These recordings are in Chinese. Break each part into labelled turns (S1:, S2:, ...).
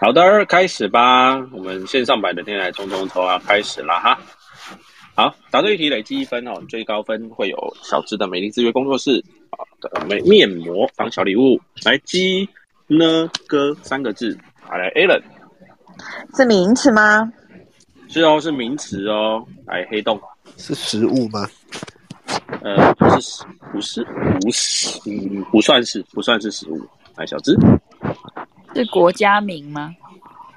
S1: 好的，开始吧。我们线上版的天来冲冲头啊，开始啦哈。好，答对一题累积一分哦，最高分会有小智的美丽制约工作室好的美面膜当小礼物。来，鸡呢哥三个字。好，来 a l a n
S2: 是名词吗？
S1: 是哦，是名词哦。来，黑洞，
S3: 是食物吗？
S1: 呃，不是不是不是，嗯，不算是不算是食物。来，小智，
S4: 是国家名吗？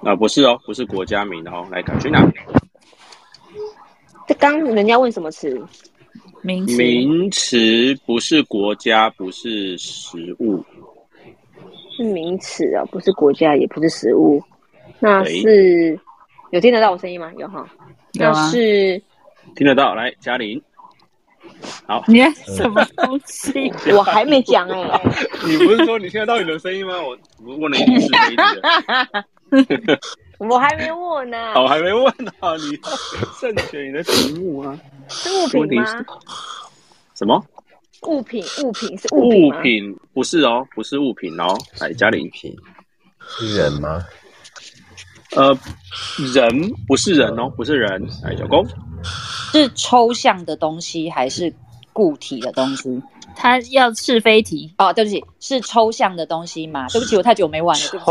S1: 啊、不是哦，不是国家名哦。来，凯君娜，
S5: 这刚人家问什么词？
S4: 名词
S1: 名词不是国家，不是食物，
S5: 是名词啊，不是国家，也不是食物。那是有听得到我声音吗？有哈。
S4: 有
S5: 那
S4: 啊？
S5: 是
S1: 听得到？来，嘉玲，
S4: 你在什么东西？
S5: 我还没讲哎、
S1: 嗯 你不是说你听得到你的声音吗？我我问了一句是非题了，
S5: 我还没问呢、
S1: 我还没问啊，你要慎选你的题目啊。
S5: 是物品吗？
S1: 什么
S5: 物品，物品是物
S1: 物
S5: 品吗？
S1: 品？不是哦，不是物品哦。来，嘉玲，
S3: 是人吗？
S1: 呃，人不是人哦，不是人。来，小公，
S6: 是抽象的东西还是固体的东西？
S4: 他要是非题，
S6: 哦，对不起，是抽象的东西嘛？对不起，我太久没玩了，对不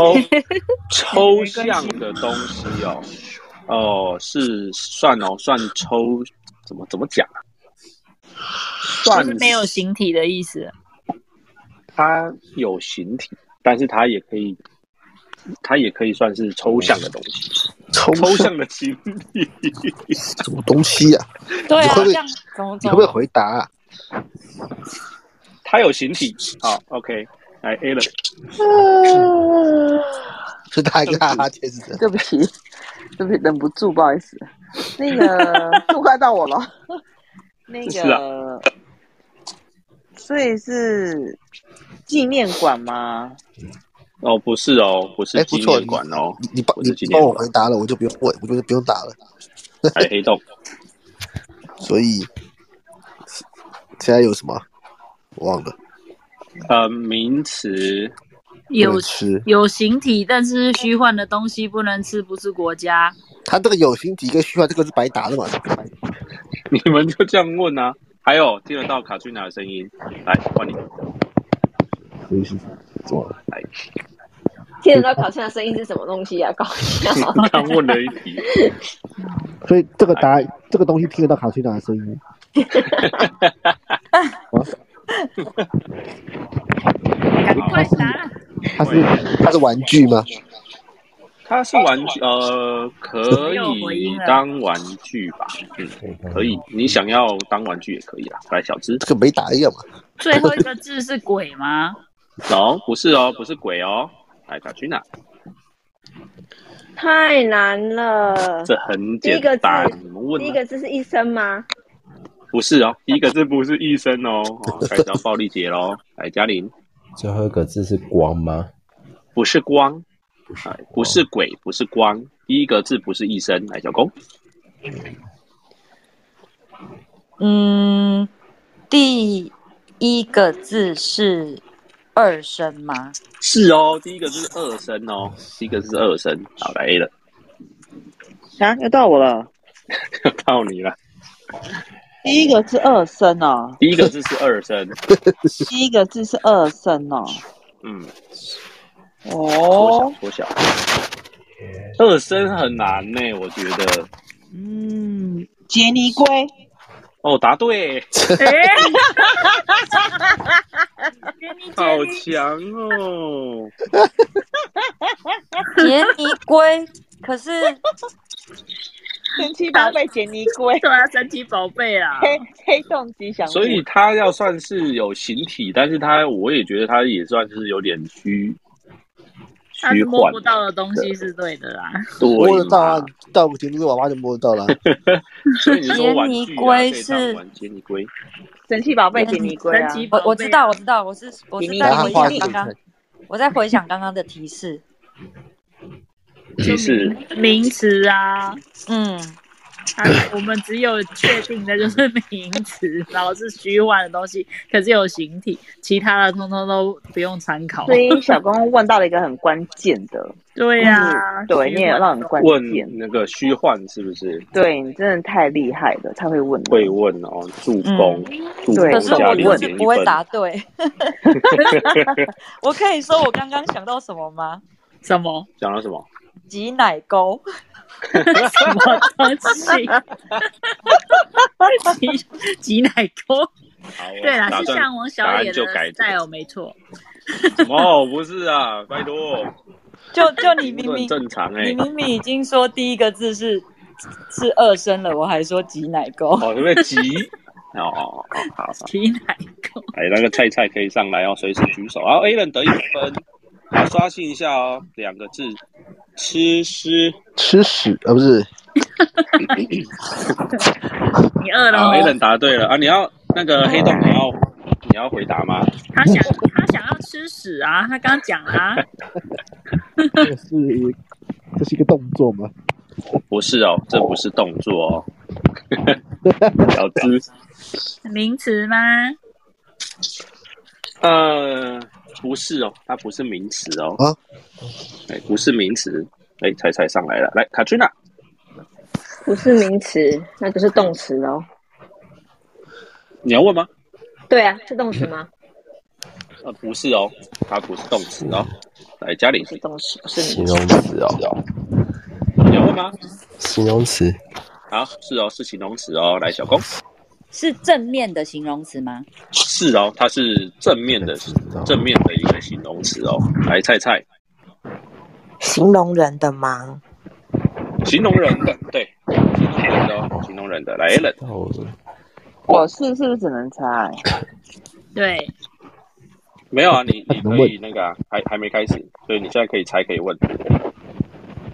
S1: 抽
S6: 起。
S1: 抽象的东西哦，哦，是算哦，算抽，怎么怎么讲啊？
S4: 就
S1: 算
S4: 是没有形体的意思。
S1: 它有形体，但是它也可以，它也可以算是抽象的东西，
S3: 抽
S1: 抽象的形体。
S3: 什么东西呀、啊？
S6: 对
S3: 你
S6: 啊，
S3: 会不会
S6: 这样怎么
S3: 你
S6: 怎
S3: 会不会
S6: 么？
S3: 回答啊、
S1: 它有形体。好，OK，来 a l a n
S2: 嗯
S3: 是大家
S1: 啊
S3: 哈欠是谁？
S2: 对不起，对不起，忍不住，不好意思。那 个，都快到我了。那
S1: 是啊
S2: 个，所以是纪念馆吗？
S1: 哦，不是哦，不是
S3: 哎
S1: 纪
S3: 不错
S1: 念馆哦，
S3: 你帮
S1: 我
S3: 你
S1: 是纪念
S3: 帮我
S1: 馆
S3: 回答了，我就不用我我就不用打了。
S1: 还有黑洞。
S3: 所以现在有什么？我忘了。
S1: 呃，名词
S3: 不
S4: 有
S3: 能吃，
S4: 有形体，但是是虚幻的东西不能吃，不是国家。
S3: 他这个有形体跟虚幻，这个是白答的嘛？
S1: 你们就这样问啊？还有听得到卡翠娜的声音，来换你。
S5: 听得到考试的声音是什么东西啊？搞笑，
S1: 刚问了一题，
S3: 所以这个答这个东西听得到卡翠娜的声音。
S4: 赶快答！
S3: 它是它是玩具吗？
S1: 它是玩具，
S5: 哦
S1: 呃，可以当玩具吧？嗯，可以，你想要当玩具也可以啦。来，小芝，
S3: 这个没答一样
S1: 啊
S3: 嘛？
S4: 最后一个字是鬼吗？
S1: 哦，不是哦，不是鬼哦。来，卡翠娜，
S5: 太难了。
S1: 这很简单
S5: 呃第一个，字
S1: 你们问
S5: 第一
S1: 啊、
S5: 个字是一声吗？
S1: 不是哦，第一个字不是一声哦， 哦开始要暴力节喽。来，嘉玲，
S7: 最后一个字是光吗？
S1: 不是光，哎，不是鬼，不是光，第一个字不是一声。来，小公，
S6: 嗯，第一个字是二声吗？
S1: 是哦，第一个字是二声哦，第一个字是二声。好，来 A 了，
S2: 啊，又到我了。
S1: 到你了。
S2: 第一个是二声哦，
S1: 第一个字是二声，
S2: 第一个字是二声哦。
S1: 嗯，缩小
S2: 哦，
S1: 缩小。二声很难呢、我觉得。
S2: 嗯，杰尼龟，
S1: 哦，答对， 好强哦！
S6: 杰尼龟，可是
S2: 神奇宝贝杰尼龟，
S4: 对啊，神奇宝贝啊！
S2: 黑黑洞吉祥物。
S1: 所以它要算是有形体，但是它我也觉得它也算是有点虚
S4: 他
S1: 虚
S4: 是摸
S1: 幻
S4: 不，到的东西是对的啦。
S3: 摸
S1: 对
S3: 得到啊
S1: 嘛？，
S3: 到杰尼龟娃娃就摸得到了。啊
S1: 所以你是说玩具啊，
S6: 杰尼
S4: 哎
S6: 龟
S1: 可以
S6: 是
S1: 当 玩杰尼龟，
S5: 神奇宝贝杰尼龟啊
S4: 神！奇宝贝啊
S6: 我我知道，我知道，我是我是
S2: 你
S6: 在
S3: 来，他
S6: 回
S3: 画
S6: 想
S3: 给
S6: 刚
S3: 你
S6: 刚
S3: 看，，
S6: 我在回想刚刚的提示。
S1: 提示
S4: 名词啊，
S6: 嗯，
S4: 啊，我们只有确定的就是名词，然后是虚幻的东西，可是有形体，其他的通通都不用参考。
S2: 所以小公问到了一个很关键的，嗯
S4: 对呀、
S2: 对
S4: 虚
S2: 你也
S4: 幻
S2: 让人关
S1: 问
S2: 键，
S1: 那个虚幻是不是？
S2: 对你真的太厉害了，太会问了。
S1: 会问哦，助攻，助
S2: 嗯
S1: 攻
S2: 对
S6: 可是
S1: 加
S6: 我
S1: 零
S6: 就
S1: 点
S6: 是
S1: 一
S6: 不会
S1: 分。
S6: 答对。 我可以说我刚刚想到什么吗？
S4: 什么
S1: 讲了什么？
S6: 挤奶沟，
S4: 什么东 西？挤挤奶 沟？
S1: 好我
S4: 对啦，
S1: 哦打
S4: 是
S1: 算
S4: 向往
S1: 答
S4: 小
S1: 案
S4: 野
S1: 就改
S4: 的
S1: 这个
S4: 带有没错。
S1: 哦，不是啊，拜托，
S6: 就就你明
S1: 这 很正
S6: 明
S1: 常哎、
S6: 你明明已经说第一个字是是二声了，我还说挤奶沟。
S1: 哦，因为急。哦哦哦，好，好
S4: 挤奶沟，
S1: 哎，那个菜菜可以上来哦，随时举手。然后 A 人得一分，好，刷新一下哦，两个字，吃诗。
S3: 吃屎啊，不是
S4: 你饿了
S1: 好，A
S4: 哦？
S1: 人答对了啊，你要那个黑洞，你要你要回答吗？
S4: 他想他想要吃屎啊！他刚讲啦、啊，
S3: 这是这是一个动作吗？
S1: 不是哦，这不是动作哦。 小资，
S4: 名词吗？
S1: 呃，不是哦，它不是名词哦。
S3: 啊，
S1: 哎，不是名词。哎，菜菜上来了，来，卡君娜，
S5: 不是名词，那就是动词喽。
S1: 你要问吗？
S5: 对啊，是动词吗？
S1: 呃，不是哦，它不是动词哦。
S3: 嗯
S1: 来，嘉玲，
S5: 是动词，不是名词
S7: 形容词哦，
S1: 你要问吗？
S7: 形容词，
S1: 好，是哦，是形容词哦。来，小公，
S6: 是正面的形容词吗？
S1: 是哦，它是正面的，正面的一个形容词哦。来，菜菜，
S8: 形容人的忙，
S1: 形容人的，对，形容人的哦，形容人的。来 a l n
S7: 到了
S2: 我是是不是只能猜？
S4: 对，
S1: 没有啊，你你可
S3: 能
S1: 以
S3: 问
S1: 那个、啊、还还没开始，所以你现在可以猜，可以问。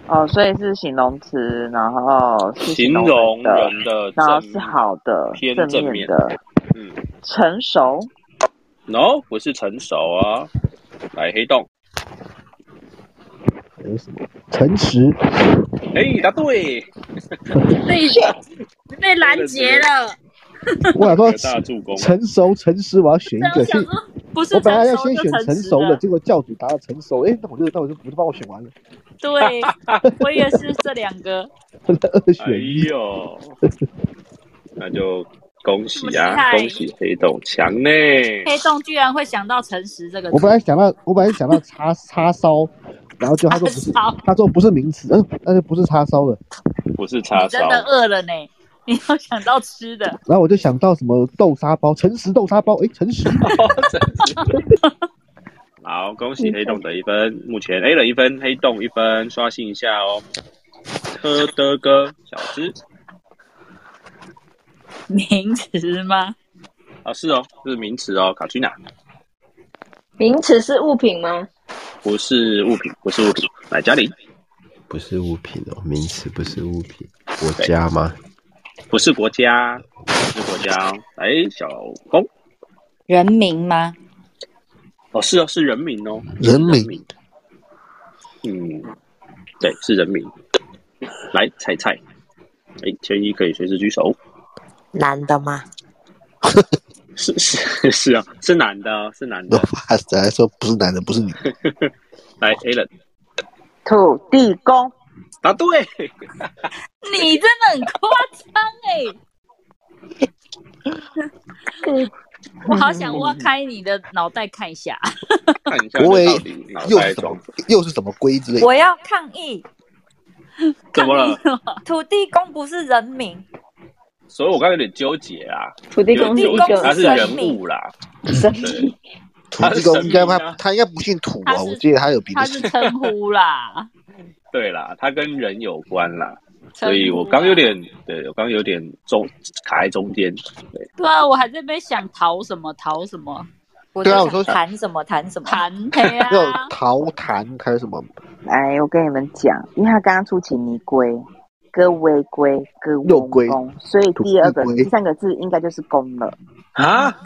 S2: 哦，所以是形容词，然后是
S1: 形容
S2: 容的，
S1: 人的
S2: 然后
S1: 正
S2: 是好的，
S1: 偏正
S2: 正
S1: 面
S2: 的，
S1: 嗯
S2: 成熟，
S1: ，no，不是成熟啊。来黑洞，
S3: 还有什么？诚 实，
S1: 哎、答对，
S4: 被被拦截了。
S3: 我想说
S1: 有大助攻。
S3: 成熟诚实，我要选一个
S4: 对，我
S3: 是
S4: 想。说不是
S3: 我本来要
S4: 成熟
S3: 先
S4: 就
S3: 选成
S4: 诚实
S3: 熟的，
S4: 了。
S3: 结果教主答了成熟，哎，那我就那我就我就帮我选完了，
S6: 对，我也是这两个。
S3: 我的二
S1: 哎
S3: 选一。
S1: 呦，那就恭喜
S4: 这么
S1: 啊，
S4: 厉害
S1: 恭喜黑洞强呢。
S4: 黑洞居然会想到诚实这个
S3: 我本
S4: 词，
S3: 来想到我本来想到叉叉烧，然后就他说不是，
S4: 好，
S3: 他说不是名词，嗯，那就不是叉烧了。
S1: 不是叉
S4: 你
S1: 烧
S4: 真，的饿了呢。你有想到吃的，
S3: 然后我就想到什么豆沙包，诚实豆沙包，哎，诚实。
S1: 好，恭喜黑洞得一分，目前 A 了一分，黑洞一分，刷新一下哦。科的哥，小芝
S4: 名词吗？
S1: 啊，是哦，是名词哦，卡君娜
S5: 名词是物品吗？
S1: 不是物品，不是物品。来，嘉玲，
S7: 不是物品哦，名词不是物品，国家吗？
S1: 不是国家，不是国家哦。哎，小公，
S6: 人名吗？
S1: 哦，是哦，是人民哦，
S3: 人民
S1: 嗯，对，是人民。来，菜菜，哎，千一可以随时举手。
S8: 男的吗？
S1: 是是 是 啊，是男的哦，是男的。
S3: 还还说不是男的，不是女的，
S1: 来 a l a n
S2: 土地公，
S1: 答对，
S4: 你真的很夸张哎！我好想挖开你的脑袋看一下，
S1: 看一下这到底脑
S3: 又
S1: 袋
S3: 是什
S1: 装
S3: 么又是什么龟之类的。
S6: 我要抗议！
S1: 怎么了？
S6: 土地公不是人名，
S1: 所以我刚刚有点纠结啊，
S5: 土地公是
S1: 有点
S5: 一
S1: 纠结
S6: 公
S1: 他
S5: 个
S1: 是人物啦，
S5: 生
S1: 对，
S3: 土地公应该
S1: 他是神明啊
S3: 他他应该不姓土
S4: 他
S3: 啊，
S4: 是
S3: 我记得他有别
S4: 它
S3: 的
S4: 是
S3: 姓。
S4: 称呼啦。
S1: 对啦，他跟人有关啦，
S4: 称呼
S5: 啊
S4: 啦
S1: 所以我刚有点，对我刚有点中卡在中间，
S4: 对啊，我还在那边想逃什么逃什么
S6: 我就
S3: 对啊我说
S6: 想谈什么谈什么。
S4: 谈黑啊，
S3: 要陶坛还有什么
S2: 哎，我跟你们讲，因为他刚刚出奇尼龟、哥龟龟、哥
S3: 肉龟
S2: 公，所以第二个
S3: 土、地龟
S2: 第三个字应该就是公了。
S1: 啊？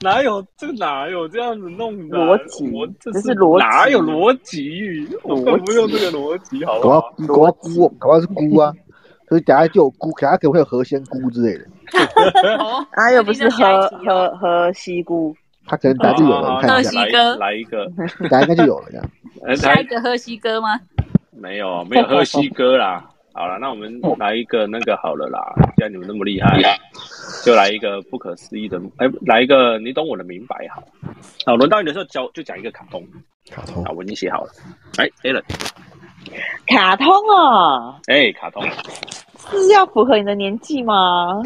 S1: 哪有这哪有这样子弄的啊？
S2: 逻辑
S1: 我这
S2: 这是逻辑
S1: 哪有逻辑？我更不用这个逻辑，好不
S3: 搞
S1: 好？
S3: 到搞到菇，搞到是菇啊，
S9: 就是等下就有菇，等下可能会有河鲜菇之类的，
S2: 哎
S5: 啊，又不是
S4: 喝
S5: 喝喝喝西菇，
S9: 他可能等下就有了，
S1: 好
S9: 你看一
S4: 西
S9: 下，
S1: 来
S4: 哥
S1: 来一个，
S9: 等 下应该就有了这样。
S1: 哎，
S4: 下一
S1: 来
S4: 个喝西哥吗？
S1: 没有没有喝西哥啦。好了，那我们
S9: 哦
S1: 来一个那个好了啦。既然你们那么厉害，就来一个不可思议的，哎，来一个你懂我的明白好了。好，轮到你的时候教就讲一个卡通，
S7: 卡通
S1: 啊，我已经写好了。哎 a l a n
S5: 卡通哦，
S1: 哎，卡通，
S5: 是要符合你的年纪吗？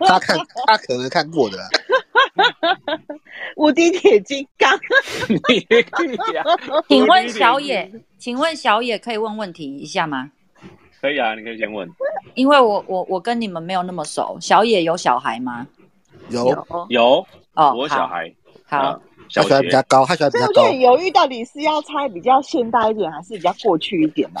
S3: 他看他可能看过的啦，
S5: 无敌铁金刚，
S6: 请问小野，请问小野可以问问题一下吗？
S1: 可以啊，你可以先问。
S6: 因为我我我跟你们没有那么熟。小野有小孩吗？
S3: 有
S1: 有，
S6: 哦，
S1: 我小孩，
S6: 好，
S1: 啊
S6: 好，
S1: 小
S3: 他喜欢
S1: 学
S3: 比较高，他喜欢比
S5: 所以
S3: 较
S5: 我就
S3: 高，
S5: 很犹豫，到底是要猜比较现代一点，还是比较过去一点吧？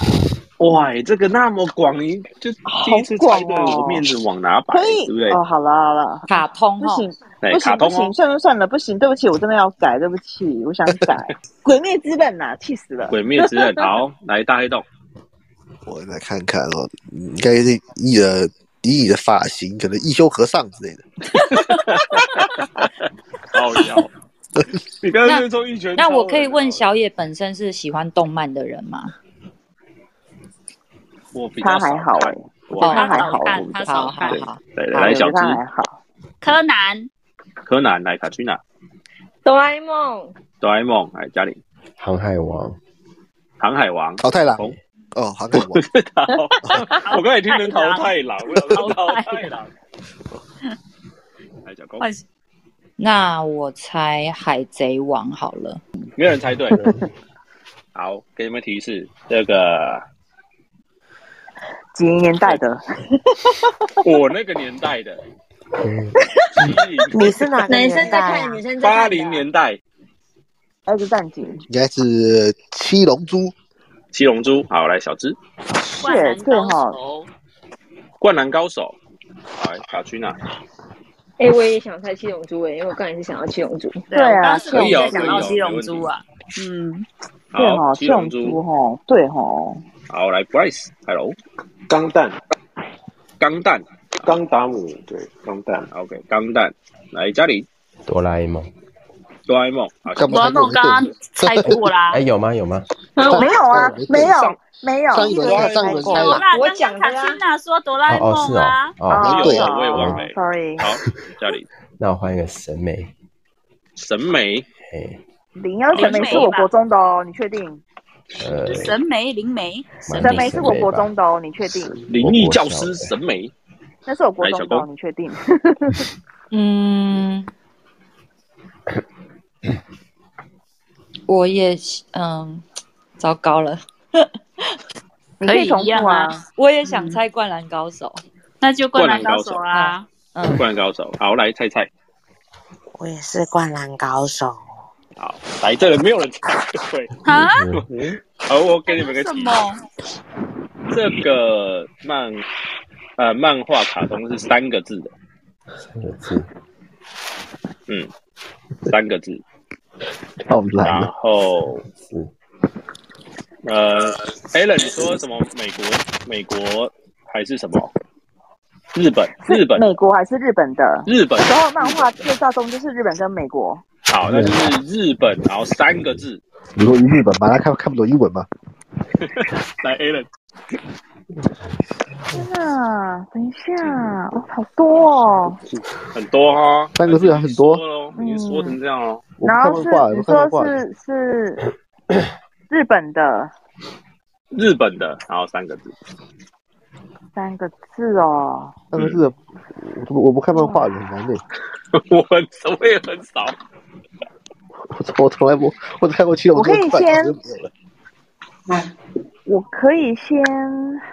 S1: 哇，这个那么广，你就第一次
S5: 好
S1: 猜
S5: 广
S1: 对，
S5: 哦
S1: 我面子往哪摆
S5: 可，以
S1: 对不对？
S5: 哦，好了好了，
S6: 卡通
S5: 不
S6: 哦，
S5: 行
S1: 哎，
S5: 不
S1: 卡
S5: 行不
S1: 通哦
S5: 行，，算了算了，不行，对不起，我真的要改，对不起，我想 改《鬼灭之刃》呐，气死了！
S1: 《鬼灭之刃》 好，来大黑洞，
S3: 我来看看哦，应该是以你的以你的发型，可能一休和尚之类的。
S1: 好笑。你刚才是从一拳
S6: 那
S1: 超人啊
S6: 我可以问，小野本身是喜欢动漫的人吗？
S1: 我比较
S5: 他还好
S1: 哎
S5: 哎，，
S1: 我
S6: 哦
S1: 还好
S4: 他
S5: 还
S4: 少
S5: 好
S1: 我
S4: 看，
S1: 们
S4: 他
S6: 好
S4: 少
S6: 好
S4: 看。
S6: 好，
S1: 对，来小
S5: 我觉
S1: 鸡
S5: 得，他还好，
S4: 柯南，
S1: 柯南来卡君娜，
S5: 哆啦 A 梦，
S1: 哆啦 A 梦来嘉玲，
S7: 航海王，
S1: 航海王。
S3: 桃太郎
S1: 哦
S3: 哦，好看我
S4: 哦
S1: 我刚才听 成淘汰狼，我想说淘汰狼。来小公，
S4: 换
S6: 那我猜海贼王好了。
S1: 没有人猜对。 好，给你们提示，这个
S5: 几零年代的？
S1: 我那个年代的，
S7: 嗯
S8: 你是哪个
S10: 男
S8: 年
S10: 生在
S8: 代、
S10: 看，
S8: 啊
S10: 女？生在看的
S1: 八零年代，
S5: 《X 哎战警》
S3: 应该是七龙珠，
S1: 七龙珠。好，来哎小芝，
S4: 灌篮
S5: 是
S4: 高
S5: 最好
S4: 手，
S1: 灌篮高手。来卡君娜，
S5: 哎、我也想猜七龙珠哎、因为我刚才是想要七龙珠。
S4: 对我
S2: 对啊
S4: 刚刚是不
S1: 可以
S4: 是
S1: 哦
S4: 在讲到
S1: 可以哦
S4: 七龙珠啊？嗯，
S2: 对
S1: 好，
S2: 哈，
S1: 七
S2: 七
S1: 龙
S2: 龙
S1: 珠
S2: 珠。哈，对哈，
S1: 好，来 Bryce，Hello，
S11: 钢弹，
S1: 钢弹。
S11: 钢达姆，对，钢弹，
S1: OK，钢弹。来嘉玲，
S7: 哆啦 A 梦，
S1: 哆啦 A 梦。啊好，
S3: 干
S4: 哆啦
S3: 嘛
S4: A 梦刚刚猜过 啦
S7: 哎，。有吗？有吗？
S3: 上
S2: 没有啊，没有，没有，
S3: 上一轮
S2: 我
S3: 上一轮猜
S4: 有
S3: 了，
S4: 啦，
S5: 我
S4: 刚
S5: 讲
S4: 刚
S5: 的啊
S4: 卡君娜说哆啦 A
S7: 哦哦是
S4: 梦啊，
S7: 哦哦，
S1: 我
S3: 对
S1: 有，我也忘了。
S2: Sorry，
S1: 好，嘉玲，
S7: 那我换一个审美，
S1: 审美。
S7: 哎，
S2: 零幺审美是我国中的哦，你确定？
S7: 呃，
S1: 哦
S4: 是神眉灵眉，
S7: 蛮
S2: 审美是我国
S7: 吧
S2: 中的哦，你确定？
S1: 灵异教师审美，
S2: 那是我国中的
S1: 哎来小
S2: 哦，你 确定？
S6: 嗯，我也喜嗯，糟糕了，
S2: 你可以重
S4: 一样
S2: 复啊。
S4: 啊。
S6: 我也想猜《灌篮高手》
S4: 那就灌篮高手啊，
S1: 灌
S6: 嗯，
S1: 篮高手。好，来菜菜，
S8: 我也是灌篮高手。
S1: 好，来这个没有人猜对。
S4: 啊？
S7: 嗯
S1: 好，我给你们个
S4: 什
S1: 提
S4: 么
S1: 示，？这个漫呃漫画卡通是三个字的，
S7: 三个字，
S1: 嗯，三个字。
S9: 好
S1: 然
S9: 难啊！
S1: 后
S7: 是
S1: 呃 a l a n 你说什么？美国美国还是什么？日本日本
S2: 美国还是日本的？
S1: 日本
S2: 然后漫画介绍中就是日本跟美国，
S1: 好，那就是日本，然后三个字。
S9: 你说日本吧，他看看不懂英文吗？
S1: 来 a l a n
S2: 天哪！等一下，哦，好多哦。
S1: 很多哈，
S9: 三个字啊很多
S1: 已经说咯已经说成这样哦。
S9: 我不看
S2: 然后
S9: 漫画，
S2: 是
S9: 我
S2: 你
S9: 不看漫
S2: 说
S9: 画。
S2: 是是日本的
S1: 日本的，然后三个字。
S2: 三个字哦，
S9: 三个字，啊我不我不看漫画的，很难 的。
S1: 我很我也很少。
S9: 我从我从来不，我只看过七龙珠。
S2: 我可以
S9: 快
S2: 先
S9: 我就没有了
S2: 我可以先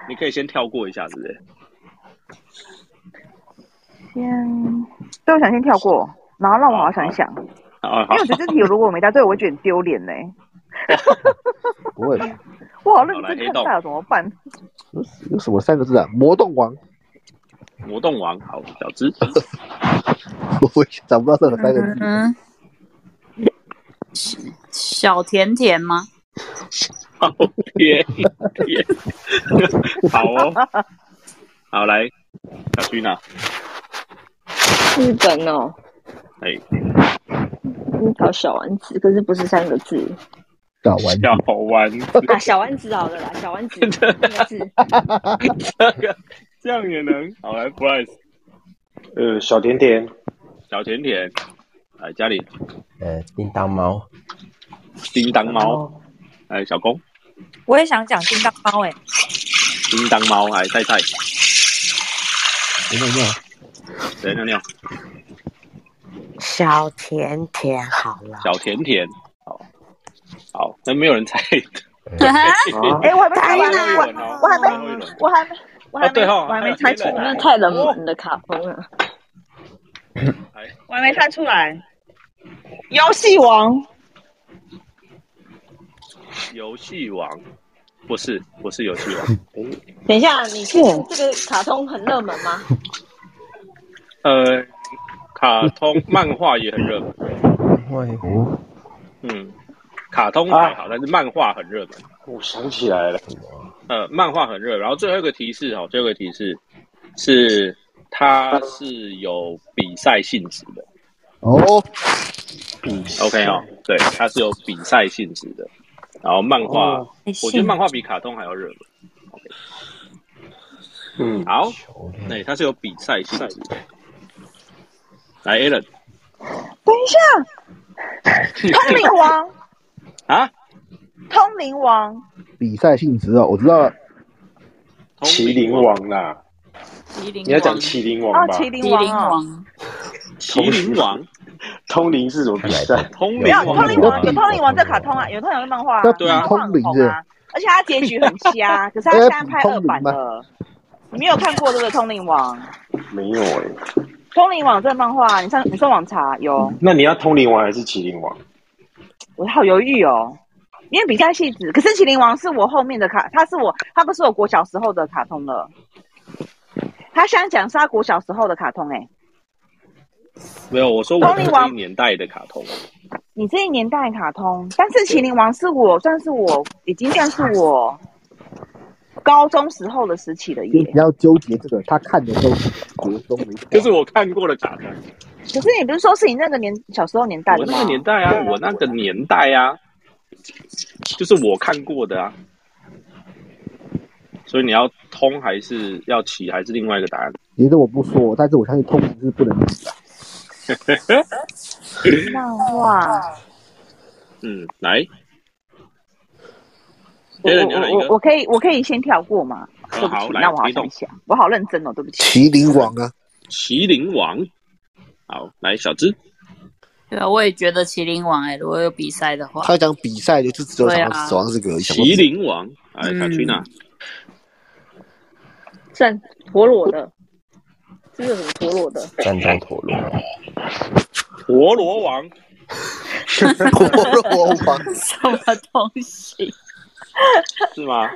S1: 你可以先跳过一下，是不是？
S2: 先，对我想先跳过，然后让我好好想一想，
S1: 啊，
S2: 因
S1: 好
S2: 为我，觉得这题如果我没答对，我会觉得很丢脸呢。
S9: 我也是
S2: 我好认
S1: 好来
S2: 真
S1: 黑
S2: 看
S1: 洞
S2: 待了怎么办？
S9: 有什么三个字啊？魔动王，
S1: 魔动王，好，小资，
S9: 我找不到任何三个字。
S4: 嗯，小甜甜吗？
S1: 好耶耶， 好哦，好来，小徐呢？
S5: 日本哦，
S1: 哎，
S5: 樱桃小丸子，可是不是三个字
S1: 小丸小丸子，
S5: 啊， 小丸子好了啦，小 丸子三个字，
S1: 这个这样也能好来，Bryce，
S11: 呃，小甜甜，
S1: 小甜甜，来家里
S7: 呃，叮当猫，
S1: 叮当猫，来哎小公
S6: 我也想讲叮当猫哎，
S1: 叮当猫，哎来菜菜，
S7: 有没有？
S1: 谁尿尿？
S8: 小甜甜好了，
S1: 小甜甜，好，好，那没有人猜，
S2: 哎，我还没猜完呢，
S5: 啊
S2: 我我还没，我还没，我还
S1: 哦对
S2: 没，
S1: 哦
S2: 我还没猜出
S1: 还
S2: 来，
S1: 有别人
S5: 太冷门的卡通啊了。
S2: 我还没猜出来。游戏王，
S1: 游戏王不是不是游戏王，
S5: 等一下，你确定这个卡通很热门 吗？
S1: 呃，卡通漫画也很热门，
S7: 外湖，
S1: 嗯，卡通还好，但是漫画很热门。
S11: 我想起来了，
S1: 呃，漫画很热。然后最后一个提示哦，最后一个提示是它是有比赛性质的。
S3: 哦，
S1: OK 哦，对，它是有比赛性质的。然后漫画，
S11: 哦
S1: 我觉得漫画比卡通还要热门。
S11: 嗯，
S1: 好，对，它是有比赛性质的。来，Allen
S2: 等一下，通灵王，
S1: 啊，
S2: 通灵王，
S9: 比赛性质哦，我知道了，
S11: 麒麟王啦，
S4: 麒麟
S11: 你要讲麒麟
S2: 哦
S11: 王，吧？
S2: 麒麟王哦，
S1: 麒麟王，
S11: 通灵是什么比赛？
S1: 通
S2: 没有通灵王有通灵王这卡通啊，有通灵王的漫画啊，
S9: 对啊
S2: 漫画很
S9: 通灵
S2: 红
S9: 是
S2: 啊，而且它结局很 瞎，可是它现在拍二
S9: 哎
S2: 版了，你没有看过这个通灵王？
S11: 没有哎，
S2: 通灵王这个漫画，你上你上网查有，
S11: 那你要通灵王还是麒麟王？
S2: 我好犹豫哦。因为比赛戏子，可是《麒麟王》是我后面的卡，它是我，它不是我国小时候的卡通了。他现在讲是他国小时候的卡通、欸，
S1: 没有，我说我
S2: 通
S1: 是
S2: 灵王
S1: 这一年代的卡通。
S2: 你这一年代卡通，但是《麒麟王》是我算是我已经算是我高中时候的时期了
S9: 你
S2: 耶。
S9: 不要纠结这个，他看的都是国中没看，
S1: 就是我看过的卡通，
S2: 可是你不是说是你那个年小时候年代
S1: 我
S2: 的
S1: 那
S2: 吗
S1: 个？年代啊，我那个年代啊，就是我看过的啊。所以你要通还是要起还是另外一个答案？
S9: 别的我不说，但是我相信通灵是不能比的。
S2: 漫画，
S1: 嗯，来，
S2: 我
S1: Allen，你要哪一
S2: 我
S1: 个
S2: 我我可以我可以先跳过吗？
S1: 嗯
S2: 对不
S1: 好
S2: 起，
S1: 来
S2: 那我好
S1: 你懂
S2: 想一下，我好认真哦，对 不起。
S3: 麒麟王啊，
S1: 麒麟王。好，来小芝，
S4: 对啊，我也觉得麒麟王哎、如果有比赛的话，
S3: 他讲比赛就只有想
S4: 对啊
S3: 到死亡这个，想到
S1: 麒麟哎王。来
S4: 嗯
S1: 卡去娜，
S5: 算陀螺的，这是什么陀螺的？
S7: 战斗陀螺，
S1: 陀螺王。
S3: 陀螺王，
S4: 什么东西？
S1: 是吗？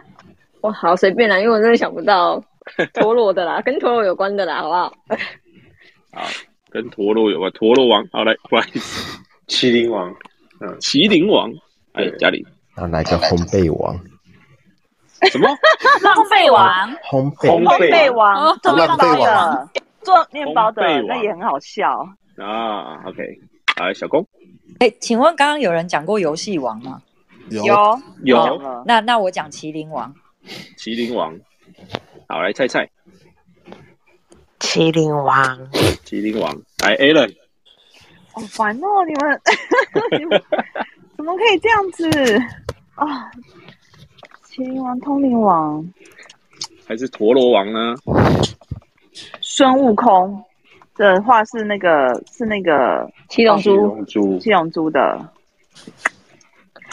S5: 哇，好随便啦，因为我真的想不 到陀螺的啦，跟陀螺有关的啦，好不好？
S1: 好，跟陀螺有关，陀螺王。好，来，不好意思，
S11: 麒麟王，嗯，
S1: 麒麟王。哎，家里
S7: 然后来个烘焙王，
S1: 什么？
S4: 浪费王，
S7: 烘
S11: 烘
S7: 焙
S2: 烘焙王
S4: 哦，
S2: 做面包
S3: 浪费
S2: 的
S3: 王，
S2: 做面包的
S1: 烘焙王
S2: 那也很好笑。
S1: 啊，OK。来，小公
S6: 哎，请问刚刚有人讲过游戏王吗？
S3: 有
S2: 有
S1: 有
S2: 讲了
S6: 那那我讲麒麟王，
S1: 麒麟王。好，来菜菜，
S8: 麒麟王，
S1: 麒麟王。来 a l a n
S2: 好烦哦，你们 你们怎么可以这样子啊？麒麟王、通灵王、
S1: 还是陀螺王呢？
S2: 孙悟空的话是那个是那个
S5: 七龙
S11: 七
S5: 珠
S11: 龙珠，
S2: 七龙珠的，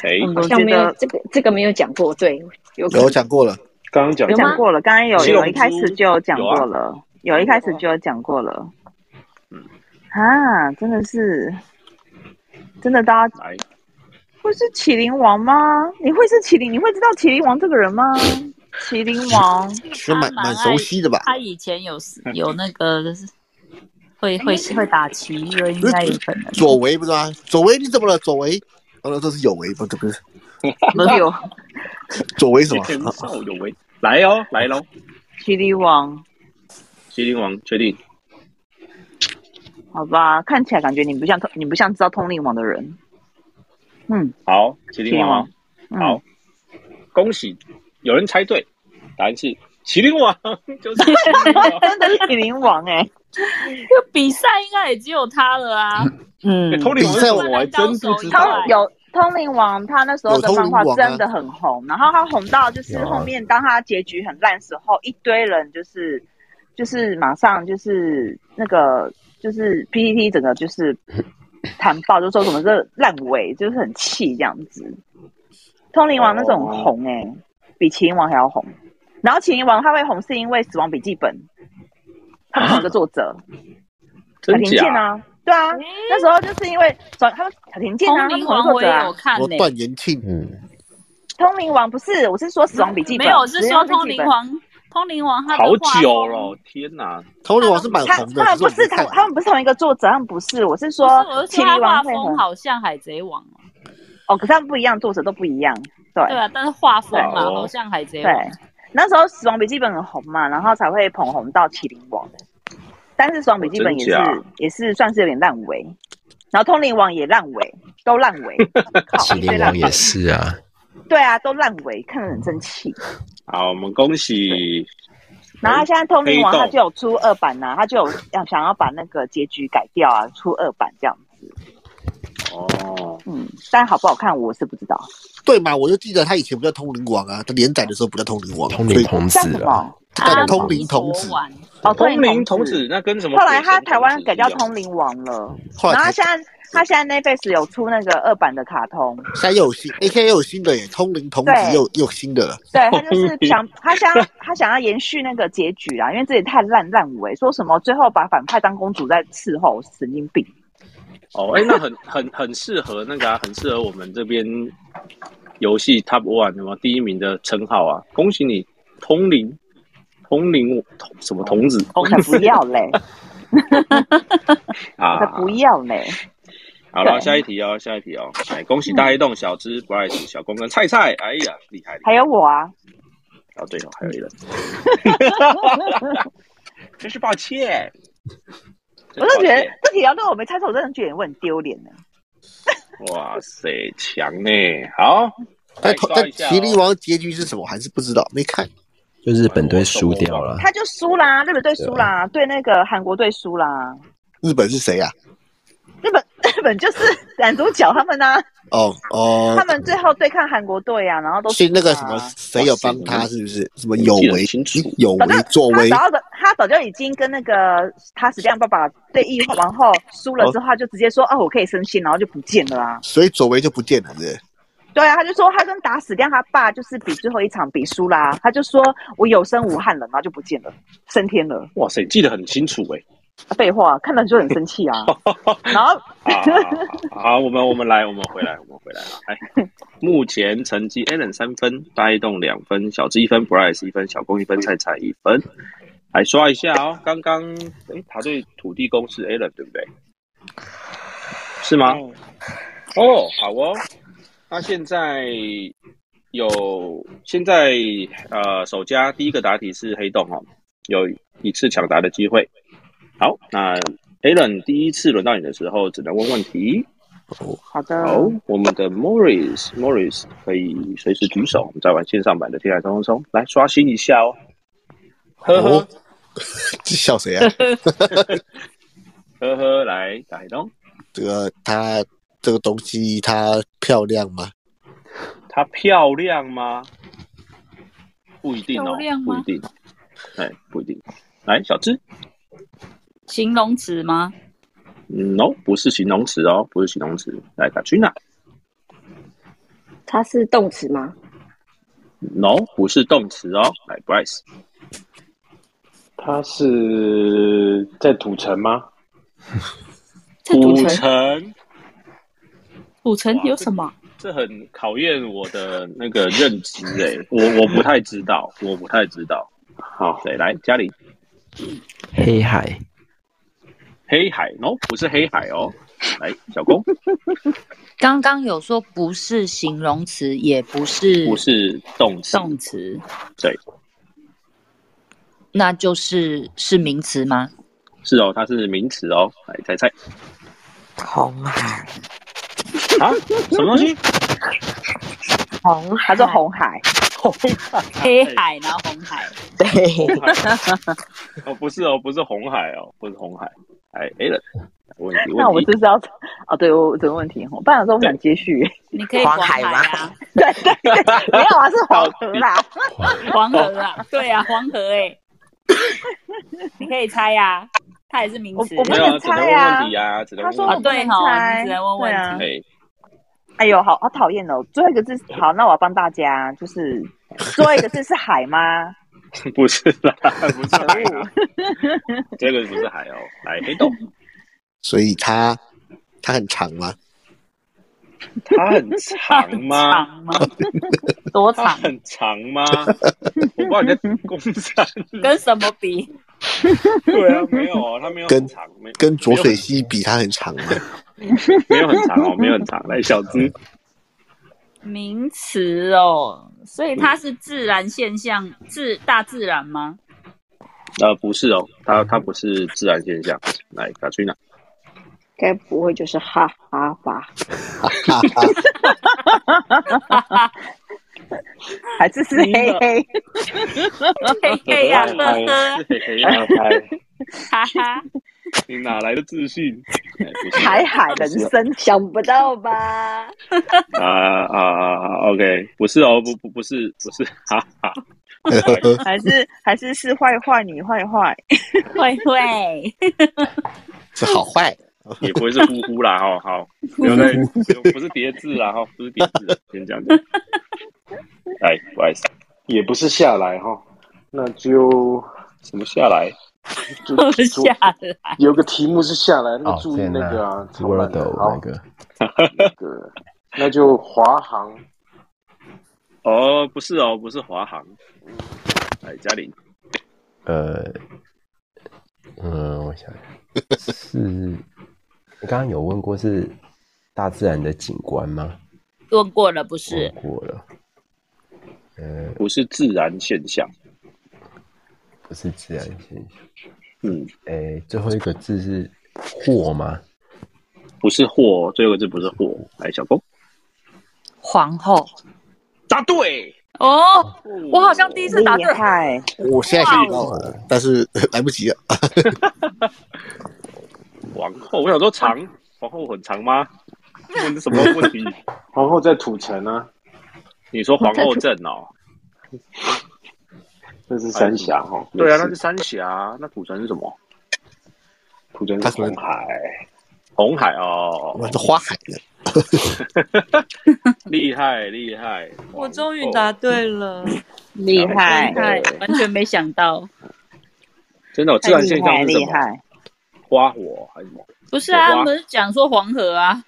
S1: 哎、
S2: 嗯
S5: 好像没有这个这个没有讲过，对，有可
S3: 有讲过了，
S11: 刚刚讲
S2: 有
S5: 吗
S2: 讲过了，刚刚有
S1: 七龙
S2: 有
S1: 珠啊
S2: 一开始就有讲过了，有,、一开始就有讲过了。
S1: 嗯
S2: 啊，真的是，真的大家
S1: 来，
S2: 会是麒麟王吗？你会是麒麟？你会知道麒麟王这个人吗？麒麟王，
S3: 是蛮蛮熟悉的吧？
S4: 他以前有有那个会会会打棋，所以应该有可能。
S3: 哎啊左为不是吗？左为你怎么了？左为，哦，这是有为，不，这不是
S2: 柳
S3: 左为什 么？
S1: 前少有为，来哦，来喽，
S2: 麒麟王，
S1: 麒麟王确定
S2: 好吧，看起来感觉你不像通，你不像知道通灵王的人。嗯，
S1: 好，麒麟王哦，
S2: 嗯
S1: 好，恭喜有人猜对，答案是麒麟王，就是
S2: 真的是哎麒麟王哎、
S4: 就比赛应该也只有他了啊。
S6: 嗯
S1: 通灵王是什哎么我还真不知
S2: 通
S1: 道，
S2: 有通灵王，他那时候的漫画
S3: 有通灵王啊
S2: 真的很红，然后他红到就是
S7: 有啊
S2: 后面当他结局很烂时候，一堆人就是就是马上就是那个就是 PPT 整个就是弹爆，就说什么这烂尾，就是很气这样子。通灵王那时候很红哎、比麒麟王还要红。然后麒麟王他会红是因为《死亡笔记本》，他们同一个作者。小
S1: 真
S2: 田健
S1: 假？
S2: 啊，对啊，那时候就是因为小他们小田健啊，他
S4: 通
S2: 们
S4: 灵
S2: 同一个
S4: 王
S2: 作
S4: 我
S2: 者
S4: 也
S2: 啊
S4: 有看
S3: 我
S4: 呢、
S3: 段延庆
S7: 嗯，
S2: 通灵王不是，我是说《死亡笔记本》，
S4: 没有，是
S2: 死
S4: 说
S2: 亡笔
S4: 通
S2: 记
S4: 灵
S2: 本。
S4: 王，通灵王他的
S1: 好
S4: 画
S1: 久
S4: 风
S1: 了，天哪！
S3: 通灵王是蛮
S2: 他
S3: 红的，
S2: 他们不
S3: 只
S2: 是
S3: 我没
S2: 他
S3: 看
S2: 他们不是同一个作者，他们不是，我是说
S4: 不是，我是
S2: 麒
S4: 说他
S2: 麟
S4: 画
S2: 王会很
S4: 风好像海贼王哦。
S2: 哦，可是他们不一样，作者都不一样，对
S4: 对啊，但是画风啊，
S1: 对
S4: 好像海贼
S2: 对
S4: 王。
S2: 那时候《死亡笔记本》很红嘛，然后才会捧红到麒麟王，但是《死亡笔记本》也是、
S1: 哦真假
S2: 也是算是有点烂尾，然后通灵王也烂尾，都烂 尾，靠
S7: 麒麟王也，是啊，
S2: 对啊，都烂尾，看得很生气。
S1: 好，我们恭喜
S2: 然后现在通灵王
S1: 黑洞
S2: 他就有出二版啊呐、他就有要想要把那个结局改掉啊，出二版这样子。
S1: 哦，
S2: 嗯，但好不好看我是不知道。
S3: 对嘛？我就记得他以前不叫通灵王啊，他连载的时候不叫通灵王，
S7: 通
S3: 所
S7: 灵
S3: 以
S7: 童子
S2: 叫什
S7: 啊，
S2: 么？
S3: 但
S4: 阿
S3: 通灵
S4: 弥
S3: 童
S4: 陀
S3: 子
S4: 丸
S2: 哦，
S1: 通灵童
S2: 童
S1: 子。那跟什么？
S2: 后来他台湾改
S1: 啊
S2: 叫通，灵王了，
S3: 后
S2: 然
S3: 来
S2: 后他
S3: 才
S2: 现在他现在 Netflix 有出那个二版的卡通，
S3: 现在又有新，A K 又有新的耶，通灵童子
S2: 对
S3: 又又有新的了，
S2: 对他就是想他想要他想要延续那个结局啊，因为这也太烂烂尾，说什么最后把反派当公主在伺候，神经病。
S1: 哦，哎、那很很很适合那个啊，很适合我们这边游戏 Top One 什么第一名的称号啊！恭喜你，通灵，通灵童什么童子
S2: 我才不要嘞，我才
S1: 啊！
S2: 不要嘞。
S1: 好了，下一题哦，下一题哦，来恭喜大黑洞、小芝、Bryce、小光跟菜菜，哎呀，厉害！厉害
S2: 还有我啊，
S1: 哦，对哦，还有一人，真是抱歉，
S2: 我
S1: 真是
S2: 就
S1: 抱
S2: 觉得
S1: 歉
S2: 这题要对我没猜错，我真的觉得有点丢脸呢。
S1: 哇塞，强呢！好，
S3: 但
S1: 来
S3: 通
S1: 抓
S3: 但
S1: 一下哦
S3: 麒麟王结局是什么还是不知道，没看。
S7: 就日本队输掉了，
S2: 他就输啦，日本队输啦，对那个韩国队输啦，
S3: 日本是谁啊？
S2: 日本 日本就是男主角他们呢、啊
S3: 哦
S2: 他
S3: 哦，
S2: 们最后对抗韩国队啊，然后都输
S3: 是
S2: 啦
S3: 那个什么谁有帮他是不是？什么有为
S1: 记得很清楚
S3: 有为
S2: 反正
S3: 作
S2: 哦他
S3: 为
S2: 早的，他早就已经跟那个他死掉爸爸对议王后输了之后，他就直接说：“哦，我可以生气，然后就不见了啊。
S3: 所以左为就不见了，是不是？”
S2: 对啊，他就说他跟打死掉他爸就是比最后一场比输啦，他就说我有生无憾了，然后就不见了，升天了。
S1: 哇塞，记得很清楚哎。
S2: 废话，看了就很生气啊。然后
S1: 啊，好，好我们我们来，我们回来，我们回来啊！来，目前成绩 Allen 三分，大一动两分，小智一分，Bryce 一分，小公一分，菜菜一分。来刷一下哦，刚刚诶，答对土地公是 Allen 对不对？是吗？哦，好哦。那现在有现在呃，首家第一个答题是黑洞哦，有一次抢答的机会。好，那 Alan 第一次轮到你的时候，只能问问题。
S2: 好的，
S1: 好，我们的 Morris Morris 可以随时举手，我们再玩线上版的《天海通通通》，来刷新一下哦。呵呵、
S3: 哦，这笑谁啊？
S1: 呵呵，来打黑洞，
S3: 这个它这个东西它漂亮吗？
S1: 她漂亮吗？不一定哦
S4: 漂亮，
S1: 不
S4: 吗
S1: 一定，哎，不一定。来，小智，
S4: 形容词吗？
S1: 嗯，no，不是形容词哦，不是形容词。来，Katrina，no，
S5: 它是动词吗？
S1: 不是动词哦。来，Bryce，
S11: 他是在土城吗？
S4: 在赌城
S1: 城，
S4: 土城有什么？
S1: 这很考验我的那个认知诶、我我不太知道， 我不太知道。
S11: 好，
S1: 对，来，嘉玲，
S7: 黑海
S1: 黑海，no，不是黑海哦。来，小公，
S6: 刚刚有说不是形容词，也不是
S1: 不是动词，
S6: 动词，
S1: 对，
S6: 那就是是名词吗？
S1: 是哦，它是名词哦。来猜猜
S8: 红海
S1: 啊？什么东西？
S8: 红
S2: 他说红海，
S1: 红海，
S6: 黑海，然后红海，
S1: 红海 哦，不是哦，不是红海哦，不是红海。哎 a l 问题，
S2: 那我们
S1: 问题
S2: 是不是要哦？对，我有这个问题哦，不然说我们想接续，
S6: 你可以
S8: 黄
S6: 黄
S8: 海吗
S6: 啊，
S2: 对对对，没有啊，是黄河啦，
S4: 黄河啊，对啊，黄河哎、 你可以猜呀、啊，它也是名词
S2: 我我不
S1: 没
S2: 能
S1: 有啊，只能问
S2: 猜啊
S1: 问题啊，只能
S2: 他
S1: 问
S2: 说
S1: 问
S2: 我
S1: 题。
S2: 不
S4: 对
S2: 能
S4: 吼
S2: 猜，
S4: 你只能问问
S2: 对
S4: 题
S2: 啊
S1: 哎、
S2: 哎呦，好好讨厌哦！最后一个字，好，那我要帮大家，就是最后一个字是海吗？
S1: 哎不是啦，不是海 啊，这个不是海哦。来，黑豆，
S3: 所以它它很长吗？
S1: 它很长吗？
S4: 长吗？多
S1: 它
S4: 长？
S1: 啊很长吗？我不知道你在公山。
S4: 跟什么比？
S1: 对啊，没有哦，它没有很长，没
S3: 跟浊水溪比，它很长吗？
S1: 没有很长哦，没有很长。来，小资，
S4: 名词哦，所以它是自然现象，自大自然吗？
S1: 呃，不是哦，它它不是自然现象。来，卡翠娜，
S5: 该不会就是哈哈吧？
S2: 还是是黑黑？
S4: 哎 嘿
S2: 哎
S4: 嘿呀，呵呵，
S1: 嘿呀，嗨
S4: 哈 哈，
S1: 你哪来的自信？哎不是
S2: 海海人生，
S5: 想不到吧？
S1: 啊啊啊！OK，不是哦，不不不是不是，哈哈，
S2: 还是还是是坏坏你坏坏？
S4: 会会，
S3: 是好坏？
S1: 也不会是呼呼啦，哦，好，不要再不用不是叠字啦，哈，不是叠字啦，先这样子。来，不好意思，
S11: 也不是下来哈，那就
S1: 什么下来？
S11: 就
S4: 我
S11: 就
S4: 下来。
S11: 有个题目是下来，那
S7: 哦
S11: 个，注意
S7: 在
S11: 那个啊，超烂
S7: Word
S11: 的，
S7: 那
S11: 好，
S7: 个
S11: 那个那就华航，
S1: 哦，不是哦，不是华航。嗯来，嘉玲，
S7: 呃，嗯，我想想是，你刚刚有问过是大自然的景观吗？
S4: 问过了不是？
S7: 问过了，呃，
S1: 不是自然现象。
S7: 不是自然现象。
S1: 嗯，
S7: 诶，最后一个字是祸吗？
S1: 不是货，最后一个字不是货。来，小公，
S6: 皇后，
S1: 答对。
S4: 哦，我好像第一次答
S2: 厉
S4: 对，
S2: 害！
S3: 我现在想到了，但是 来不 及了。
S1: 皇后，哦我想说长，皇后很长 吗？问这什么问题？
S11: 皇后在土城啊，
S1: 你说皇后镇哦？
S11: 那是三峡哦哈，
S1: 对啊，
S11: 没
S1: 那
S11: 事
S1: 是三峡，那土城是什么？
S11: 土城
S3: 它
S11: 是
S3: 可能
S11: 红海，
S1: 红海哦，
S3: 我这花海呢？
S1: 厉害厉害！
S6: 我终于答对了，
S2: 厉害，
S4: 对，完全没想到。
S1: 真的、哦，自
S2: 太
S1: 然现
S2: 厉
S1: 象
S2: 害，
S1: 是什
S2: 厉
S1: 么？
S2: 害！
S1: 花火还是什么？
S4: 不是啊，
S1: 有
S4: 我
S1: 啊
S4: 们讲说黄河啊，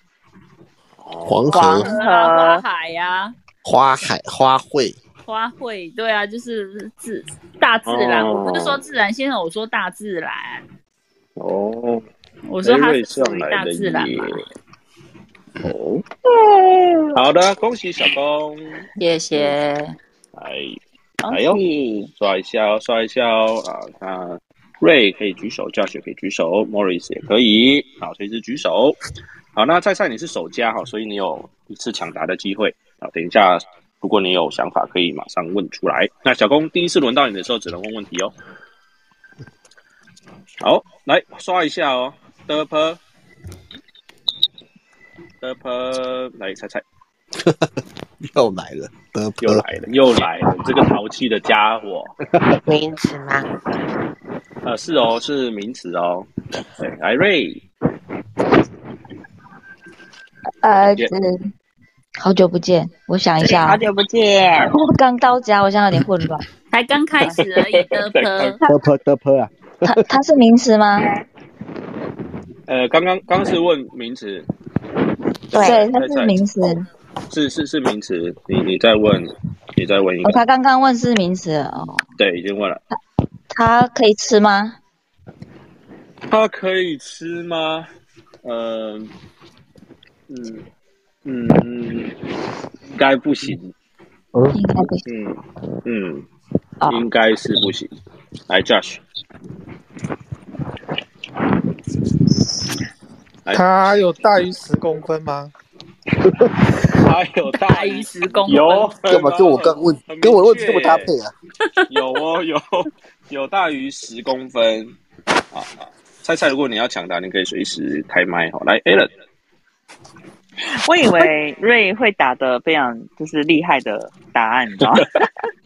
S10: 哦
S3: 黄
S2: 黄
S3: 河、
S4: 河啊，花海呀、
S3: 花海、花卉，
S4: 啊，花卉，对啊，就是自大自然。
S1: 哦
S4: 我不是说自然，现在我说大自然，
S1: 哦，
S4: 我说它
S1: 瑞
S4: 是
S1: 上
S4: 属于
S1: 来
S4: 大
S1: 的
S4: 自然嘛。
S1: 耶哦，
S2: 嗯
S1: 好的，恭喜小公，
S6: 谢谢。
S1: 来
S2: 恭
S1: 哎呦
S2: 喜！
S1: 刷一下哦，刷一下哦啊！那瑞可以举手，Josh 也可以举手，Morris 也可以，好，随时举手。好，那在赛你是首家哈，所以你有一次抢答的机会啊。等一下，如果你有想法，可以马上问出来。那小公第一次轮到你的时候，只能问问题哦。好，来刷一下哦，的坡的坡，来猜猜，
S3: 又来了，的
S1: 又来了，又来了，这个淘气的家伙。
S8: 名词吗？
S1: 呃，是哦，是名词哦。对，来瑞，
S6: 儿
S1: 子
S6: 子，呃好久不见，我想一下
S2: 好
S6: 啊，
S2: 久不见，
S6: 我刚到家，我现在有点混乱。
S4: 才刚开始而已的
S1: 才刚
S4: 科，
S9: 得坡得坡啊，
S6: 它它是名词吗？
S1: 呃，刚刚刚是问名词，
S8: 对，
S6: 它是名词。哦，
S1: 是是是名词，你你再问，你再问一个，
S6: 哦他刚刚问是名词哦。
S1: 对，已经问了。
S6: 它可以吃吗？
S1: 它可以吃吗？呃，嗯嗯，应该不行。
S12: 应该不行。啊
S1: 嗯嗯，应该是不行。来，Josh，来
S10: 哎
S13: 它有大于十公分吗？
S1: 它有
S4: 大于十公分，
S6: 干嘛跟我刚问，跟我问题这么搭配啊？
S1: 有哦，有有大于十公分。啊，好菜菜，如果你要抢答，你可以随时开麦哈。来，Allen，
S2: 我以为瑞会打的非常就是厉害的答案，你知道吗？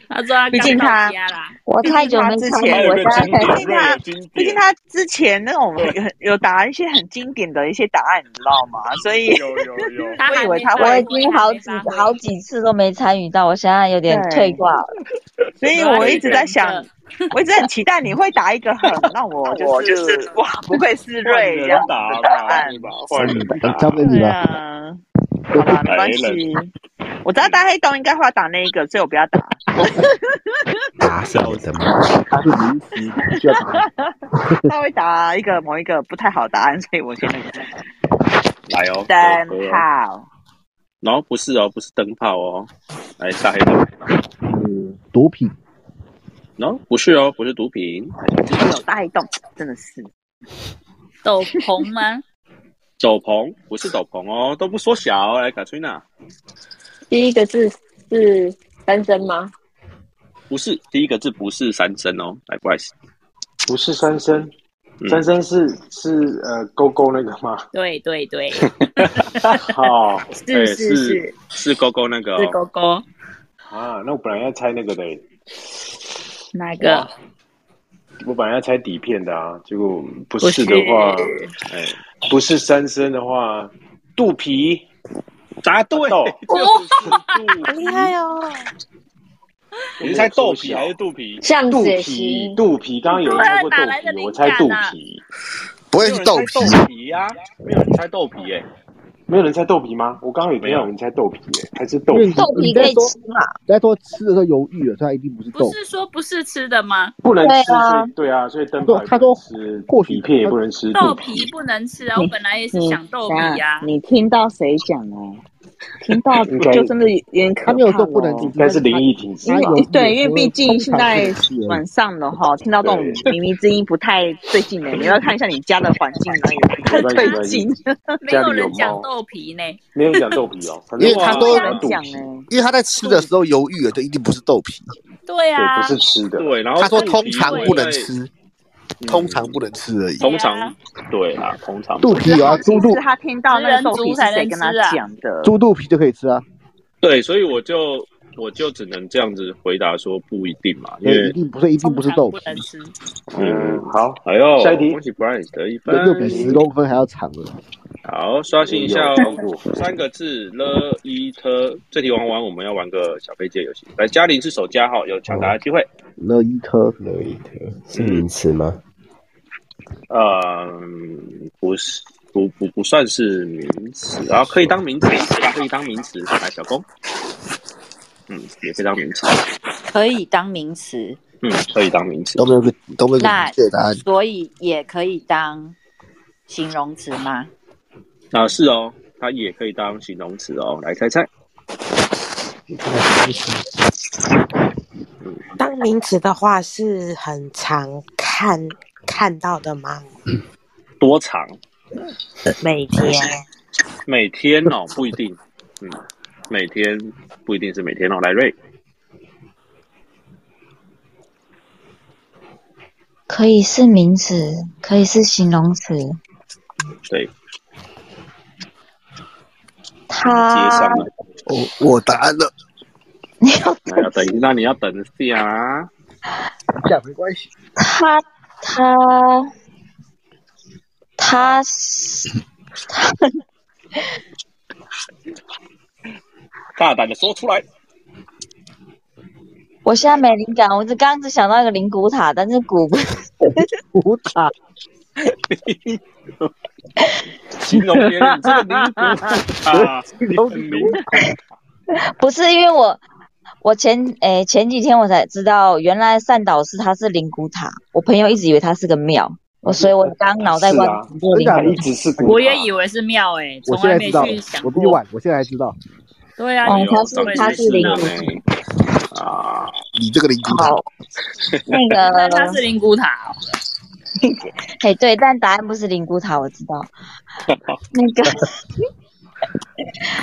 S4: 他说他
S2: 毕竟他
S4: 我太久没
S2: 毕竟他之
S4: 看
S2: 前，
S4: 了我
S2: 毕
S4: 太
S2: 竟他，毕竟他之前那 种很有答一些很经典的一些答案，你知道吗？所以
S1: 有有有，
S2: 我以为他
S12: 我
S2: 会
S12: 已经好几好几次都没参与到，我现在有点退化了。
S2: 所以我一直在想，我一直很期待你会答一个 很让我就
S12: 我就是
S2: 哇，不愧是瑞
S1: 人
S2: 这样子
S1: 答
S2: 的答案。
S1: 吧，换人答。
S3: 交给你
S2: 对
S3: 吧。
S2: 啊，好吧，
S10: 哎
S2: 没关
S1: 来
S2: 系。我知道大黑洞应该会要打那一个，所以我不要打。
S7: 打什么的吗？
S3: 它是名词，需要打。
S2: 他会打一个某一个不太好的答案，所以我先那个。
S1: 来哦，
S2: 灯泡，
S1: 然后不是哦，不是灯泡哦，来大黑洞。
S3: 嗯，毒品。
S1: 然后不是哦，不是毒品，
S2: 哎呦，大黑洞真的是
S4: 斗篷吗？
S1: 斗篷不是斗篷哦，都不缩小。来，卡翠娜，
S5: 第一个字是单身吗？
S1: 不是第一个字不是三声哦，来，不好意思，
S10: 不是三生，
S1: 嗯
S10: 三生是是呃勾勾那个吗？
S4: 对对对，
S10: 好，
S4: 是
S1: 哎
S4: 是
S1: 是是勾勾那个
S4: 是狗
S1: 哦，
S4: 狗
S10: 啊，那我本来要猜那个的，欸
S4: 哪个？
S10: 我本来要猜底片的啊，结果不是的话
S4: 不，
S1: 哎，
S10: 不是三生的话，肚皮
S1: 答对，
S8: 好厉害哦！
S1: 你是猜豆皮还是肚皮？
S5: 巷
S10: 肚
S5: 子也
S10: 皮
S5: 行，
S10: 肚皮，刚刚有人猜过
S4: 对哪来的
S10: 肚皮，
S4: 灵
S10: 我猜
S4: 感
S10: 肚
S4: 啊
S10: 皮，
S6: 不会
S1: 没有
S6: 是
S1: 人
S6: 豆
S1: 猜豆
S6: 皮
S1: 皮呀，没有人猜豆皮哎，
S10: 没有人猜豆皮吗？我刚刚有听到有人猜豆皮，哎还是豆
S3: 因为
S10: 皮
S3: 你？
S12: 嘛？
S3: 你在说吃的时候犹豫了，所以它一定不是豆
S4: 不。是说不是吃的吗？
S10: 不能吃，
S12: 对啊
S10: 所以对啊，所以灯
S3: 他
S10: 泡
S3: 说
S10: 也不能吃，
S3: 或许
S10: 底片也不能吃，
S4: 豆
S10: 肚
S4: 皮
S10: 皮
S4: 不能吃
S6: 嗯
S4: 啊！我本来也是
S2: 你
S4: 想豆皮啊
S2: 等一
S4: 呀
S2: 下、你听到谁讲哦？听到
S10: 应该
S2: 我就真的有点可
S3: 他
S2: 怕哦
S3: 没有说不能
S2: 咯
S3: 吃，
S10: 应该是灵异体质
S2: 因
S3: 他
S1: 啊
S2: 为
S3: 有
S2: 对，因为毕竟现在晚
S3: 晚
S2: 上了哈，听到这种
S10: 对
S2: 靡靡之音不太对劲的，你要看一下你家的环境哪里不太对劲。
S4: 没
S10: 家
S4: 有
S10: 里有
S4: 人讲
S10: 猫，
S4: 豆皮呢。
S10: 没有人讲豆皮哦，反正
S6: 嗯因为
S10: 我
S6: 他
S10: 猜
S6: 都欸
S10: 肚
S2: 讲
S10: 皮，
S2: 哎，
S6: 因为他在吃的时候犹豫了，就一定不是豆皮。
S4: 对
S10: 对，
S4: 啊，
S10: 不是吃的，
S1: 对，然后
S6: 他说
S1: 肚皮
S6: 通常
S1: 会
S6: 不能
S1: 在，
S6: 吃，
S1: 嗯
S6: 通常不能吃而已。
S1: 通
S4: 对
S1: 常
S4: 啊
S1: 对啦，通常
S3: 肚皮有啊，猪肚
S2: 是他听到那个豆皮是谁跟他 讲的，
S3: 猪肚皮就可以吃啊，
S1: 对，所以我就我就只能这样子回答说不一定嘛，因
S3: 所以
S1: 为
S3: 一定不是一定
S4: 通
S3: 不是
S4: 常
S3: 豆
S4: 不
S3: 皮，
S4: 能吃。
S10: 嗯，好，
S1: 哎呦，
S10: 下一题
S1: 恭喜 Brian 得一分
S3: 又，又比十公分还要长了。
S1: 好，刷新一下
S10: 有超
S1: 哦。
S10: 过
S1: 三个字了一特，这题玩完我们要玩个小飞机的游戏。来，嘉玲是首家哈，有抢答的机会。
S3: 乐一颗
S7: 乐一特是名词吗？
S1: 呃嗯，不是，不不不算是名词，啊，可以当名词，可以当名词。来，小公，嗯，也可以当名词，
S12: 可以当名词，
S1: 嗯，可以当名词
S6: 都。没有个都没有个
S12: 那
S6: 明确的答案。
S12: 所以也可以当形容词吗？
S1: 啊，是哦，它也可以当形容词哦。来猜猜，
S8: 当名词的话，是很常看看到的吗？
S1: 多长？
S8: 每天
S1: 每天哦，不一定，嗯，每天不一定是每天哦。来瑞，
S12: 可以是名词，可以是形容词。
S1: 对，接上
S12: 它
S8: 啊
S1: 了。
S3: 哦
S6: 我我答案了，
S1: 那要等，那你要等一下啊。
S3: 这样没关系。
S12: 它它它是
S1: 大胆的说出来。
S12: 我现在没灵感，我只刚刚只想到一个灵骨塔，但是 骨不
S3: 五塔
S1: 形容别人，你这个 灵骨啊，灵
S12: 不是因为我我前诶、前几天我才知道，原来善导寺它是灵骨塔，我朋友一直以为它是个庙，
S6: 我所以，我刚脑袋
S1: 啊
S6: 瓜
S12: 啊
S6: 子就灵感
S11: 一直是
S4: 我也以为是庙哎，
S14: 我
S4: 从
S14: 现
S4: 来
S14: 在
S4: 没
S14: 知道
S4: 去想，
S14: 我
S4: 过。
S14: 比晚，我现在才知道。
S4: 对啊，
S6: 哦
S4: 你
S6: 他是
S4: 对
S6: 他是灵骨
S3: 哎
S1: 啊，
S3: 你这个灵骨
S6: 塔，那个
S4: 他是灵骨塔哦，
S6: 哎，对，但答案不是灵骨塔，我知 道。那个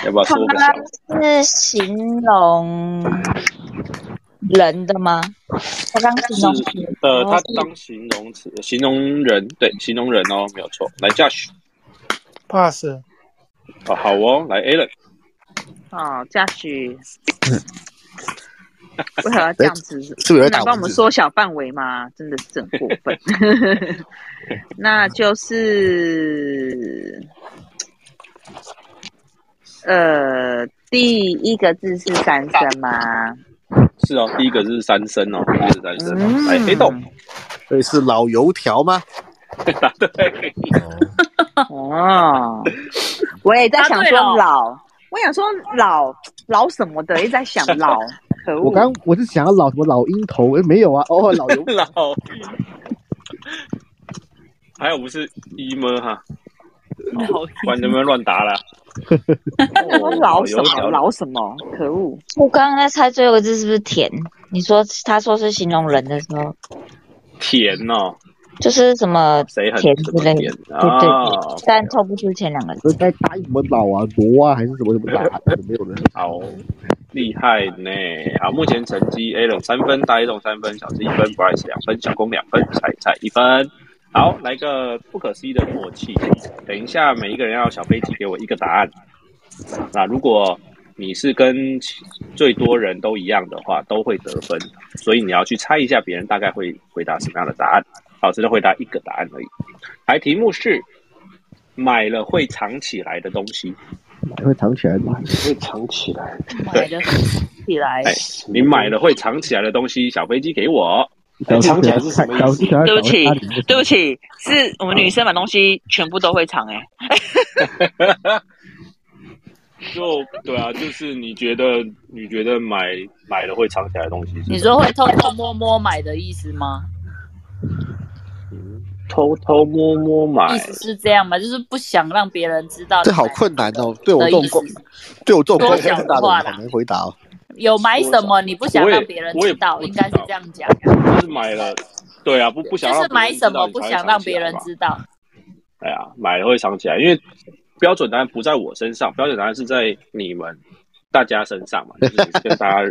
S1: 要不要说个小？
S6: 它是形容人的吗？他刚形容
S1: 是呃，它
S6: 哦
S1: 当形容词，形容人，对，形容人哦，没有错。来，Josh，
S10: pass
S1: 哦，好哦，来 a l a n
S2: 哦，嘉许，为何要这样子？
S1: 嗯哎是不是有人打
S2: 能帮我
S1: 蚊
S2: 们
S1: 子
S2: 缩小范围吗？真的是很过分。 那就是，呃，第一个字是三声吗？
S1: 是哦，第一个是三声哦，第一个是三声哦。来，
S8: 嗯
S1: 黑洞，
S3: 所以是老油条吗？
S1: 对，
S2: 哦，我也在想
S4: 答对
S2: 说
S4: 了
S2: 老，我想说老老什么的，一直在想 老，可恶。
S14: 我刚我是想要老什么老鹰头，哎，没有啊，哦，老 油
S1: 老，还有不是一么哈，
S4: 老
S1: 管能不能乱答了？哦
S6: 老
S1: 什么 老油条老
S2: 什么？可恶！
S6: 我刚刚在猜最后一个字是不是甜？你说他说是形容人的时候，
S1: 甜哦，
S6: 就是什么
S1: 谁很
S6: 甜之类
S1: 什么
S6: 的，
S1: 甜
S6: 对对
S1: 哦
S6: 对，但抽不出前两个字。
S14: 应该答应什么老啊挪啊还是什么什么打没有的。
S1: 好，厉害呢！好，目前成绩 a l a n 三分，大黑洞三分，小智一分，Bryce 两分，小公两分，彩彩一分。好，来个不可思议的默契。等一下，每一个人要小飞机给我一个答案。那如果你是跟其最多人都一样的话，都会得分，所以你要去猜一下别人大概会回答什么样的答案。好，只能回答一个答案而已。来，题目是买了会藏起来的东西。
S14: 还会藏起来吗？
S11: 会藏起来。
S4: 买的起来
S1: 哎，你买了会藏起来的东西，小飞机给我。哎
S11: 藏起来是什么意思？
S2: 对不起，对不起，是我们女生把东西全部都会藏哎、
S1: 就对啊，就是你觉得你觉得买买了会藏起来的东西是什么，
S4: 你说会偷偷摸摸买的意思吗？
S1: 偷偷摸摸买
S4: 意，思是这样吗？就是不想让别人知道。
S3: 这好困难哦，对我这 种工
S4: 的意，
S3: 对我这种工
S4: 多
S3: 程
S4: 角
S3: 大的
S4: 化
S3: 人
S4: 啦
S3: 好难回答哦。
S4: 有买什么你不想
S1: 我也
S4: 让别人知道，应该是这样讲，啊
S1: 就是买了，对啊，不不想
S4: 就
S1: 让
S4: 是买什么
S1: 别人知道你才
S4: 不
S1: 会
S4: 想
S1: 藏
S4: 让
S1: 起
S4: 别
S1: 来
S4: 人
S1: 吧
S4: 知道。
S1: 哎呀，买了会藏起来，因为标准答案不在我身上，标准答案是在你们大家身上嘛，就是你是跟大家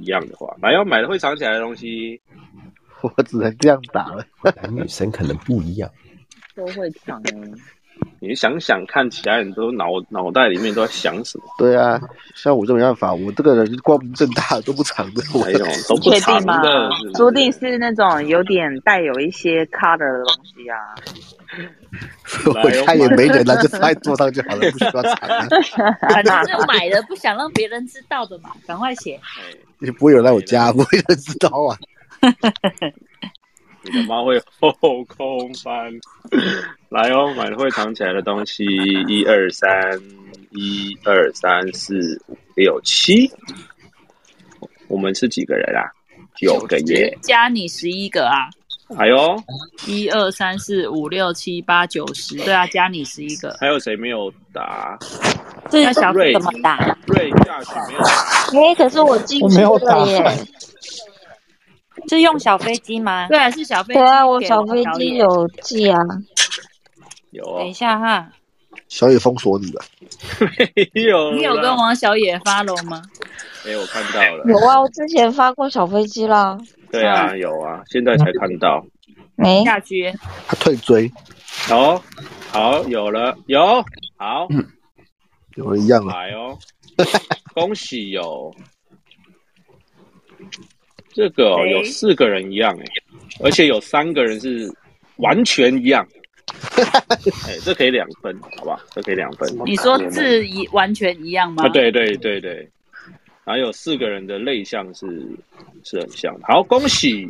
S1: 一样的话，买要买了会藏起来的东西，
S14: 我只能这样打了。
S7: 男女生可能不一 样，
S2: 都会藏哎、
S1: 你想想看，其他人都脑脑袋里面都在想什么？
S3: 对啊，像我这没办法，我这个人光明正大都不藏的，我
S1: 没有都
S2: 你确定吗？说不定是那种有点带有一些 color 的东西啊。
S3: 我家也没人了，就放在桌上就好了，不需要藏啊。
S4: 反正是买的不想让别人知道的嘛，赶快写。
S3: 也不会有人来我家，不会有人知道啊。
S1: 你的猫会后空翻。 来哦，买了会藏起来的东西，一二三，一二三四五六七。我们是几个人啊？九个耶！
S4: 加你十一个啊，
S1: 哎呦，
S4: 一二三四五六七八九十，对啊，加你十一个。
S1: 还有谁没有答？
S6: 这个小
S1: 瑞
S6: 怎么打？
S1: 瑞下去没有答？
S6: 哎，可是我进错了耶。是用小飞机吗？
S4: 对啊，是小飞机
S6: 对啊，我
S4: 给
S6: 小飞
S4: 小
S6: 机
S4: 野
S6: 有记啊。
S1: 有、啊
S6: 等一下哈，
S3: 小野封锁 你了，
S1: 没有啦。
S4: 你有跟王小野发龙吗？
S1: 哎、我看到了。
S6: 有啊，我之前发过小飞机啦。
S1: 对啊，有啊，现在才看到。
S6: 没
S4: 下去。
S3: 他退追，
S1: 好，好，有了，有，好，
S3: 嗯有人一样啊了。
S1: 来哦， 恭喜哦。这个、哦、
S3: 谁
S1: 有四个人一样哎，而且有三个人是完全一 样。哎，这可以两分，好吧？这可以两分。
S4: 你说字一完全一样吗？
S1: 啊？ 对对对对，然后有四个人的类项是是很像的。好，恭喜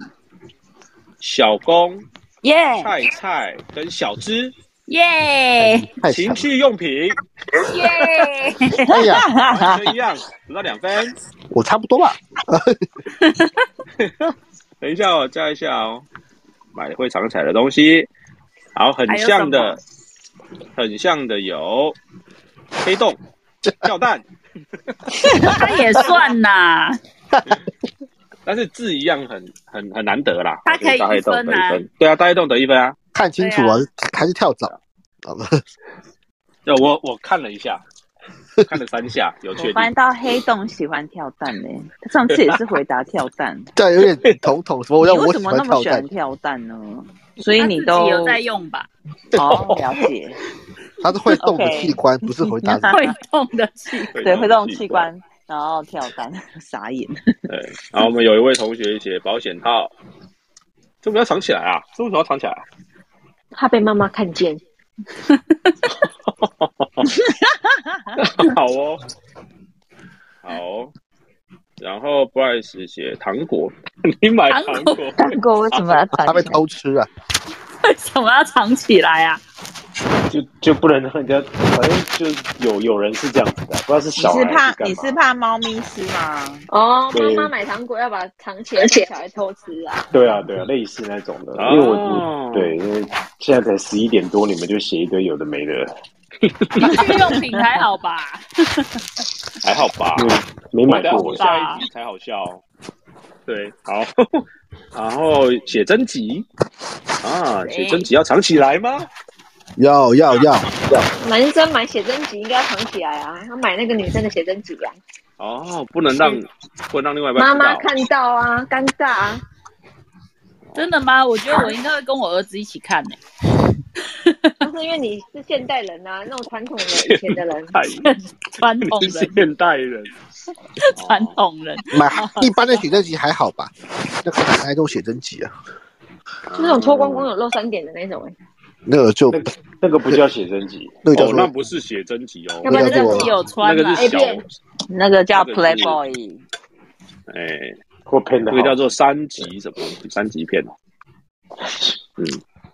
S1: 小公、
S6: 耶、
S1: 菜菜跟小芝
S4: 耶
S1: 情趣用品，
S4: 耶！
S3: 哎呀
S1: 完全一样，得到两分。
S3: 我差不多吧。
S1: 等一下哦，加一下哦，买会藏起来的东西。好，很
S4: 还有
S1: 像
S4: 什
S1: 的
S4: 么，
S1: 很像的有 黑洞、跳蛋，
S4: 他也 算呐，
S1: 但是字一样很很很难得啦。
S4: 它可以
S1: 大黑洞
S4: 一分
S1: 得
S4: 啊
S1: 一分，对啊，大黑洞得一分啊。
S3: 看清楚啊，还是跳蚤？好吧，
S1: 对，我我看了 一下，看了三下，有确
S2: 我
S1: 定
S2: 发。现到黑洞喜欢跳蛋呢、他上次也是回答跳蛋。
S3: 对，有点统统什么？
S2: 你
S3: 我
S2: 为
S3: 我
S2: 什
S3: 喜
S2: 么那
S3: 欢跳
S2: 么喜
S3: 蛋
S2: 欢，跳蛋呢？所以你
S4: 自
S2: 都
S4: 己有在用吧？
S2: 哦，了解。
S3: 它是会动的器官，不是回答
S2: 会
S4: 动的器
S1: 官
S2: 对，会动器官，然后跳蛋， 傻眼。
S1: 对，然后我们有一位同学写保险套，这不要藏起来啊？这为什么要藏起来 啊？
S5: 怕被妈妈看见。
S1: 好哦，好哦然后 Bryce 写糖果，你买糖果，
S6: 糖果为什么要藏？
S3: 他被偷吃啊！
S4: 为 什么要藏起 来啊？
S11: 就就不能让人家，反正就有有人是这样子的，不知道是
S2: 你
S11: 小孩
S2: 是怕
S11: 干嘛
S2: 你是怕猫咪吃吗？
S5: 哦，妈
S11: 对
S5: 妈买糖果要把它藏起来，给小孩偷吃啊！
S11: 对啊，对啊，类似那种的，
S1: 哦
S11: 因为我对，因为现在才十一点多，你们就写一堆有的没的，
S4: 情趣用品还好吧？
S1: 还好吧？
S11: 没买过
S1: 我下一集才好笑、哦。对，好， 然后写真集啊，写真集要藏起来吗？
S3: 要要要要！
S5: 男生买写真集应该要藏起来啊，他买那个女生的写真集啊，
S1: 哦，不能让不能让另外一
S5: 妈
S1: 半知道。
S5: 妈看到啊，尴尬啊。
S4: 真的吗？我觉得我应该会跟我儿子一起 看呢、
S5: 但是因为你是现代人啊，那种传统的以 前的人，
S4: 传统
S1: 人，现代人，
S5: 哦
S1: 哦
S4: 传统人
S3: 买一般的写真集还好吧？那个哪一种写真集啊？
S5: 就是那种脱光光有露三点的那种、欸，
S3: 那个就
S11: 那个不叫写真集，
S3: 那个叫
S1: 哦
S3: 做，
S1: 那不是写真集哦，
S5: 要不然
S1: 那
S5: 那
S1: 个
S5: 个
S1: 是
S5: 是有穿啊哎
S1: 那
S5: 啦
S1: 个是小
S5: A 片
S2: 那个叫
S1: 那个是
S2: Playboy，
S1: 哎，
S11: 或配的
S1: 那个叫做三级什么三级片哦，嗯，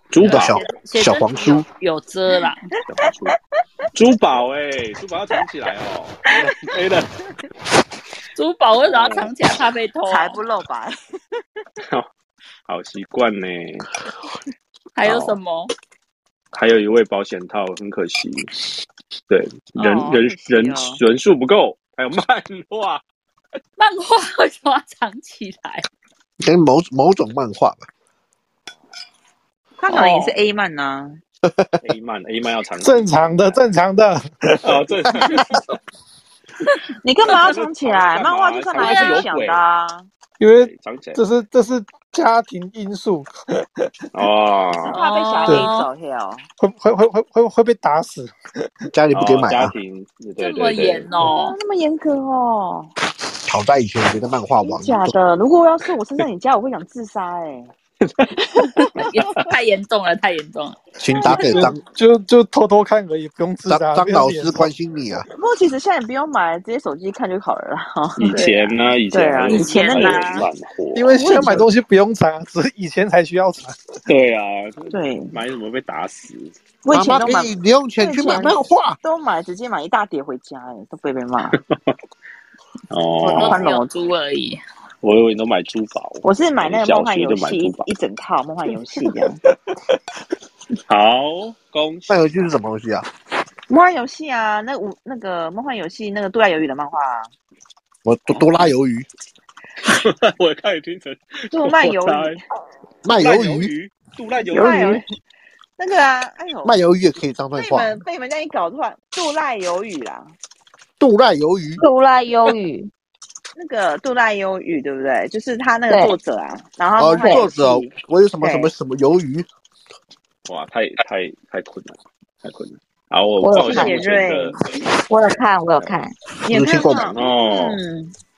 S1: 珠
S5: 啊
S1: 宝
S5: 哦
S4: 写真集，有遮啦，
S1: 珠宝哎，珠宝要藏起来哦，黑的，
S4: 珠宝为什么要藏起来？怕被偷、
S2: 才不露白。
S1: 好习惯呢。
S4: 还有什
S1: 哦
S4: 么？
S1: 还有一位保险套，很可惜，对，人
S4: 哦
S1: 人
S4: 可惜哦
S1: 人人数不够，还有漫画，
S4: 漫画为什么要藏起来？
S3: 跟某某种漫画吧。
S2: 他可能也是 A 漫呢、
S1: A 漫 A 漫要藏起来
S10: 正常的，正常 的。
S1: 哦，正常
S2: 你干嘛要藏起来？漫画就是拿来分享的啊。
S10: 因为
S1: 藏起来
S10: 这是这是家庭因素，
S1: 哦，
S2: 怕被小孩给走掉。
S10: 会会会会会会被打死。
S3: 家里不给买
S1: 哦家
S3: 啊，
S1: 庭对对
S2: 这么严
S1: 对，
S4: 哦，
S2: 那么严格哦，
S3: 讨债以前觉得漫画王
S2: 假的。如果要是我身上你家，我会想自杀哎、
S4: 太严重了，太严重了。
S3: 请打给张
S10: 就就偷偷看而已，不用自
S3: 张
S10: 杀。
S3: 张
S10: 不用
S3: 老
S10: 脸
S3: 师关心你啊！
S2: 不过其实现在也不用买，直接手机看就好了啦。
S1: 以前呢，以前
S2: 对啊
S1: 还有
S2: 以前的
S1: 还有
S2: 啦
S1: 漫画，
S10: 因为现在买东西不用查， 只是以前才需要查。
S1: 对啊，
S2: 对，
S1: 买什么被打死？
S2: 我以前都买
S3: 妈妈给你零用钱去买漫画，
S2: 都买直接买一大叠回家、哎，都被被骂。
S4: 我
S1: 哦，
S4: 都只有租而已。
S1: 我以为你都买珠宝，
S2: 我是买那个
S1: 小
S2: 梦幻
S1: 学
S2: 游
S1: 就买
S2: 戏
S1: 珠
S2: 一
S1: 宝。
S2: 一整套梦幻游戏这样。
S1: 好，恭喜
S3: 漫游戏是什么东西啊？
S2: 梦幻游戏啊，那五那个梦幻游戏那个杜拉鱿鱼的漫画、啊，
S3: 我多多拉鱿鱼，
S1: 我看你听成
S2: 杜漫游鱼，
S3: 卖
S1: 卖
S3: 鱿鱼，
S1: 鱼，杜烂
S2: 杜拉鱿
S1: 鱿鱼，
S2: 鱼，那个啊，哎呦，
S3: 卖鱿鱼也可以当漫
S2: 被你
S3: 画，
S2: 们被你们这样一搞，突然杜赖鱿鱼啦，
S3: 杜赖鱿鱼，
S6: 杜拉忧 郁，
S2: 那个杜赖鱿鱼对不对？就是他那个
S6: 对
S2: 作者啊，然
S3: 哦
S2: 后梦，幻游
S3: 作
S2: 戏
S3: 者哦，我有什么
S2: 对
S3: 什么什么鱿鱼，
S1: 哇，太太太困难，太困难。好，我
S6: 我
S1: 报一
S6: 有
S1: 下
S6: 看
S1: 目前的
S6: 我有看，我有看。
S2: 你有
S3: 没听
S2: 看过
S3: 过
S2: 吗？
S1: 哦，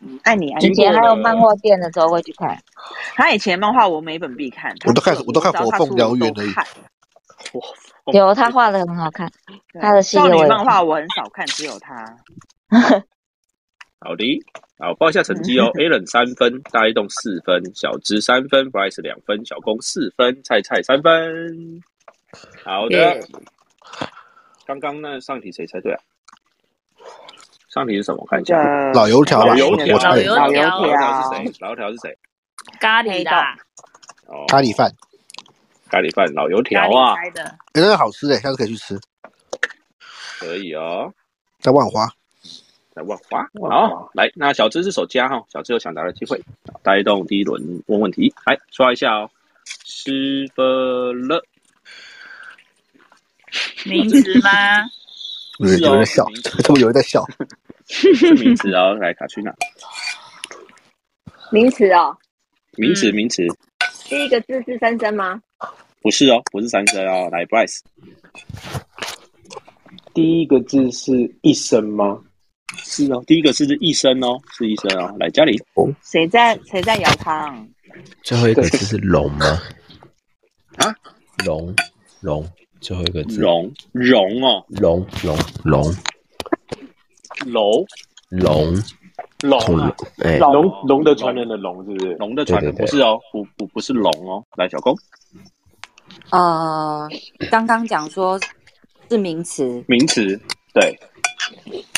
S2: 嗯，爱
S12: 啊
S2: 你爱
S6: 以
S2: 你。
S6: 前还有漫画店的时候会去看，
S2: 他以前漫画我每本必看，
S3: 我都看
S2: 他出
S3: 我都看火凤燎原
S2: 我都
S3: 而已
S2: 看
S6: 有他画的很好看，他的系
S2: 少
S6: 列
S2: 女
S6: 我有
S2: 漫
S6: 看。
S2: 画我很少看，只有他。
S1: 好的，好，报一下成绩
S4: 嗯
S1: 哦。Allen 三分，大一栋四分，小芝三分，Bryce 两分，小公四分，菜菜三分。好的
S6: 耶，
S1: 刚刚那上题谁猜对啊？上题是什么？我看一
S2: 这
S1: 下。
S2: 个
S3: 老油条吧
S1: 老油条，
S3: 我猜
S4: 老油
S1: 老
S4: 条
S1: 油条是谁？老油条是谁？
S4: 咖喱啦，
S1: 哦，
S3: 咖喱饭，
S1: 咖喱饭、老油条
S4: 咖
S1: 啊
S4: 喱，开的，
S3: 哎、那个好吃哎、下次可以去吃，
S1: 可以哦。
S3: 在万华。
S1: 在万华，好，来，那小芝是首家哈，小芝有抢答的机会，带动第一轮问问题，来刷一下哦，失分了，
S4: 名词吗？
S3: 有
S1: 哦
S3: 人有人在笑， 他们有人在笑。
S1: 是名词哦，来卡去哪？
S5: 名词哦，
S1: 名词，名词，
S5: 第一个字是三声吗？
S1: 不是哦，不是三声哦，来 Bryce，
S11: 第一个字是一声吗？
S1: 是哦，第一个是一声哦，是一声哦，来嘉玲，
S2: 谁在谁在摇汤？
S7: 最后一个字是龙吗？
S1: 啊，
S7: 龙龙，最后一个字
S1: 龙龙哦，
S7: 龙龙龙
S1: 楼
S7: 龙
S1: 龙
S7: 从
S1: 啊
S7: 哎
S1: 龙
S11: 龙的传人的龙是不是？
S1: 龙的传人
S7: 对对对
S1: 不是哦，不不不是龙哦，来小公，
S6: 呃，刚刚讲说是名词，
S1: 名词，对，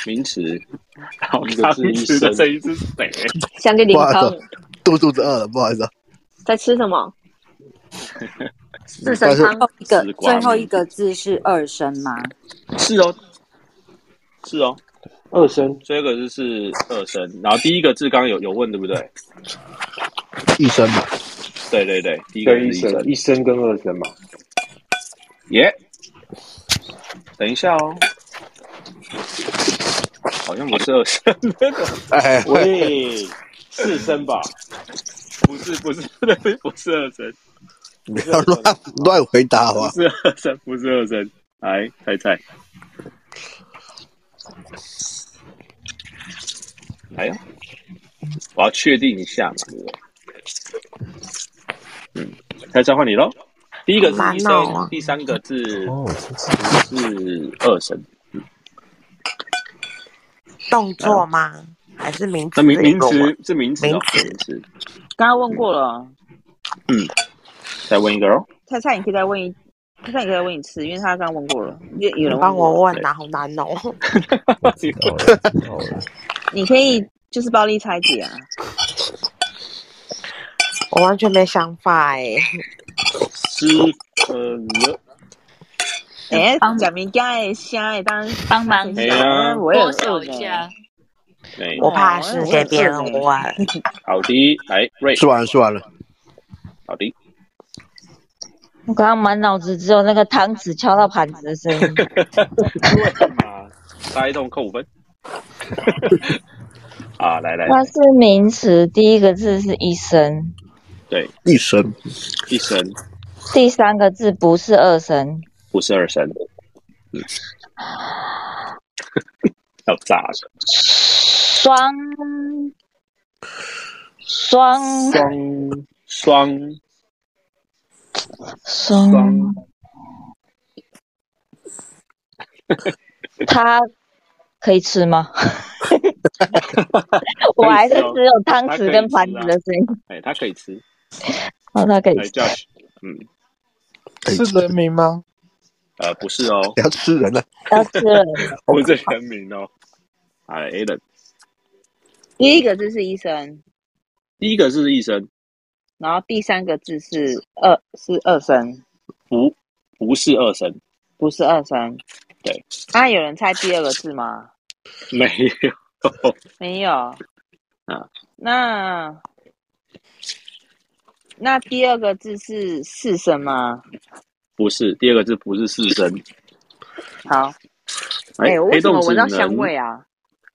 S1: 名词，然后上次的声音是谁？
S5: 想给你
S3: 不好意
S5: 汤
S3: 思，肚肚子饿了，不好意思。啊
S5: 在吃什么？
S6: 四声
S3: 但
S6: 汤一个
S3: 丝，瓜
S6: 最后
S3: 米
S6: 一个字是二声吗？
S1: 是哦，是哦，
S11: 二声，
S1: 这个就是二声，然后第一个字刚刚有有问对不对？
S3: 一声吧，
S1: 对对对，第一个
S11: 对，一
S1: 是一声
S11: 声，，一声跟二声嘛。
S1: 耶、等一下哦，好像不是二声，
S3: 哎
S11: 喂，四声吧？
S1: 不是不是 不是二声，
S3: 不要乱乱回答好吧
S1: 不？是二声，不是二声，来猜猜，哎呀，我要确定一下嘛，对不对？嗯，开始换你喽。第一个是一声，
S8: 好难哦
S1: 第三个字
S7: 哦
S1: 是二声，
S8: 动作吗？还是名词
S1: 那呃名
S8: 也
S1: 名
S8: 不会？
S1: 词是名词哦，名词。
S2: 刚刚问过了，
S1: 嗯，再问一个哦。
S2: 菜菜你可以再问一，菜菜你可以再问一次，因为他刚刚问过了，有有
S8: 你
S2: 人
S8: 帮我问
S2: 啊，
S8: 啊，好难哦。
S2: 你可以就是暴力拆解啊，
S8: 我完全没想法哎、
S1: 失分了，
S2: 哎，假名家的虾的，当然
S4: 帮忙
S1: 哎呀
S2: 我也
S4: 手一下，
S1: 哎
S8: 我怕是给别人问。
S1: 好的，来瑞，
S3: 吃完了吃完了，
S1: 好的，
S12: 我刚刚满脑子只有那个汤匙敲到盘子的声 音。
S1: 大一动扣五分。啊，来来，
S12: 它是名词，第一个字是一声，
S1: 对，
S3: 一声
S1: 一声
S12: 第三个字不是二声。
S1: 不是二声，嗯，要炸了，
S12: 双双
S1: 双双
S12: 双，它可以吃吗？ 我还是
S1: 哦
S12: 只有汤匙跟盘
S10: 啊
S12: 子的声音。
S1: 哎，它可以吃。
S12: 哦，它可以
S1: 来
S12: 吃。
S1: ，Josh，嗯，
S10: 是人名吗？
S1: 呃，不是哦，
S3: 要吃人了。
S12: 要吃了，
S1: 不是人名哦。哎 a l a n
S2: 第一个字是医生，
S1: 第一个是一声，
S2: 然后第三个字是二是二声，
S1: 不，不是二声，
S2: 不是二声。
S1: 对，
S2: 那、啊有人猜第二个字吗？
S1: 没有。
S2: 没有。
S1: 啊，
S2: 那那第二个字是四声吗？
S1: 不是，第二个字不是四 声。
S2: 好，
S1: 哎
S2: 哎、我为什么闻到香味
S1: 啊？
S2: 啊？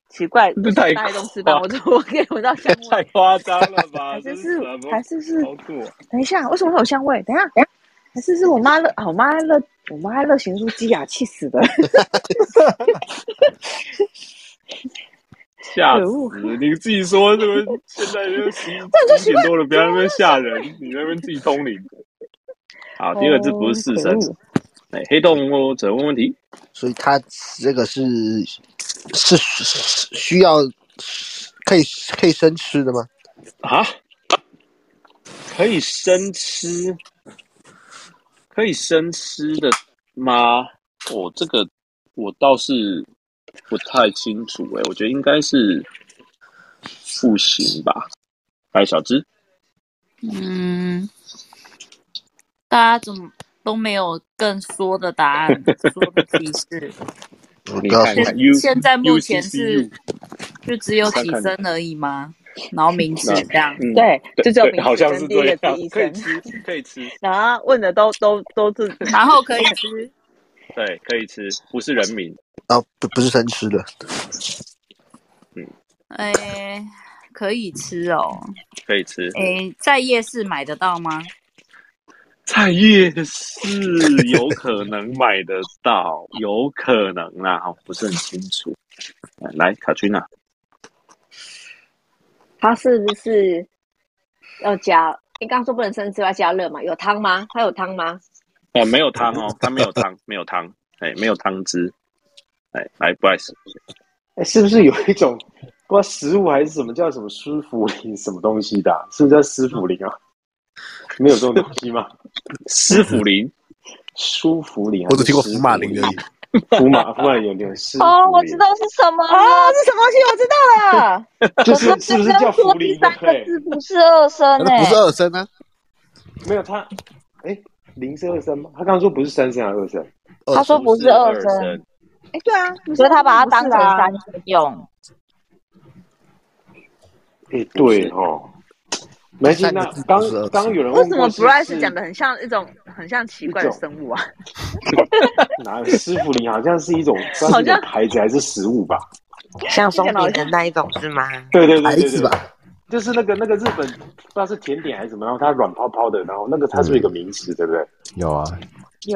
S2: 奇怪，
S1: 这太
S2: 大东吃饭，我怎么可以闻到香味？
S1: 太夸张了吧？
S2: 还是
S1: 这
S6: 嗯
S2: 是
S1: 什么
S2: 还是是？
S1: 操作？
S2: 等一下，为什么会有香味？等一下，等一下，还是是我妈热，啊我妈热，我妈热咸酥鸡啊，气死的！
S1: 吓死！你自己说这个现在就十一点多了，不要在那边吓人，你在那边自己通灵。好，第二个字不是四声
S2: 哦可恶。
S1: 哎，黑洞哦，只能问问题。
S3: 所以它这个是是是需要可以可以生吃的吗？
S1: 啊？可以生吃？可以生吃的吗？我、这个我倒是不太清楚哎、我觉得应该是不行吧。来，小芝，
S4: 嗯，
S6: 大家怎么都没有更缩的答案、 缩的提示？
S3: 我告诉
S6: 现
S3: 你，
S6: 现在目前是就只有起身而已吗？然后名字这样，
S2: 嗯对就只有名字
S1: 好像是
S2: 第一
S1: 这
S2: 个
S1: 样
S2: 第一，
S1: 可以
S2: 声
S1: 吃，可以吃，
S2: 然后问的都都都是，
S6: 然后可以吃，
S1: 对，可以吃，不是人名，
S3: 啊，不不是生吃的，
S6: 哎、可以吃哦。
S1: 可以吃。
S6: 哎、在夜市买得到吗？
S1: 在夜市有可能买得到，有可能啦，
S11: 啊
S1: 哦不是很清楚。
S11: 哎
S1: 来，卡君娜，
S5: 它是不是要加？你刚刚说不能生吃，要加热嘛？有汤吗？它有汤吗？
S1: 哎，没有汤 哦，它没有汤，没有汤，哎，没有汤汁。哎，来，不好意思，
S11: 哎，是不是有一种不知道食物还是什么叫什么舒芙林什么东西的啊、是不是叫斯芙林啊？没有这种东西吗？
S1: 斯芙林，
S11: 舒芙林，
S3: 我只听过福马
S11: 林而已。福马福马林有点是，
S12: 哦，我知道是什么
S2: 哦，是什么东西？我知道了。
S11: 就是是不是叫福林？对不对？
S12: 是不是二声欸呢、
S3: 二声啊，
S11: 没有他，哎，零是二声吗？他刚刚说不是三声还是二声？
S3: 哦
S12: 他说不是二声，
S2: 哎，对啊，
S12: 所以他把它当成三
S2: 不
S12: 声用。
S11: 哎，对哦。没事，那刚
S7: 啊
S11: 刚有人
S2: 为
S11: 问
S2: 什
S11: 过
S2: 么
S11: 是
S2: Bryce
S11: 是
S2: 讲的很像一种很像奇怪的生物啊？
S11: 哪有斯芙林好像是一种，算是一种牌子还是食物吧？
S8: 像松饼的那一种是吗？
S11: 对对对对对，就是那个那个日本不知道是甜点还是什么，然后它软泡泡的，然后那个它是不是有一个名词，对不对？
S7: 有啊，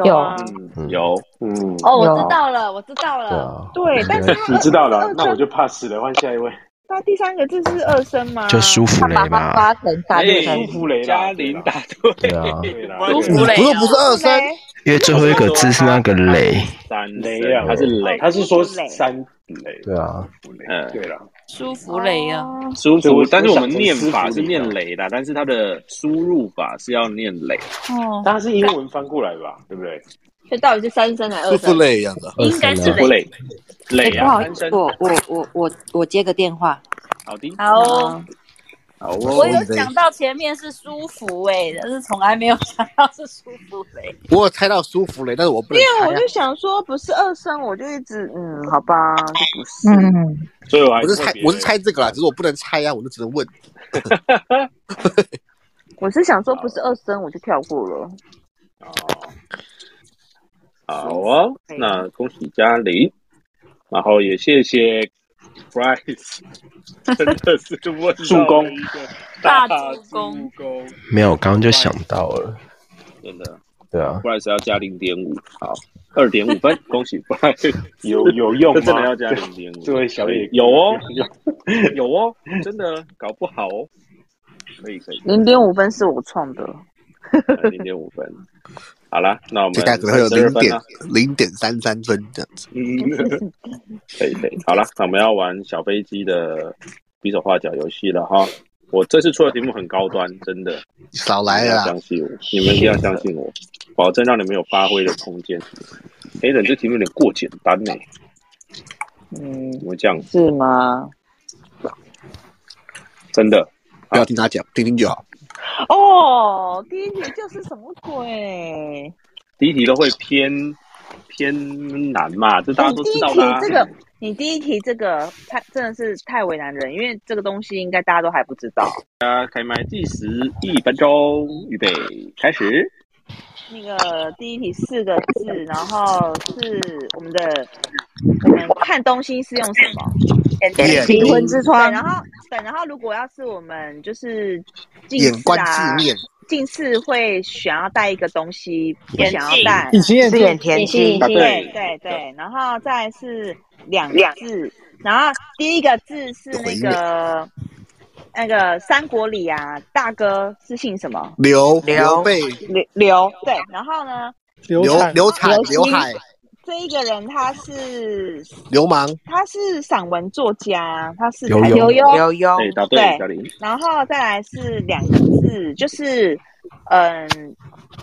S2: 有啊
S1: 嗯有，
S11: 嗯，
S5: 哦，我知道了，我知道了。
S7: 啊
S2: 对，啊但是它
S11: 你知道了，那我就 pass 了，换下一位。
S2: 它第三个字是二声吗？
S7: 就舒芙蕾嘛
S12: 发成三
S11: 舒
S12: 声，
S11: 芙蕾啦，嘉玲答
S7: 对啊，
S1: 舒
S12: 芙蕾哦不是
S2: 二声，
S7: 因为最后一个字是那个雷，
S1: 三
S11: 雷啊，它是雷，他是说三雷，
S7: 对啊，
S1: 嗯，
S11: 对了，
S6: 舒芙蕾啊，
S1: 舒
S11: 所以
S1: 服
S11: 我，
S1: 但是我们
S11: 我想成
S1: 念法
S11: 斯
S1: 是
S11: 芙
S1: 念雷的，但是它的输入法是要念雷。
S6: 哦，
S11: 它是英文翻过来吧，对不对？
S5: 这到底是三声还是二
S3: 舒
S5: 声？
S3: 芙蕾一样的，
S6: 应该是
S1: 不累，累
S6: 哎不
S1: 啊
S6: 好，意思，我我我我我接个电话。
S1: 好的，
S6: 好哦，
S1: 好哦，
S6: 我有想到前面是舒服哎、但是从来没有 想到是舒服蕾。
S3: 我有猜到舒芙蕾，但是我不
S2: 因
S3: 能猜
S2: 为我
S3: 啊
S2: 就想说不是二声，我就一直嗯，好吧，就不是。
S12: 嗯，
S11: 所以我还
S3: 我是猜
S11: 特别
S3: 我是猜这个啦，只是我不能猜呀，我就只能问。
S2: 我是想说不是二声，我就跳过了。
S1: 好哦，那恭喜嘉玲，然后也谢谢 Bryce，真的是问到
S11: 助攻
S1: 了一个
S6: 大
S1: 助
S6: 攻，
S7: 没有，刚刚就想到了，
S1: 真的
S7: 对啊，
S1: Bryce 要加零点五，好，二点五 分，恭喜 Bryce，
S11: 有有用吗
S1: 这真的要加零点五，
S11: 这位小野
S1: 有哦， 有哦，真的搞不好哦，可以可以，
S2: 零点五分是我创的，
S1: 零点五分，好啦，那我们
S3: 就大概可能会有零
S1: 32分啊
S3: 点
S1: 啦
S3: 零点三三分这样子。
S1: 嗯，可以可以，好了，那我们要玩小飞机的比手画脚游戏了哈。我这次出的题目很高端，真的，
S3: 少来了
S1: 你们要
S3: 啦
S1: 相，信我，你们一定要相信我，保证让你们有发挥的空间。哎，等这题目有点过简单呢、
S2: 嗯，
S1: 怎么会这样？
S2: 是吗？
S1: 真的，啊
S3: 不要听他讲，听听就好。
S2: 哦，第一题就是什么鬼？
S1: 第一题都会偏偏难嘛，这大家都
S2: 哎第
S1: 知
S2: 一
S1: 道
S2: 题
S3: 啊
S1: 啦、
S2: 这个，你第一题这个太真的是太为难人，因为这个东西应该大家都还不知道。
S1: 大家啊开麦计时一分钟，预备开始。
S2: 那个第一题四个字，然后是我们的我们看东西是用什么？
S3: 眼睛灵魂之窗
S2: 对，然后对，然后如果要是我们就是近
S3: 眼
S2: 视
S3: 观
S2: 啊
S3: 四面，
S2: 近视会想要戴一个东西，不
S3: 眼
S2: 想要戴
S8: 隐形眼镜是眼贴镜
S2: 对
S8: 对
S2: 对对，然后再来是两个字，然后第一个字是那个那个三国里啊，大哥是姓什么？
S3: 刘
S8: 刘
S3: 刘备
S2: 刘刘对，然后呢？
S3: 刘刘禅刘海
S2: 这一个人他是
S3: 流氓
S2: 他是散文作家，他是
S3: 刘墉
S2: 刘墉
S8: 刘墉对答对
S2: 对
S8: 小林
S2: 然后再来是两个字，就是嗯，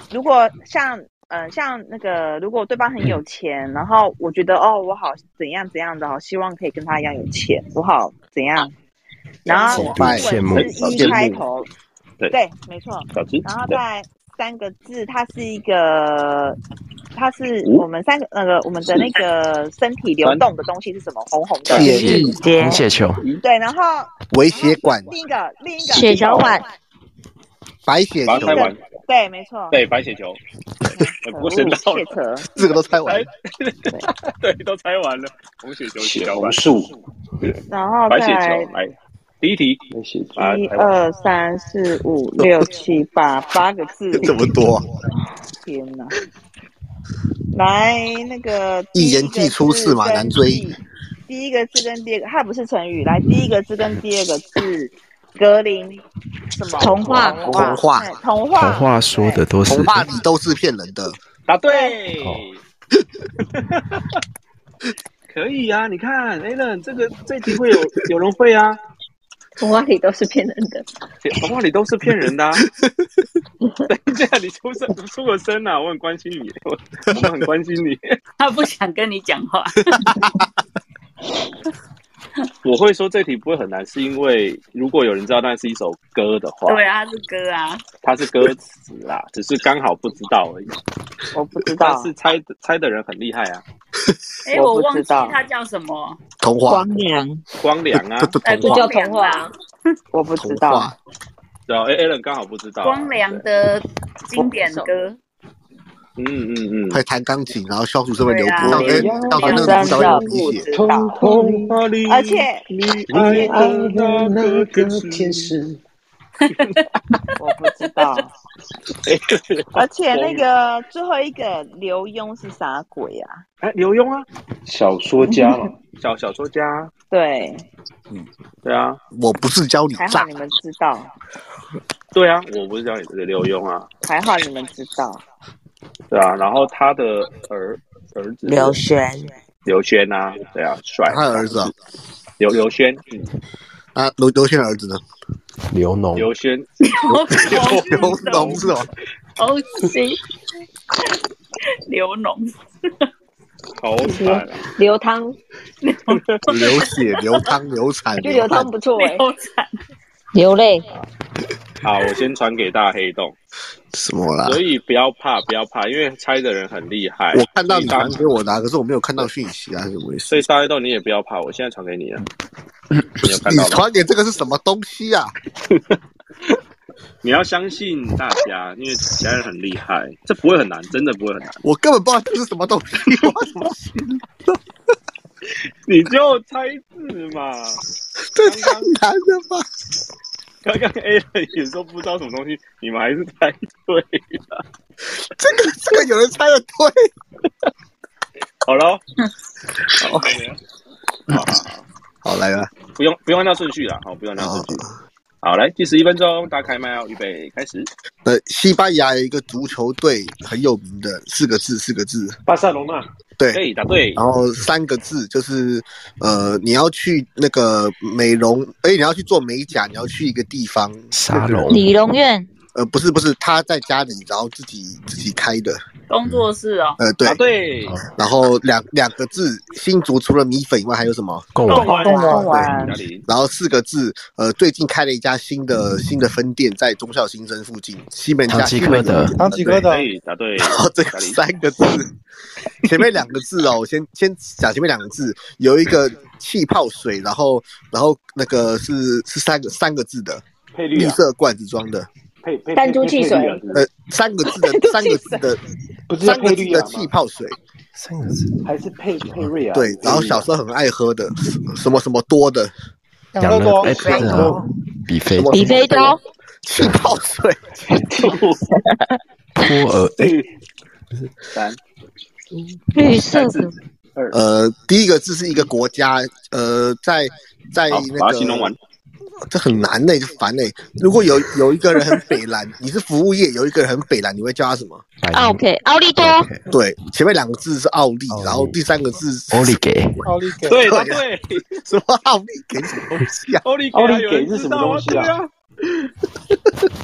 S2: 如果像嗯像那个，如果对方很有钱，然后我觉得哦，我好怎样怎样的，好希望可以跟他一样有钱，我好怎
S1: 啊
S2: 样。然后
S1: 羡慕
S2: 英文是一开头，
S1: 对
S2: 对，没错
S1: 小鸡。
S2: 然后再来三个字，它是一个，它是我们三个那个我们的那个身体流动的东西是什么？红红的
S3: 血液
S2: 结
S3: 红血球
S2: 对，然后
S3: 微血管、
S2: 另一个另一个
S12: 血小板，
S3: 白血
S1: 把
S3: 球
S1: 它，拆完，
S2: 对，没错，
S1: 对，白血球，哎不过先 到了
S2: 血，球
S3: 四个都拆完了，
S1: 对，都拆完了，红血球、血小板、
S11: 血红
S2: 然后
S1: 白
S2: 再
S1: 血
S2: 来
S1: 球，来第一题，啊，
S2: 哦一
S1: 拆
S2: 呃
S1: 完
S2: 二三四五六七八八个字，
S3: 这么多啊，
S2: 天哪！来，那个
S3: 一言既出驷马难追。
S2: 第一个字跟第二个，它不是成语。来，第一个字跟第二个字，格林什么？
S12: 童话
S3: 童话
S2: 哎童
S7: 童
S2: 话，
S7: 话说的都是
S3: 童话里都是骗人的。
S1: 答对， 可以啊，你看 a l a n 这个这题 会有有人会啊，
S5: 童话里都是骗人 的。
S1: 童话里都是骗人的、啊。等一下，你出生你出个声啊，我很关心你，我我们很关心你。
S6: 他不想跟你讲话。
S1: 我会说这题不会很难，是因为如果有人知道那是一首歌的话，
S6: 对啊，他是歌啊，
S1: 它是歌词啦，只是刚好不知道而已。
S2: 我不知道
S1: 但是猜的猜的人很厉害啊，
S6: 哎、
S1: 我
S6: 我
S1: 不
S6: 忘
S1: 知
S6: 记
S1: 道
S6: 他叫什么，
S3: 童话
S2: 光良，
S1: 光良啊，
S6: 哎，
S1: 光
S6: 叫
S1: 良
S6: 童
S3: 啊
S6: 话，
S2: 我不知道。
S1: 对啊，哎 a l a n 刚好不知道啊。
S6: 光良的经典歌，
S1: 嗯嗯嗯，
S3: 会弹钢琴，然后消暑身为
S6: 对
S3: 刘
S6: 啊
S3: 波，到时候到时候那个导演鼻血，
S11: 童话里，
S2: 而且
S11: 你爱的那个天使，
S2: 我不知道。而且那
S11: 光
S2: 个最后一个刘墉是啥鬼啊？
S1: 哎，刘墉啊，
S11: 小说家嘛，
S1: 小小说家，
S2: 对，
S1: 对啊，
S3: 我不是教你
S2: 还好
S3: 诈
S2: 你，们知道，
S1: 对啊，我不是叫你的刘墉啊，
S2: 还好你们知道。
S1: 对啊，然后他的儿儿子
S8: 刘轩，
S1: 刘轩啊，对啊，帅，
S3: 他有儿子啊，
S1: 刘刘轩，嗯，
S3: 啊，刘刘轩的儿子呢？
S7: 刘农，
S1: 刘轩，
S3: 刘农是吧？
S6: 哦，行，刘农，
S1: 好
S5: 流
S1: 惨啊，
S5: 流汤，
S3: 流血、流汤、流产，
S5: 我觉得流汤
S3: 汗
S5: 不错哎、
S12: 流泪，
S1: 好，我先传给大黑洞，
S3: 什么啦？
S1: 所以不要怕，不要怕，因为猜的人很厉害，
S3: 我看到你
S1: 所以大
S3: 传给我的啊，可是我没有看到讯息啊，是怎么回事？
S1: 所以大黑洞你也不要怕，我现在传给你了，你有看
S3: 你
S1: 到吗？
S3: 传给这个是什么东西啊？
S1: 你要相信大家，因为其他人很厉害，这不会很难，真的不会很难。
S3: 我根本不知道这是什么东西， 我怎么
S1: 你就猜字嘛。
S3: 这太 难了吧？
S1: 刚刚 A 人也说不知道什么东西，你们还是猜对了。
S3: 这个这个有人猜的对，
S1: 好了，好，啊
S3: 好来了，
S1: 不用不用按照顺序了，好，不用按
S3: 啊
S1: 照顺序。好，来计时一分钟，大家开麦哦，预备开始。
S3: 呃，西班牙有一个足球队很有名的，四个字，四个字，
S11: 巴塞隆纳，
S3: 对，
S1: 对，答对。
S3: 然后三个字就是，呃，你要去那个美容，哎，你要去做美甲，你要去一个地方，
S7: 沙龙，
S12: 李荣苑，
S3: 呃，不是不是，他在家里，然后自己自己开的，
S6: 工作室哦，
S3: 呃，对
S4: 啊
S1: 答，对，
S3: 然后两两个字，新竹除了米粉以外还有什么？
S7: 贡丸，
S1: 完
S2: 贡丸
S1: 完，嘉玲，
S3: 然后四个字，呃，最近开了一家新的新的分店，在忠孝新生附近，西门
S7: 唐
S3: 家
S7: 吉
S3: 西门
S7: 诃德
S3: 有
S10: 唐吉诃德
S1: 对，答对。
S3: 然后这个
S1: 嘉玲
S3: 三个字，前面两个字哦，我先先讲前面两个字，有一个气泡水，然后然后那个是是三个三个字的
S11: 佩绿
S3: 绿
S11: 啊，
S3: 色罐子装的，
S11: 佩佩
S5: 弹珠汽水
S11: 佩绿啊是不是
S3: 呃，三个 字的三个字的
S11: 不是叫
S3: 三个
S11: 佩
S3: 字
S11: 绿
S3: 的
S11: 啊
S3: 气
S11: 吗？
S3: 泡水，
S7: 三个字，
S11: 还是佩佩瑞啊？
S3: 对，然后
S1: 嗯
S3: 小时候很爱喝的， 什么什么多的，
S7: 养
S10: 多
S7: 乐
S10: 多
S7: 哎不是啊，比菲
S3: 什么
S7: 托
S12: 比飞刀，
S3: 气泡水，
S7: 尔哎
S1: 三
S12: 绿色
S1: 三
S12: 的
S1: 二，
S3: 呃，第一个字是一个国家，呃，在在
S1: 好，
S3: 那
S1: 把它
S3: 个
S1: 形容完。
S3: 这很难呢、就烦呢、如果有有一个人很北蓝， 你是服务业，有一个人很北蓝，你会叫他什么？
S7: 百
S12: 奥
S7: 灵
S12: K 啊奥利多，
S3: 对，前面两个字是奥利
S7: 奥，利
S3: 然后第三个字
S7: 欧利给
S10: 奥利给，
S1: 对，答对。
S3: 啊 什么奥利给什么东西啊？
S1: 欧力
S11: 奥利
S1: 有
S11: 给
S1: 人
S11: 是
S1: 知
S11: 什么
S1: 道
S11: 东西啊
S1: 对啊？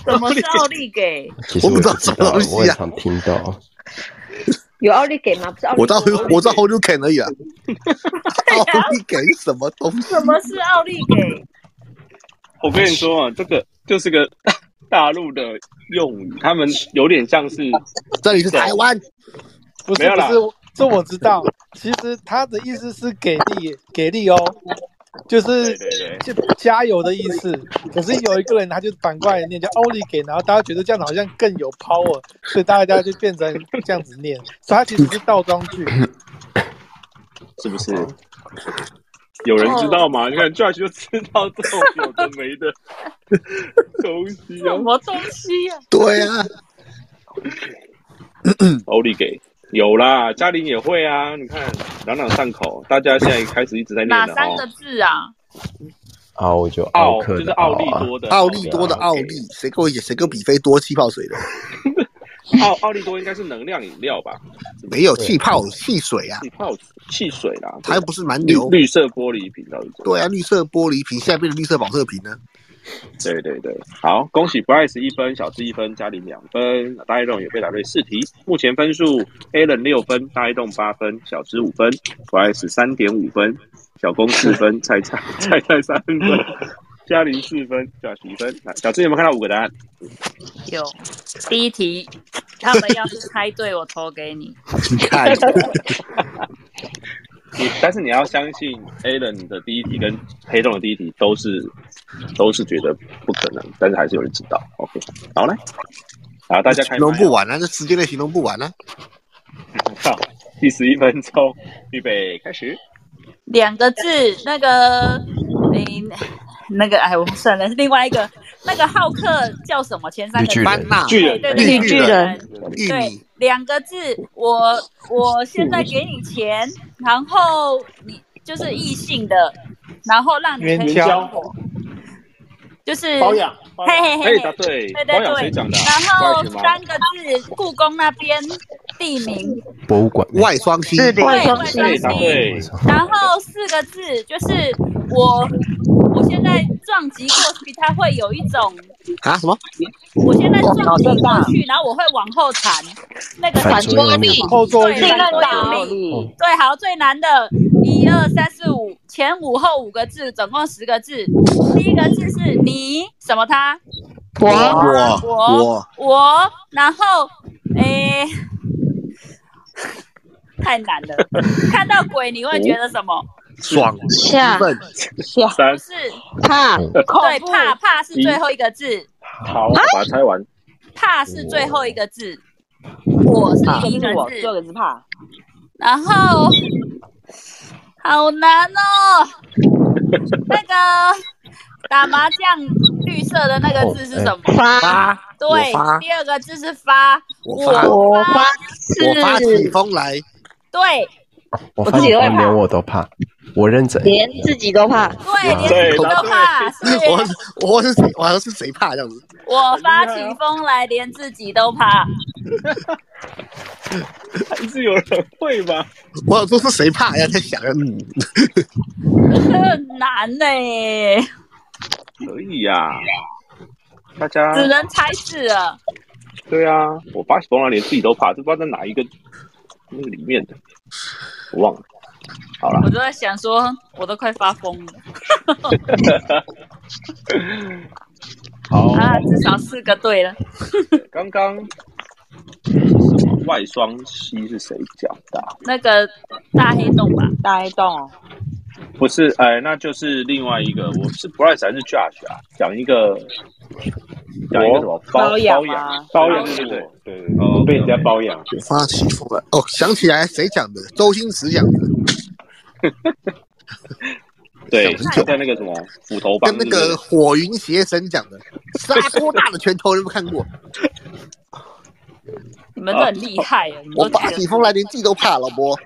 S6: 什么是奥利给？
S7: 其实
S3: 我不知道
S7: 也知
S3: 什么
S7: 道，
S3: 东西啊
S7: 我也常听到，
S5: 有奥利给吗？不是奥利给
S3: 我知道
S5: 吗，
S3: 我知道 Hold You Can 而已啊。 奥利给是什么东西？
S6: 什么是奥利给？
S1: 我跟你说啊，这个就是个大陆的用语，他们有点像是
S3: 这里是台湾，
S10: 不是
S1: 没有
S10: 不
S1: 啦
S10: 是，这我知道。其实他的意思是给力，给力哦，就是就加油的意思。可是有一个人他就反过来念叫欧力给，然后大家觉得这样好像更有 power，所以大家就变成这样子念。所以他其实是倒装句。
S1: 是不
S3: 哦
S1: 是？有人知道
S10: 哦
S1: 吗？你看 Judge 就知道这种有的没的东西
S4: 什
S1: 哦。
S4: 么东西呀、
S3: 对啊，
S1: 欧力给有啦，嘉玲也会啊。你看朗朗上口，大家现在开始一直在念
S4: 哪
S1: 了
S4: 三
S1: 哦
S4: 个。字啊？
S7: 奥就
S1: 奥
S7: 克
S1: 就是
S7: 的
S1: 奥利
S7: 啊
S1: 多的
S3: 奥利多的奥利，谁给我演谁给我比菲多气泡水的？
S1: 奥奥利多应该是能量饮料吧？
S3: 没有气泡汽水啊，
S1: 气泡汽水啦，
S3: 它又不是蛮
S1: 绿
S3: 牛。
S1: 绿色玻璃瓶到底怎么样
S3: 对啊，绿色玻璃瓶现在变成绿色保特瓶呢。
S1: 啊对对对，好，恭喜 Bryce 一分，小智一分，嘉玲两分，大黑洞也被打对四题，目前分数 Allen 六分，大黑洞八分，小智五分，Bryce 三点五分，小公四 分，菜菜菜菜三分，嘉玲四分，小智一分。来小智有没有看到五个答案？
S4: 有第一题，他们要是猜对，我投给你。
S3: 你看，
S1: 你但是你要相信 Allen 的第一题跟黑洞的第一题都是都是觉得不可能，但是还是有人知道。OK，好嘞，好，大家
S3: 形
S1: 开麦
S3: 容
S1: 哦
S3: 不完啊，这时间内形容不完啊。
S1: 好，啊 第十一分钟，预备开始。
S4: 两个字，那个你那个哎，我算了，另外一个那个浩克叫什么？前三个字
S6: 绿巨人
S4: 哎
S6: 巨人
S4: 对对
S6: 绿
S4: 对
S6: 巨人
S4: 对对，两个字，我我现在给你钱，然后你就是异性的，然后让你可以
S1: 援交
S4: 养我，就是
S1: 包养
S4: 嘿嘿嘿
S1: 哎，
S4: 嘿
S1: 答。对
S4: 对，对
S1: 包养谁
S4: 对，
S1: 讲的啊？
S4: 然后
S1: 外星吗
S4: 三个字，故宫那边地名，
S7: 博物馆
S3: 外双溪，
S4: 对外双溪
S1: 对，答对。
S4: 然后四个字就是我，我现在撞击过去，它会有一种，
S3: 啊什么？
S4: 我现在撞击
S3: 哇脑
S4: 过
S3: 震
S4: 去，然后我会往后弹，那个
S7: 反
S4: 叫
S7: 作用力
S4: 什么
S7: 后
S10: 坐
S4: 对
S10: 力
S4: 反
S10: 后
S4: 作用
S5: 哦
S4: 力，对，好，最难的，一二三四五，前五后五个字，总共十个字，第一个字是你什么他，
S3: 我
S4: 我
S3: 我
S4: 我，然后诶。太难 了，看到鬼你会觉得什么？
S3: 爽
S4: 下
S3: 兴奋
S4: 吓
S1: 三
S4: 是怕，
S1: 恐
S4: 对，怕怕是最后一个字，
S1: 好，把它拆完。
S4: 怕是最后一个字，我是第一个
S2: 我
S4: 字，
S2: 做个字怕，
S4: 然后好难哦，那个打麻将绿色的那个字是什么？
S3: 发
S4: 对
S3: 我发，
S4: 第二个字是发，
S3: 我发
S4: 我发
S3: 我发起风来，
S4: 对
S7: 我
S12: 我
S7: 发
S12: 自己
S7: 现
S12: 都会
S7: 光
S12: 怕
S7: 连我都怕，我认真。啊
S12: 连自己都怕。
S4: 对，连自己都怕，是
S3: 我我是谁？我好像是谁怕这样子？
S4: 我发起疯来，连自己都怕。
S1: 还是有人会吗？
S3: 我想说是谁怕呀？在想，嗯，
S4: 很难呢、
S1: 可以呀、大家
S4: 只能猜字了。
S1: 对啊，我发起疯来连自己都怕，这不知道在哪一个那个里面的，我忘了。好了
S4: 我，都在想说，我都快发疯了。
S7: 好
S4: 啊，至少四个对了。
S1: 刚刚什么外双溪是谁讲的啊、
S4: 那个大黑洞吧，
S2: 大黑洞，
S1: 不是，哎、那就是另外一个，我是 Bryce 还是 Josh 啊？讲一个，讲一个什么包
S2: 包养
S1: 养
S2: 吗
S1: 包
S11: 包养
S1: 对对
S11: 对
S1: 对，哦，
S11: 被人家包养。
S3: 我发起疯来。哦，想起来谁讲的？周星驰讲的，
S1: 对，就在那个什么斧头帮
S3: 跟那个火云邪神讲的，杀多大的拳头？有没有看过？
S4: 你们都很厉害耶！你
S3: 我
S4: 们都
S3: 发
S4: 觉
S3: 起
S4: 得
S3: 疯来连自己都怕，老伯。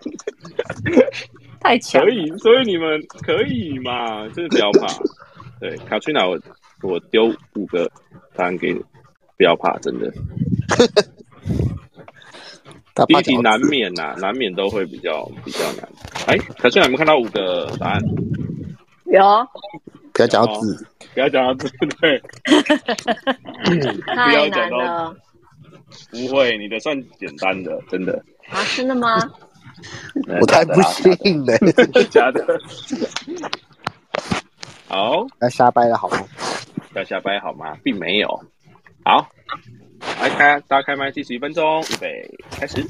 S4: 太强
S1: 可
S4: 了。
S1: 以，所以你们可以嘛，就是不要怕。对，卡去哪我我丢五个答案给你，不要怕，真的。第一题难免呐、难免都会比较比较难。哎，卡去哪有没有看到五个答案？
S5: 有，
S3: 不要讲
S1: 到
S3: 字，
S1: 哦不要讲到字，对，不
S5: 太
S1: 要讲
S5: 难
S1: 到，
S5: 了
S1: 不会，你的算简单的，真的。
S5: 啊！真的吗？
S3: 我才不信呢。
S1: 真的假的？ 好，
S3: 来瞎掰了好吗？
S1: 要下班好吗？并没有。好，来开，大家开麦计时一分钟，预备开始。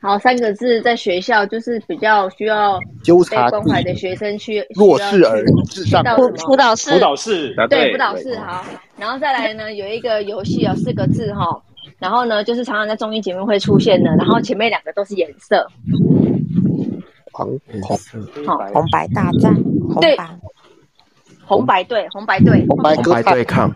S5: 好，三个字在学校就是比较需要
S3: 纠
S5: 被
S3: 察
S5: 关怀的学生去
S3: 弱势儿
S5: 智
S3: 智障儿
S5: 辅辅导室，
S1: 辅导室
S3: 啊
S1: 答
S5: 对
S1: 对
S5: 辅导室好。然后再来呢，有一个游戏有哦四个字哈，然后呢就是常常在综艺节目会出现的，然后前面两个都是颜色，
S3: 黄红
S5: 好
S8: 红白大战，红
S5: 对
S8: 白
S5: 红白队，红白队，
S3: 红白
S7: 红白对抗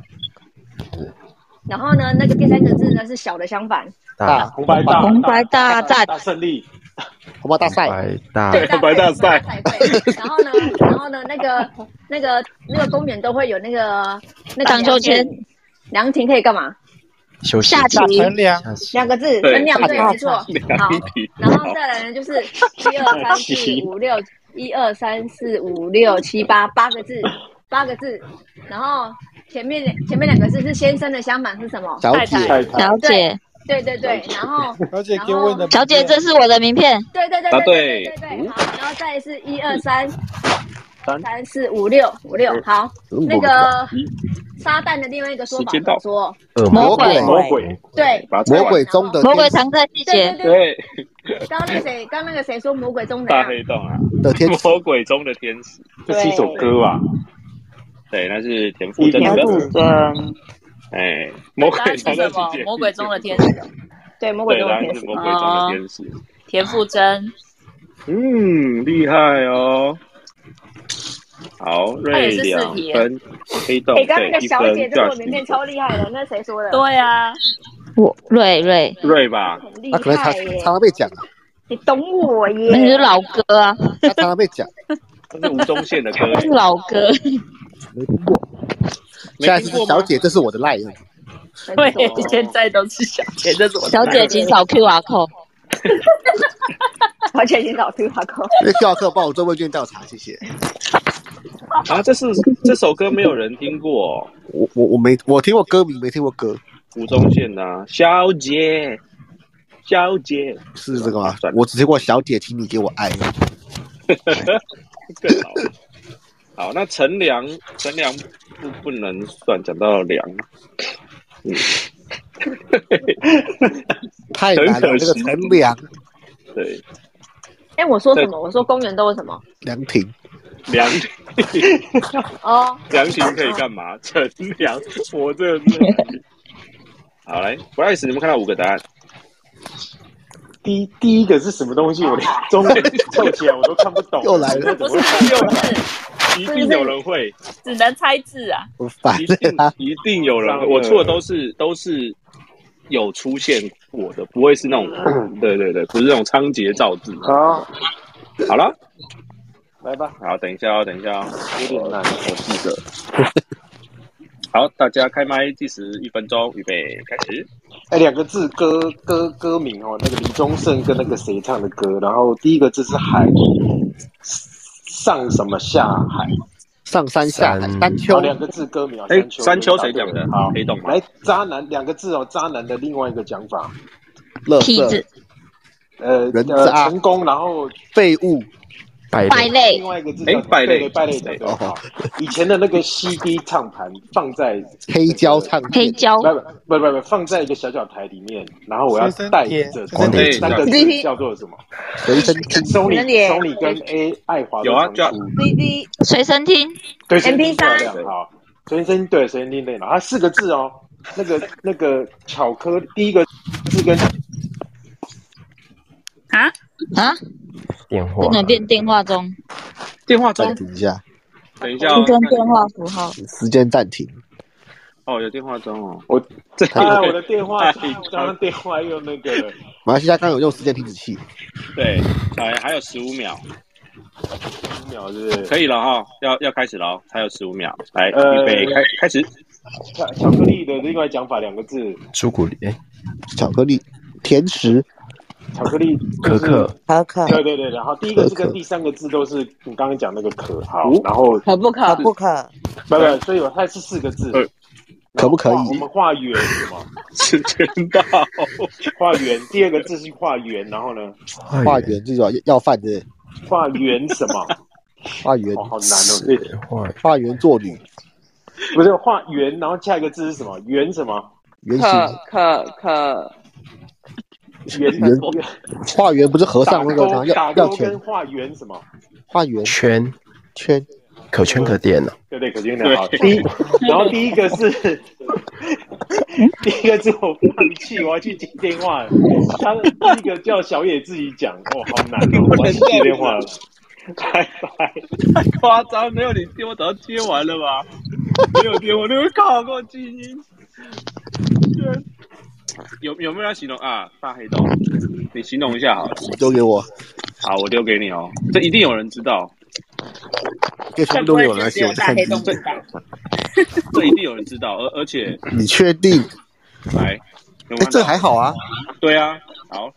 S5: 然后呢，那个第三个字呢是小的相 反，
S7: 大
S10: 红白大
S12: 红白大战，
S10: 大胜利，
S3: 红白大赛，
S7: 白
S1: 啊
S7: 大
S5: 对大
S10: 白大赛，
S5: 然后呢，然后呢，那个那个那个公园都会有那个那个
S12: 荡秋千
S5: 凉亭，凉亭可以干嘛？
S7: 休息
S5: 下棋
S7: 乘凉
S5: 两个字，
S7: 对
S5: 衡量
S7: 下
S5: 对，
S7: 棋
S5: 没错。 好，然后再来呢，就是 一二三四五六，一二三四五六七八，八个字，八个字。然后前面前面两个字是先生的相反是什么？
S12: 小姐
S5: 太太
S12: 小姐
S5: 对对对对，然后
S15: 小姐给我你的名片，
S12: 小姐，这是我的名片。
S5: 对对对
S1: 答
S5: 对对
S1: 对
S5: 对对，好，然后再是一二三
S1: 三
S5: 三四五六五六，好，
S1: 嗯
S5: 那个撒旦的另外一个说
S1: 时
S5: 法
S1: 间
S5: 怎
S1: 到
S5: 么说？
S1: 魔
S3: 呃鬼
S1: 魔鬼，
S5: 对，
S1: 把它拆完
S3: 魔鬼中的
S12: 魔鬼藏在细节
S5: 对对对，
S1: 对
S5: 刚刚那谁，刚刚那个谁说魔鬼中的
S1: 大
S5: 啊？
S1: 黑洞啊，
S3: 的天
S1: 魔鬼中的天使，
S10: 这是一首歌吧？
S1: 对，那是田馥甄
S2: 田
S1: 的
S2: 馥
S1: 歌。
S2: 甄，
S1: 哎，魔
S4: 答案
S1: 鬼
S4: 是
S1: 中的
S4: 什
S1: 世
S4: 么
S1: 界，？
S4: 魔鬼中的天使，
S5: 对，魔
S1: 对，答案是魔鬼中的天使。
S4: 哦
S5: 哦
S4: 田馥甄，
S1: 嗯，厉害哦。好，
S5: 它也
S1: 瑞
S5: 是四
S1: 两
S5: 题耶
S1: 分，黑洞
S5: 哎，刚刚
S1: 对
S5: 那个
S1: 一
S5: 小
S1: 分
S5: 姐，这是我名
S1: Josh
S5: 片超厉害的，那谁说的？
S4: 对啊，
S12: 我瑞瑞，
S1: 瑞吧，
S5: 很厉
S3: 他啊可能
S5: 害
S3: 常
S5: 耶
S3: 常，常被讲啊，
S5: 你懂我
S12: 那是
S5: 耶。
S12: 老歌啊，
S3: 他常常被 讲，
S1: 这是吴宗宪的 歌
S12: 那
S1: 哎
S12: 是，老歌。
S3: 没听过。
S1: 没
S3: 现在
S1: 听
S3: 是
S1: 过吗
S3: 小姐，这是我的赖。
S4: 对，现在都是小姐，这是我的
S12: 小姐，请扫 QR code。
S5: 小姐，请找对话口。
S3: 那教课帮我做问卷调查，谢谢。
S1: 啊，这是这首歌没有人听过哦，
S3: 我我我没我听过歌名，没听过歌，
S1: 吴宗宪的啊小姐，小姐，
S3: 是这个吗？我只听过小姐，请你给我爱。
S1: 更老。好，那乘凉，乘凉不不能算，讲到凉，嗯，
S3: 太难了，
S1: 很可
S3: 这个
S1: 惜
S3: 乘凉
S1: 对，
S5: 哎，我说什么？我说公园都有什么？
S3: 凉亭，
S1: 凉
S5: 哦，
S1: 凉亭可以干 嘛？乘凉，我这个是凉亭。好来，Bryce，你们看到五个答案，
S10: 第第一个是什么东西？我连中文凑起来我都看不懂。
S3: 又来了
S10: 这怎
S4: 不
S10: 么
S4: 是
S10: 会
S4: 不是，
S1: 一定有人会，
S4: 只能猜字啊。
S3: 我烦
S1: 一定
S3: 了。
S1: 一定有人会。
S10: 上
S1: 我出的
S10: 了
S1: 都是都是有出现过的，不会是那 种，对对对，不是那种仓颉造字。
S10: 好，
S1: 好了，
S10: 来吧，
S1: 好，等一下哦，等一下哦，
S10: 有点难，
S1: 我记 得。好，大家开麦计时一分钟，预备开始。
S10: 哎，两个字歌歌歌名哦，那个李宗盛跟那个谁唱的歌，然后第一个字是海，上什么下海，
S3: 上山下海，
S7: 山
S3: 山
S10: 哦，
S3: 丘
S10: 两个字歌名哦，
S1: 哎
S10: 山丘，
S1: 山丘
S10: 对
S1: 谁讲的
S10: 好，
S1: 黑洞吗
S10: 来，渣男两个字哦，渣男的另外一个讲法，
S3: 乐
S12: 痞
S3: 色
S12: 子、
S10: 呃
S3: 人
S10: 呃，
S3: 渣
S10: 成功，然后
S3: 废物，
S7: 败
S12: 败
S7: 类
S12: 类
S10: 另、外一个字
S1: 哎
S10: 叫什么
S1: 败类
S10: 对对，败类讲对
S3: 哦
S10: 好。以前的那个 CD 唱盘放在
S3: 黑胶唱
S12: 黑
S3: 片，
S12: 胶
S10: 不、不不不不，放在一个小小台里面，然后我要带
S15: 随
S10: 着
S15: 身
S1: 碟
S10: 三个
S5: 随身
S10: 字
S5: 碟
S10: 叫做什么
S3: 随身听，
S10: ？Sony
S5: 身碟
S10: Sony 跟 A 爱华都
S1: 有啊
S10: 常出，
S5: CD
S12: 随身听、
S10: 对，声音
S5: MP3
S10: 漂亮
S1: 对，
S10: 好，随身对随身听电脑，它四个字哦，那个那个巧克力，第一个字跟
S4: 啊，
S12: 啊，
S7: 电
S12: 不
S7: 话
S12: 能变电话中，
S1: 电话中
S3: 暂，停一下，
S1: 等一下
S12: 不
S1: 哦，
S12: 跟电话符号。
S3: 时间暂停。
S1: 哦，有电话中哦，
S10: 我
S1: 这
S10: 啊，
S1: 一位
S10: 我的电话
S1: 太
S10: 刚刚电话又那个了，
S3: 马来西亚刚有用时间停止器，
S1: 对，来还有十五秒，
S10: 五秒是不是？
S1: 可以了哈，要要开始了哦，还有十五秒，来
S10: 呃
S1: 预备开开始，
S10: 巧巧克力的另外讲法两个字，
S7: 朱古力、哎
S3: 巧克力，甜食，
S10: 巧克力就
S7: 可
S10: 是
S8: 可
S7: 可、
S8: 可
S10: 对对对，然后第一个字跟第三个字都是你刚刚讲那个可，好，
S1: 哦
S10: 然后
S4: 可不
S8: 可
S4: 可？
S8: 不可？
S10: 不不，所以我它是四个字
S1: 呃，
S10: 然后
S3: 可不可以
S10: 画我们画圆什么？
S1: 时间到，
S10: 画圆，第二个字是画圆，然后呢，
S3: 化
S7: 化
S3: 缘这种要饭的
S10: 画圆什么？
S3: 化缘
S10: 哦，，好难哦，
S7: 是
S10: 对，
S7: 化
S3: 化缘做女，
S10: 不是画圆，然后下一个字是什么？圆什么？
S3: 圆形
S2: 可可可，
S10: 圆
S3: 圆画圆不是和尚那个
S10: 打
S3: 吗？
S10: 勾
S3: 要
S10: 打
S3: 要
S10: 勾跟
S3: 圈
S10: 画圆什么？
S3: 画圆
S7: 圈
S3: 圈，
S7: 可圈可点呢、啊
S10: 对对，可圈可点好。第一， 然后第一个是，第一个是我放弃，我要去接电话了。他第一个叫小野自己讲，哦，好难哦，我要去接电话了。拜拜。
S1: 太 夸张，没有你电话早上接完了吧？没有电话，你会靠过去。有有没有要形容啊？大黑洞，你形容一下好了。
S3: 丢给我，
S1: 好，我丢给你哦，这一定有人知道，
S3: 这全部都给我来写，我在看字。
S1: 这一定有人知道，而而且
S3: 你确定？
S1: 来，
S3: 哎，
S1: 有没有看到
S3: 这还好啊，
S1: 对啊，好，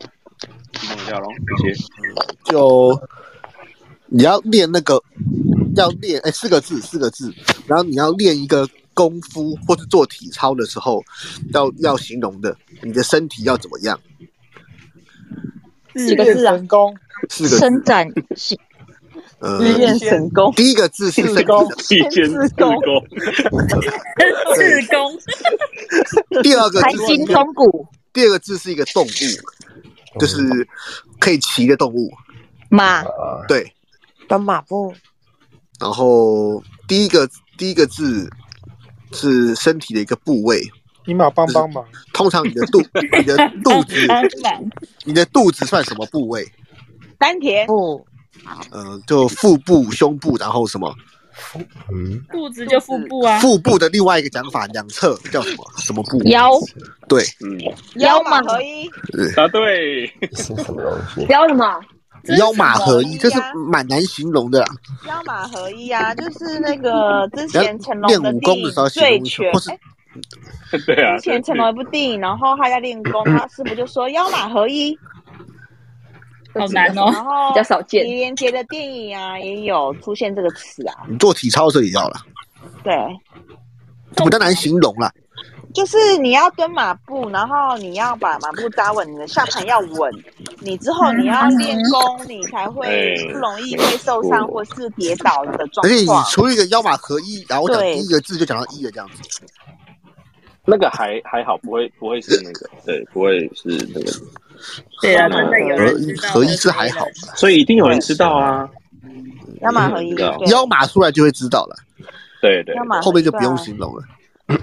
S1: 形容一下喽，谢谢。
S3: 就你要练那个，要练哎四个字四个字，然后你要练一个功夫或是做体操的时候，要要形容的，你的身体要怎么样？
S16: 日月
S12: 啊
S16: 神功，
S3: 四个字
S12: 伸展性
S3: 呃，
S12: 日月神
S3: 功。第一个字是身体的，
S1: 一肩自宫，
S12: 自宫，
S3: 第二个
S12: 财
S3: 字是一
S12: 经
S3: 个
S12: 中骨
S3: 第二个字是一个动
S16: 嗯
S3: 物，就是可以骑的动物。
S12: 马
S3: 对，
S17: 斑马步，
S3: 然后第一个第一个字是身体的一个部位，
S16: 你马帮帮忙，
S3: 通常你的肚、你的肚子、 你的肚子算什么部位？
S2: 丹田
S17: 不，
S3: 呃，就腹部、胸部，然后什么？嗯，
S18: 肚子就腹部啊，
S3: 腹部的另外一个讲法，两侧叫什么？什么部？
S12: 腰
S3: 对，
S1: 嗯，
S12: 腰马合
S2: 一，
S1: 答 对。
S7: 是什么东西？
S12: 腰什么？
S3: 腰马合一，
S2: 这
S3: 这
S2: 是
S3: 是
S2: 什么
S3: 蛮难形容的啦。
S2: 腰马合 一啊，就是那个之前成龙
S3: 练
S2: 的
S3: 武
S2: 电
S3: 功
S2: 影
S3: 的时候
S2: 《
S3: 形
S2: 醉
S3: 容一下
S2: 拳》
S3: 或是
S2: 哎，
S1: 对啊，
S2: 之前成龙一部电影，然后他在练 功，他师傅就说腰马合一。
S12: 好难哦
S2: 然后
S12: 比较少见
S2: 李连杰的电影啊，也有出现这个词啊。
S3: 你做体操的时候也要了，
S2: 对，
S3: 这比较难形容啦。
S2: 就是你要蹲马步，然后你要把马步扎稳，你的下盘要稳，你之后你要
S12: 嗯
S2: 练功，你才会
S3: 哎
S2: 不容易会受
S1: 嗯
S2: 伤或是跌倒的状
S3: 而且你
S2: 况。
S3: 除一个腰马合一，然后我讲
S2: 对
S3: 第一个字就讲到一了，这样子。
S1: 那个还还好，不会不会是那个，对，不会是那个。
S2: 对啊真的有人
S3: 合一合一是还好，
S1: 所以一定有人知道啊。
S2: 腰马合一，
S1: 嗯知道
S2: 对，
S3: 腰马出来就会知道了，
S1: 对对
S2: 腰马合一
S3: 后面就不用形容了。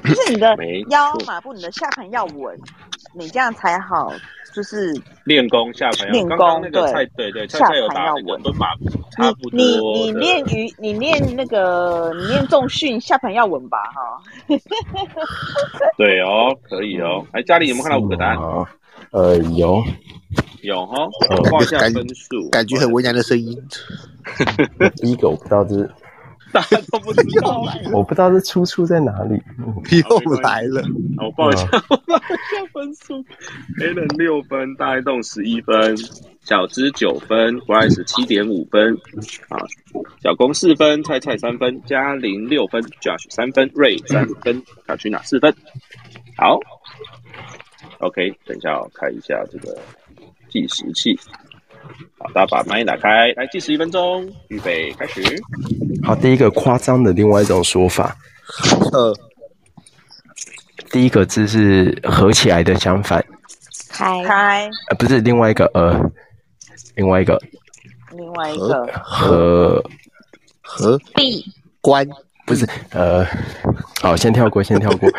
S2: 就是你的
S1: 没错
S2: 腰马步，你的下盘要稳，你这样才好，就是
S1: 练功下盘要
S2: 练
S1: 刚
S2: 功
S1: 刚那个蔡对对
S2: 对
S1: 蔡
S2: 下
S1: 蔡有
S2: 盘
S1: 打
S2: 要
S1: 那个
S2: 稳
S1: 蹲马步，差
S2: 你
S1: 不多
S2: 你你
S1: 的
S2: 练瑜，你练那个，你练重训，下盘要稳吧，哈。
S1: 对哦，可以
S12: 嗯
S1: 哦。哎，家里有没有看到五个答案？
S7: 啊，呃，有
S1: 有哈
S7: 嗯，
S1: 画一下
S7: 感
S1: 分数。
S3: 感觉很为难的声音。
S7: 第一个我不知道这是，我不知道这出处在哪里。
S3: 又来了，
S10: 哦
S1: 好我报一下，
S7: 啊
S1: 我报一下分数。黑人六分，大黑洞十一分，小芝九分，Bryce 七点五分，啊，小公四分，菜菜三分，嘉玲六分，Josh 三分，瑞三分，卡群娜四分。好，OK，等一下我开一下这个计时器。好，大家把麦打开，来计时一分钟，预备开始。
S7: 好，第一个夸张的另外一种说法，
S3: 呃，
S7: 第一个字是合起来的相反，
S17: 开
S2: 开
S7: 呃，不是另外一个呃，另外一个
S2: 另外一个
S7: 合
S3: 合
S12: 闭
S3: 关
S7: 不是呃，好，先跳过，先跳 过。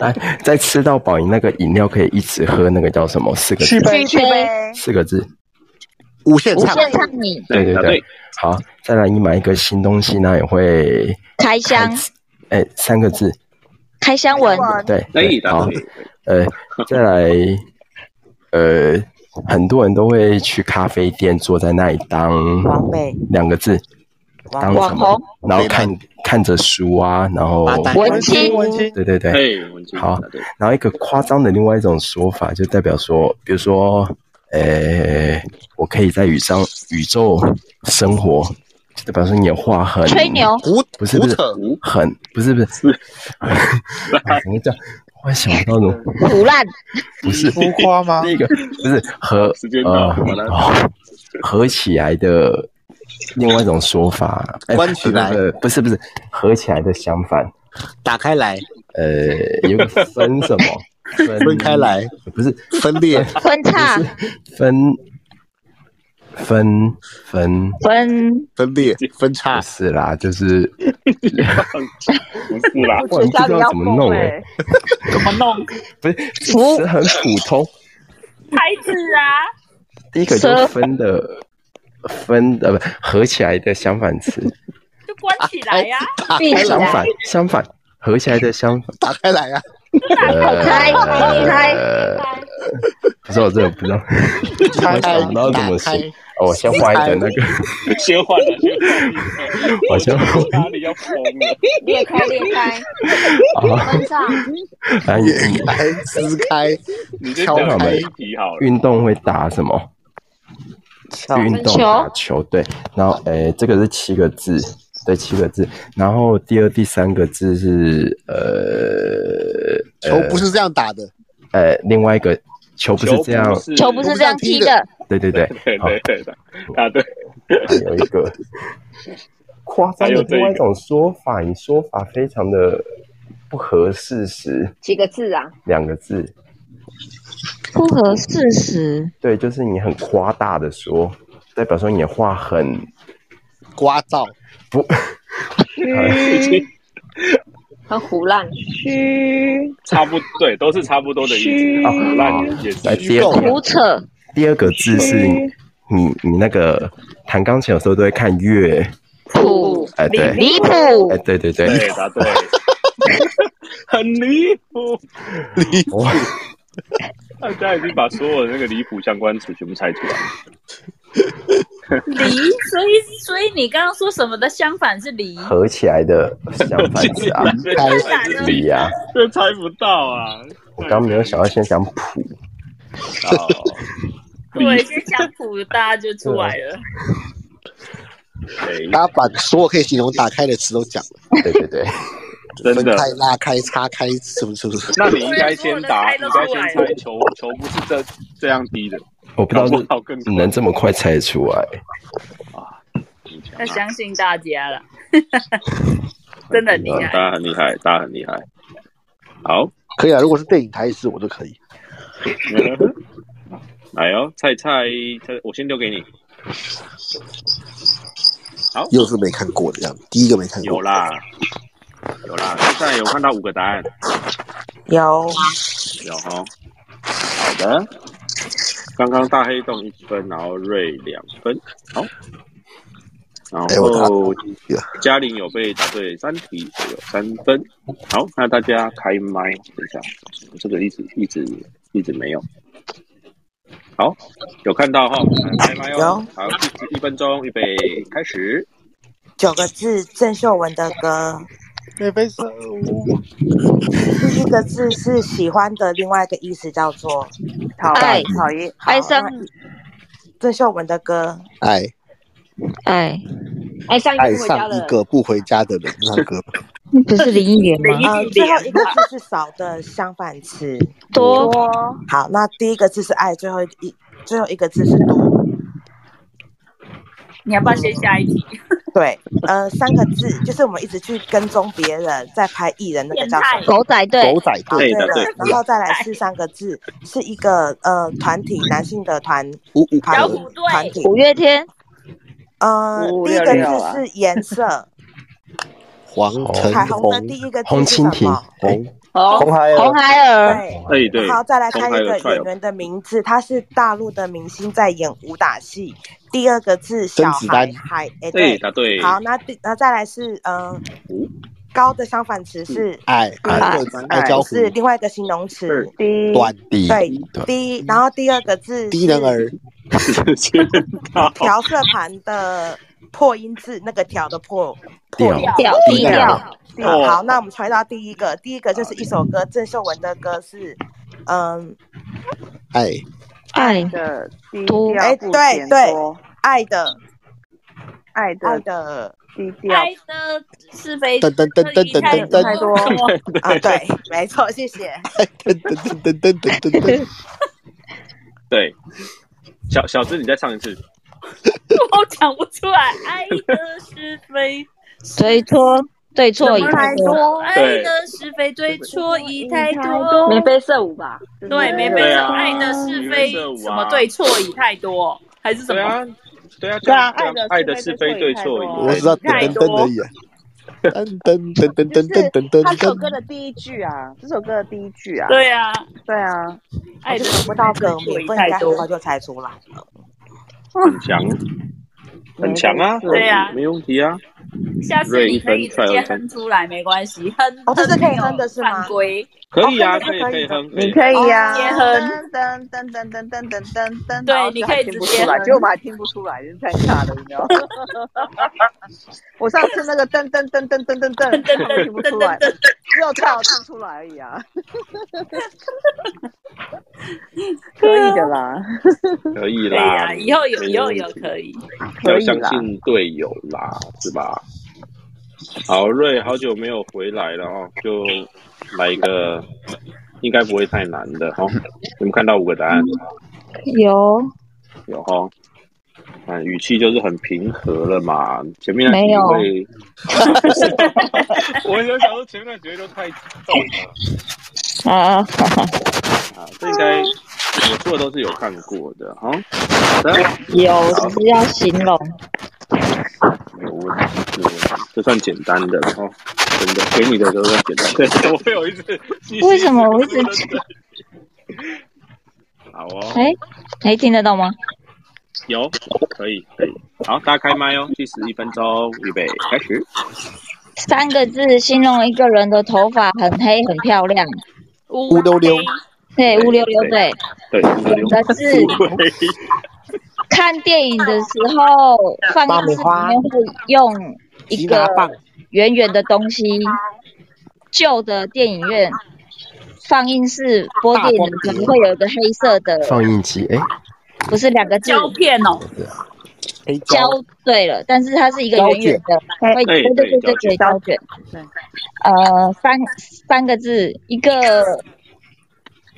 S7: 来，在吃到饱，你那个饮料可以一直喝，那个叫什么？四个字，
S12: 续杯，
S7: 四个字。
S3: 无限
S12: 无限畅饮，
S7: 对对对，好，再来你买一个新东西呢，也会
S12: 开箱
S7: 哎三个字，
S12: 开箱文，
S7: 对，对
S1: 答
S7: 好，呃，再来，呃，很多人都会去咖啡店，坐在那里当
S17: 王美
S7: 两个字，当什么
S12: 网？红
S7: 然后看看着书啊，然后
S12: 八百文青文青
S7: 对对对
S1: 哎文，青
S7: 好
S1: 答对，
S7: 然后一个夸张的另外一种说法，就代表说，比如说，呃，我可以在宇宙宇宙生活，就代表说你的话很
S12: 吹牛胡
S7: 不是不是
S12: 胡扯
S7: 很不是不是， 哎怎么讲？我想不到呢，
S12: 腐烂，
S7: 不是
S16: 浮夸吗？
S7: 那个不是合
S1: 时间
S7: 呃
S1: 到我来
S7: 哦合起来的另外一种说法，哎
S3: 关起来
S7: 不是不是不是合起来的相反，
S3: 打开来，
S7: 呃，有个分什么
S14: 分开来，
S7: 不是
S14: 分裂、
S12: 分叉、
S7: 分分分
S12: 分
S14: 分裂、分叉
S7: 是啦，就是
S1: 不是啦，
S7: 我不知道怎么弄哎、欸，
S2: 怎么弄？
S7: 不是，其实很普通。
S4: 牌子啊，
S7: 第一个就分的分的不合起来的相反词，
S4: 就关起来 呀、
S5: 啊，闭起
S7: 相
S5: 来
S7: 反，相反合起来的相反，
S14: 打开来呀、啊
S5: 打
S1: 啊
S5: 开打开
S7: 呃不是我这个不知道，
S14: 打
S7: 我
S14: 开
S7: 想不到怎么
S14: 打开
S7: 写。哦，我先换一个那个，
S1: 先换了，先换了，
S7: 我先换
S1: 哪里要疯 了？
S5: 裂开裂开，
S7: 啊，
S5: 关上，
S7: 来
S14: 裂开、撕开、
S1: 你先
S14: 敲
S1: 讲
S7: 我
S14: 开
S7: 们
S1: 第一题好了。
S7: 运动会打什么？运动打球对，然后诶，这个是七个字，对，七个字。然后第二、第三个字是呃
S14: 球不是这样打的，
S7: 呃，另外一个球不是这样，
S12: 球不是这样踢的，
S7: 对对对，
S1: 对
S7: 好，
S1: 对对的，答对，
S7: 还有一个夸张的另外一种说法，你说法非常的不合事实，
S5: 几个字 啊？
S7: 两个字，
S12: 不合事实，
S7: 对，就是你很夸大的说，代表说你的话很
S14: 刮噪。
S7: 不，
S5: 虚，很胡乱，虚，
S1: 差不对，都是差不多的意思。好，那你也
S7: 来
S1: 是
S7: 第二个
S12: 胡扯，
S7: 第二个字是你你那个弹钢琴有时候都会看乐，
S12: 谱
S7: 哎对，
S12: 离谱
S7: 哎，对对对，
S1: 对，答对， 很离谱。
S7: 哇，
S1: 大家已经把所有的那个离谱相关词全部猜出来 了。
S4: 梨，所以所以你刚刚说什么的相反是梨，
S7: 合起来的相反词啊， 离呀，
S1: 这猜不到 啊！
S7: 啊我刚没有想到先讲谱，
S1: 到，
S4: 对，先讲谱，大家就出来了。
S1: 对，
S14: 大家把所有可以形容打开的词都讲了，
S7: 对对对，
S1: 真
S14: 分
S1: 的。
S14: 开、拉开、叉开，什么什么什么。
S1: 那你应该先答，你应该先猜球，球不是这这样低的。
S7: 我不知道
S1: 搞不好更
S7: 是能这么快猜出来，
S4: 要相信大家了，真的很厉害。
S1: 大家很厉害，大家很厉害。好，
S14: 可以啊，如果是电影台词我都可以。
S1: 嗯来哦，菜菜，菜，我先丢给你。
S14: 又是没看过的样子，第一个没看过。
S1: 有啦，啊有啦，菜菜有看到五个答案，
S8: 有
S1: 有哦。好的，刚刚大黑洞一分，然后瑞两分，好。然
S14: 哎我答
S1: 后嘉玲有被答对三题，所以有三分。好，那大家开麦，等一下，我这个一直一直一直没有。好，有看到哈，来开麦哦。好，一一分钟，预备开始。
S8: 九个字，郑秀文的歌。
S10: 免费生物，
S8: 第一个字是喜欢的，另外一个意思叫做
S2: 讨
S12: 爱
S2: 讨厌，
S12: 爱上
S8: 郑秀文的歌。
S14: 爱
S12: 爱，
S5: 爱上一
S14: 爱
S5: 个回家
S14: 上
S5: 的
S14: 一
S5: 人，
S14: 个不回家的人，那个
S12: 不是林忆莲吗？
S8: 呃，最后一
S1: 啊
S8: 个字是少的相反词。
S12: 多
S8: 好，那第一个字是爱，最后一最后一个字是多。
S4: 你要不要先下一 题？
S8: 对，呃，三个字就是我们一直去跟踪别人，在拍艺人那个叫什么？
S12: 狗仔队
S14: 狗，仔
S8: 好，
S14: 队
S1: 对的
S8: 了
S1: 对，
S8: 然后再来是三个字，是一个呃团体，男性的团
S14: 五五
S8: 团
S4: 小虎队
S8: 团体。
S12: 五月天，
S8: 呃，
S2: 五五
S8: 第一
S2: 六
S8: 个
S2: 六啊
S8: 字是颜 色，
S14: 黄晨
S8: 彩虹的
S14: 红
S8: 第一个
S7: 红
S8: 字是
S7: 蜻
S8: 什
S7: 蜓
S8: 么？，
S7: 哎
S14: 红
S10: 红孩
S12: 哦红
S10: 儿，
S12: 孩儿，
S8: 对。
S1: 哎，对，
S8: 然后再来
S1: 从
S8: 看
S1: 还
S8: 一
S1: 有
S8: 个
S1: try
S8: 演员的名字，他是大陆的明星，在演武打戏。第二个字小
S14: 甄子丹
S8: 孩，孩，哎
S1: 哎，
S8: 对，
S1: 答对，
S8: 好，那第然后再来是嗯，
S1: 哦
S8: 高的相反词
S3: 嗯
S8: 是
S14: 爱
S3: 啊
S14: 爱爱交
S8: 不
S14: 互
S8: 是另外一个形容词，
S2: 低
S14: 短
S7: 第一
S8: 对
S7: 对，
S8: 低，然后第二个字
S14: 低能
S8: 是
S14: 儿
S8: 调色盘的破音字，那个调的破破
S7: 调
S8: 音。
S12: 调
S7: 低
S12: 低
S7: 调
S12: 调，
S8: 好，
S1: 哦
S8: 好，那我们回到第一个，第一个就是一首歌，郑秀文的歌是，嗯，
S14: 爱
S12: 爱
S2: 的低
S12: 都
S2: 调
S8: 哎
S2: 不
S8: 对
S2: 嫌
S8: 对
S2: 多，
S8: 爱的
S2: 爱
S8: 爱
S2: 的
S8: 的
S2: 低调
S4: 爱的是非
S14: 噔噔噔噔噔噔噔
S2: 太多，
S8: 啊，对，没错，谢谢。
S14: 噔噔噔噔噔噔噔，
S1: 对。小小智，你再唱一次。
S4: 我讲不出来，爱的是非
S12: 谁说对错已
S4: 怎么哎
S12: 太
S4: 来
S12: 多，
S4: 爱的是非对错已太多，
S5: 眉飞色舞吧？
S4: 对，眉飞
S5: 对
S4: 色
S5: 啊
S4: 舞，爱的是非什么对错已太多，还是什么？
S1: 对啊，
S4: 对啊，
S1: 爱的是非对错已
S3: 我只知道噔噔噔而已啊，噔噔噔噔噔噔噔
S2: 他
S3: 噔
S2: 这首歌
S3: 噔。
S2: 的第一句啊，这首歌的第一句啊，
S4: 对啊，
S2: 对啊，
S4: 爱
S8: 就想不到梗名，不应该很快就猜出来了。
S1: 很强，很强啊，
S4: 对啊
S1: 没问题啊。
S4: 下次你可以直接
S1: 瑞一分踹二分
S4: 哼出来，没关系，哼。哦，这是可以哼的是吗？犯规。哦
S1: 可以啊，可以可以哼，
S2: 你可以啊，
S4: 直接哼。
S2: 噔噔噔噔噔噔噔噔，
S4: 对
S2: 然后
S4: 你
S2: 就
S4: 可以
S2: 还听
S4: 直
S2: 不
S4: 接
S2: 出来，
S4: 哼
S2: 结果我们还听不出来，真是太差了，你知道吗？ 我上次那个噔噔噔噔噔噔噔
S4: 噔
S2: 都听不出来，只有跳听出来而已啊， 可以的啦，
S1: 可以
S4: 对
S1: 啦
S4: 啊，，以后有
S1: 没
S4: 以后
S1: 问
S4: 有
S1: 题
S4: 可以。
S1: 要相信队友啦，是吧？好，瑞，好久没有回来了哦，就来一个，应该不会太难的哦。你们看到五个答案
S12: 有
S1: 有哦，嗯，语气就是很平和了嘛。前面那
S12: 没
S1: 几
S12: 有
S1: 位，我有想说前面那几位都太重了
S12: 啊，哈哈
S1: 啊，这应该我说的都是有看过的哦哈。好的
S12: 有
S1: 好
S12: 只是要形容。
S1: 没有问题，这算简单的了哈，真的给你的都算简单的。我有一次，
S12: 为什么我一直
S1: 好哦，
S12: 哎哎听得到吗？
S1: 有可以可以，好，大家开麦哦，计时一分钟，预备开始。
S12: 三个字形容一个人的头发很黑很漂亮，
S4: 乌
S3: 溜溜，
S12: 对，乌溜溜对。
S1: 对，五六
S12: 的字看电影的时候，办公室里面会用一个圆圆的东西。旧的电影院放映室播电影的时候会有一个黑色的，
S7: 放映机，哎、
S12: 不是两个字胶
S4: 片哦，
S8: 哎
S7: 黑
S12: 胶对了，但是它是一个圆圆的，会
S7: 哎
S12: 对对对对对胶卷。呃，三三个字，一个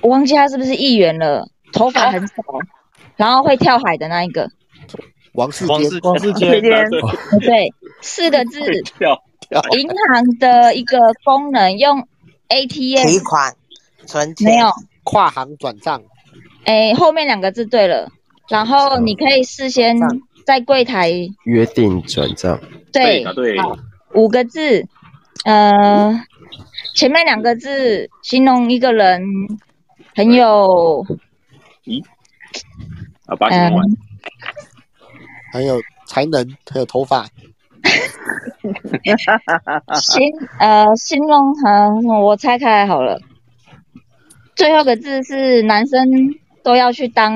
S12: 我忘记他是不是议员了，头发很少，然后会跳海的那一个。
S3: 王世
S11: 王
S3: 坚，
S11: 世坚
S12: 哦对，四个字，
S1: 跳
S3: 跳
S12: 银行的一个功能用 ATM
S8: 提款、存钱、
S12: 没有，
S3: 跨行转账，
S12: 哎，后面两个字对了，然后你可以事先在柜台
S7: 约定转账，
S12: 对
S7: 答对
S12: 好五个字，呃，前面两个字形容一个人很有
S1: 啊，把你弄完。
S3: 还有才能，还有头发，
S12: 形呃形容很，我拆开来好了。最后一个字是男生都要去当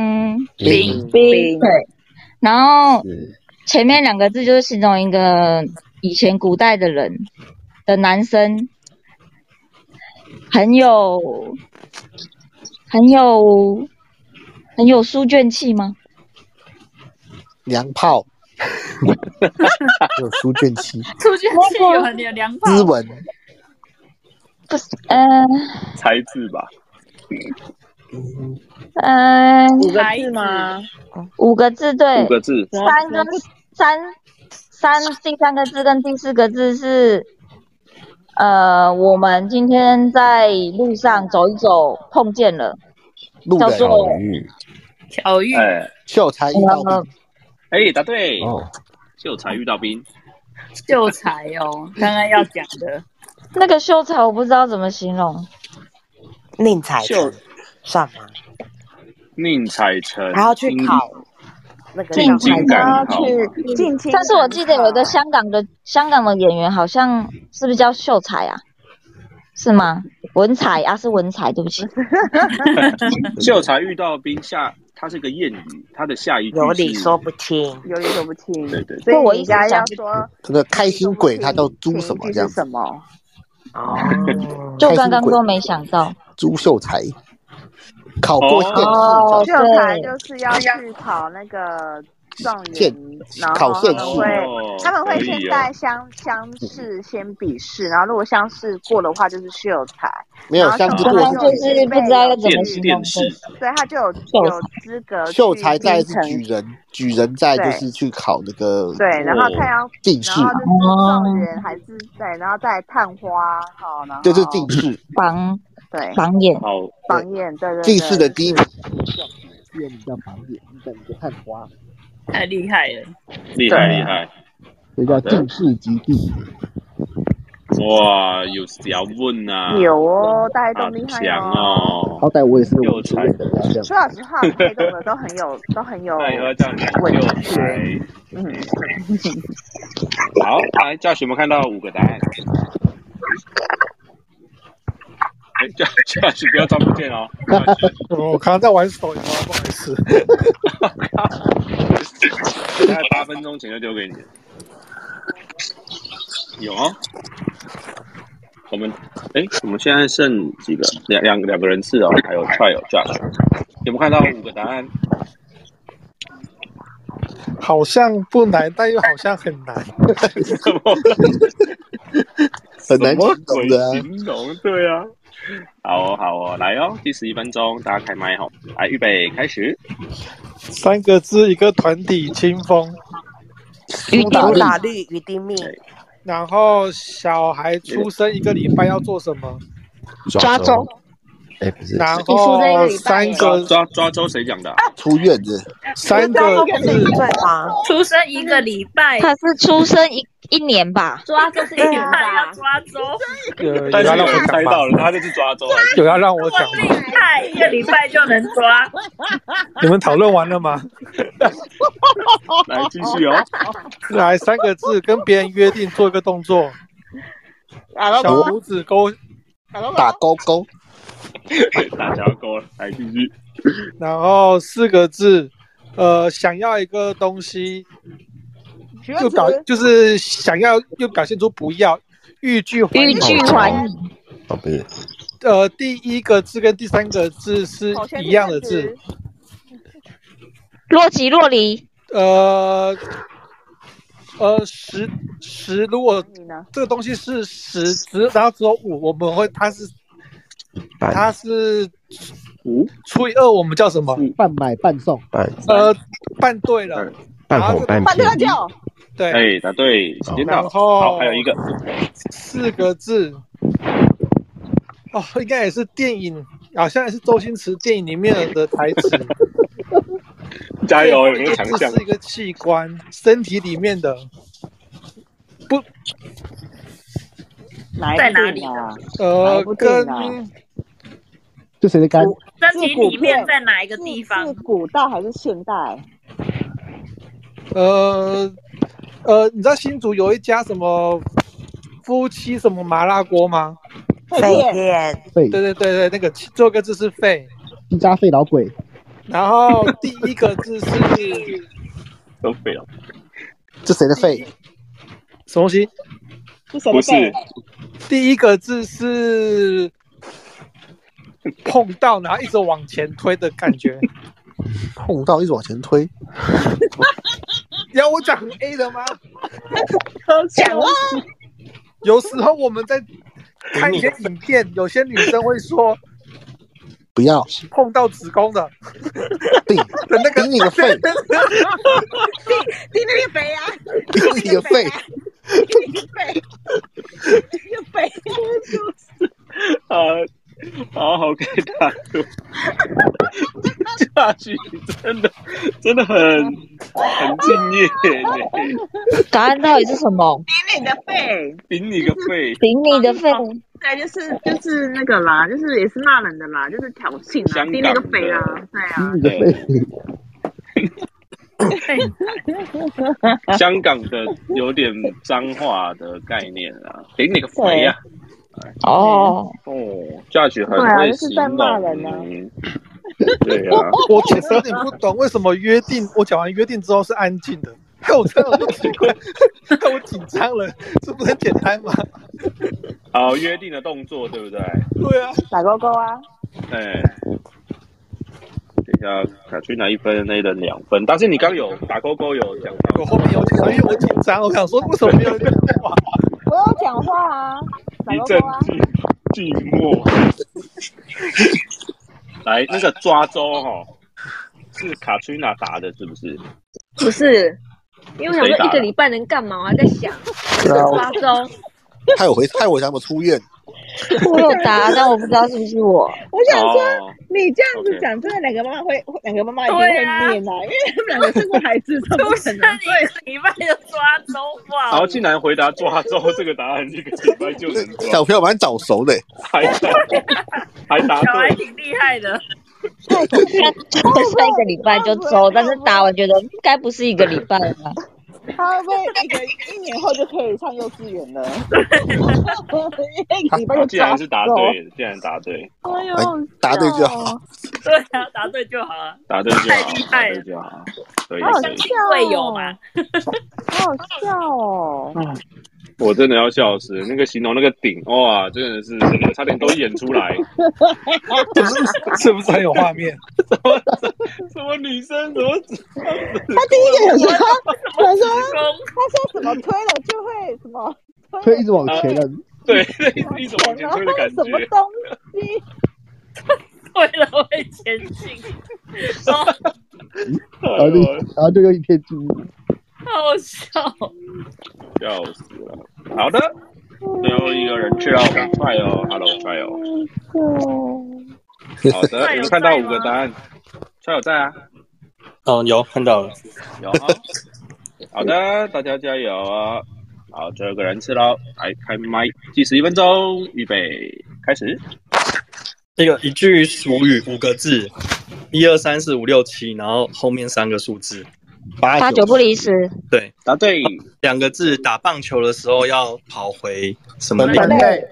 S7: 兵
S12: 兵，对。然后前面两个字就是形容一个以前古代的人的男生，很有很有很有书卷气吗？
S3: 娘 炮，还有书卷气，
S4: 出去是有很有良炮，
S3: 斯文，
S12: 不是，嗯、
S1: 才智吧，
S12: 嗯、
S2: 呃五个字吗？
S12: 五个字对，
S1: 五个字
S12: 三跟三三第三个字跟第四个字是，呃，我们今天在路上走一走碰见了，
S3: 路
S12: 叫
S3: 人
S12: 做巧遇
S1: 哎
S3: 秀才遇到
S12: 呃
S3: 兵，
S1: 哎，答对哦，秀才遇到兵，
S4: 秀才哦，刚刚要讲的。
S12: 那个秀才，我不知道怎么形容，
S8: 宁采臣
S1: 秀
S8: 算吗？
S1: 宁采臣，
S8: 还要去考
S12: 那
S1: 个进京赶考
S2: 去进京
S12: 但是我记得有一个香港的香港的演员，好像是不是叫秀才啊？是吗？文采啊，是文采，对 不起。
S1: 秀才遇到兵下，它是个谚语，它的下一句是
S8: 有理说不清，
S2: 有理说不清。
S1: 对对
S2: 所
S1: 对，
S2: 以我应该要说
S3: 可能开心鬼他叫猪什么这样
S2: 是什么？
S3: 哦
S12: 就刚刚都没想到。
S3: 朱秀才，考过县试，
S10: 哦
S2: 秀才就是要去考那个状
S3: 现
S2: 元，然
S3: 考
S2: 后
S3: 现
S2: 他们
S3: 试
S2: 会他们
S3: 可
S2: 会
S3: 以
S2: 先
S3: 哦
S2: 带相相试先笔试，然后如果相试过的话就是秀才，
S3: 没有
S2: 然后
S3: 相试
S2: 秀才
S3: 过
S2: 就有
S3: 是
S2: 具备
S3: 不知道
S2: 有
S3: 要怎么
S2: 具
S3: 形容电
S2: 对他哦就有有资格
S3: 秀
S2: 去
S3: 才在是
S2: 京城
S3: 举人，举人在就
S2: 对
S3: 是去考那个哦
S2: 对，然后太阳，
S3: 进士
S2: 然，后就是状元，还是对，然后再探花，好，然后
S3: 就是进士，
S12: 榜
S2: 对
S12: 榜眼，
S1: 好
S2: 榜眼，对对，
S3: 进士的第一名，
S14: 第二名叫榜眼，第三名叫探花，
S2: 太厉害了，
S1: 厉害厉害，
S14: 这叫进士及第一名。
S1: 哇，有小问啊，
S2: 有哦，大家都
S1: 好
S2: 厉害
S1: 强哦，
S14: 好歹我也是
S1: 有才，
S2: 说老实话，我们黑洞的都很有，都很有
S1: 那以后叫你秀才。
S2: 嗯，
S1: 好，来，教学们看到五个答案。哎，教教学不要装不见哦。
S10: 我刚刚在玩手游啊，不好意思。
S1: 大概八分钟前就丢给你了。有哦，我们哎，我们现在剩几个？两两两个人次哦，还有 try 有 judge，有没有看到五个答案？
S10: 好像不难，但又好像很难。
S1: 什么？
S3: 很难
S1: 什么
S3: 形容
S1: 鬼
S3: 的啊
S1: 形容？对啊。好哦，好哦，来哦，第十一分钟，大家开麦哦，来，预备，开始。
S10: 三个字，一个团体清风，
S8: 雨
S10: 苏
S8: 丁
S10: 打
S8: 打
S10: 绿。
S8: 绿，雨丁命，
S10: 然后小孩出生一个礼拜要做什么？
S7: 抓周。哎，不是，
S10: 然
S7: 是
S10: 后三
S1: 抓
S10: 个
S1: 抓抓周谁讲的啊？
S3: 出院子，
S10: 三个字，
S4: 出生一个礼拜，
S12: 他是出生一一年吧？
S5: 抓周是一
S4: 礼
S5: 年
S4: 拜
S5: 吧
S4: 要？抓周，
S10: 呃有有
S1: 但是
S10: 要让
S1: 有
S10: 我
S1: 人
S10: 讲
S1: 猜
S10: 吗
S1: 到？哦了，他就是抓周啊。
S10: 有要让我讲
S2: 啊
S10: 吗？
S4: 太一个礼拜就能抓。
S10: 你们讨论完了吗？
S1: 来继续哦。
S2: 啊
S10: 来三个字，跟别人约定做一个动作，小拇指勾，
S3: 打勾勾，
S1: 打小勾了，来继续。
S10: 然后四个字，呃，想要一个东西，又表就是想要又表现出不要，欲拒还迎
S12: 欲拒还迎，
S7: 哦，不是，
S10: 呃，第一个字跟第三个字是一样的字，
S12: 若即若离，
S10: 呃呃，十十，如果这个东西是十，只然后只有五，我们会它是它是
S1: 五
S10: 除以二，我们叫什么？
S14: 半买半送，
S7: 半
S10: 呃，半对了，
S7: 半
S10: 然后
S7: 哄半
S10: 这个
S7: 骗，
S10: 对，
S1: 哎，答对，时间到
S10: 然。后
S1: 好，还有一个。
S10: 四个字，哦，应该也是电影，好像也是周星驰电影里面的台词。
S1: 加油有没
S10: 这
S1: 有
S10: 个
S1: 强
S10: 字
S1: 项
S10: 是一个器官，身体里面的，
S2: 哪一
S4: 在
S2: 部
S4: 哪
S2: 电影啊？哪
S10: 呃
S2: 一部，电
S10: 跟
S2: 影啊？
S14: 这谁的肝？
S4: 身体里面在哪一个地方？
S2: 是古代还是现代？
S10: 呃呃，你知道新竹有一家什么夫妻什么麻辣锅吗？
S8: 肺片，
S10: 对对对对，那个其最后一个字是肺，
S14: 一家肺老鬼，
S10: 然后第一个字是
S1: 都废了。
S3: 这谁的肺？
S10: 什么东西？
S2: 是
S1: 谁的不是肺
S10: 第一个字是碰到，然后一直往前推的感觉。
S3: 碰到一直往前推，
S10: 要我讲 A 的吗？
S2: 讲啊！
S10: 有时候我们在看一些影片，有些女生会说
S3: 不要
S10: 碰到子宫的，
S3: 顶
S10: 的那个
S3: 顶你 个肺，
S2: 顶你个肺啊！
S3: 顶你个肺，
S2: 顶你
S3: 啊
S2: 个肺，顶你个 肺！啊
S1: 呃，好好给大陆，下去真的真的很很敬业呢。
S12: 答案到底是什么？
S2: 顶你个肺！
S1: 顶你个肺！
S12: 顶你的肺！
S2: 对，就是就是那个啦，就是也是骂人的啦，就是挑衅啦，
S1: 香
S2: 顶那个
S1: 港
S2: 肺啦，
S1: 的
S2: 对啊。
S14: 你个 肺，
S1: 香港的有点脏话的概念啊，顶你个肺呀、
S12: 哦，
S1: 哦，下去很
S10: 对啊
S1: 会
S10: 就是
S1: 形
S10: 在
S1: 容
S10: 骂人
S1: 呢。对啊，
S10: 我其实有点不懂为什么约定，我讲完约定之后是安静的，害我真的不奇怪，害我紧张了，这不是很简单吗？
S1: 好约定的动作对不对？
S10: 对啊，
S2: 打勾勾啊！
S1: 哎，等一下，卡去拿一分，A 人两分。但是你刚有打勾勾有讲到，
S10: 我后面有讲，因为我紧张，我想说为什么没有人讲话？
S5: 我有讲话啊，
S1: 一阵寂寞。来，哎那个抓周哈，是卡崔娜打的，是不是？
S5: 不是，因为我想
S1: 谁
S5: 说
S1: 打的
S5: 一个礼拜能干嘛？我还在想，
S3: 对啊
S5: 八周，
S3: 害我回害我想我出院，
S12: 我有 答，但我不知道是不是我。
S2: 我想说
S3: 哦，
S2: 你这样子讲，真的两个妈妈会，两个妈妈一定会念啊，因为他们两个生过孩子，怎么可能？
S4: 对，礼拜就抓周
S1: 然后
S4: 报，
S1: 竟然回答抓 周这个答案，一个礼拜就能
S3: 小
S1: 抓，
S3: 朋友蛮早熟的、
S1: 还答还答
S4: 小孩
S1: 对，
S4: 挺厉害的。
S12: 会算一个礼拜就周，但是答完觉得应该不是一个礼拜吧。
S2: 他会不会一个一年后就可以上幼稚 园了？
S1: 然后竟然是答对，竟然答对，
S2: 哎呦，
S3: 答对就好。
S4: 对啊，答对就好了。
S1: 答对就
S4: 太
S1: 好
S4: 厉，
S1: 答
S4: 害了
S1: 对就好，对
S2: 好好
S1: 对。
S2: 笑哦
S4: 会有吗？
S2: 好好笑哦！
S1: 我真的要笑死，那个形容那个顶哇，真的是真的差点都演出来，
S10: 是不是很有画面？
S1: 什么女生怎么？
S2: 他第一个想说，想说
S4: 他
S2: 说什么推了就会什么
S9: 推一直往前了，
S1: 对，一直往前推的感
S2: 什么
S1: 觉。
S2: 东西，
S4: 为了会前进，哦，
S3: 哎
S9: 然后就然后啊就又一片寂寞。
S4: 好笑。
S1: 笑死了。好的，最后一个人去到快哦，Hello 快哦。好 的，
S4: 快
S1: 你
S4: 有
S1: 们看到
S4: 在
S1: 五个答案，快有在啊，
S19: 嗯，有看到了。
S1: 有啊。好的，大家加油啊！好，最后一个人吃喽，来开麦，计时一分钟，预备开始。
S19: 那个一句俗语五个字，一二三四五六七，然后后面三个数字，
S12: 八九不离十，
S19: 对，
S1: 答对。
S19: 两个字，打棒球的时候要跑回什么
S10: 本垒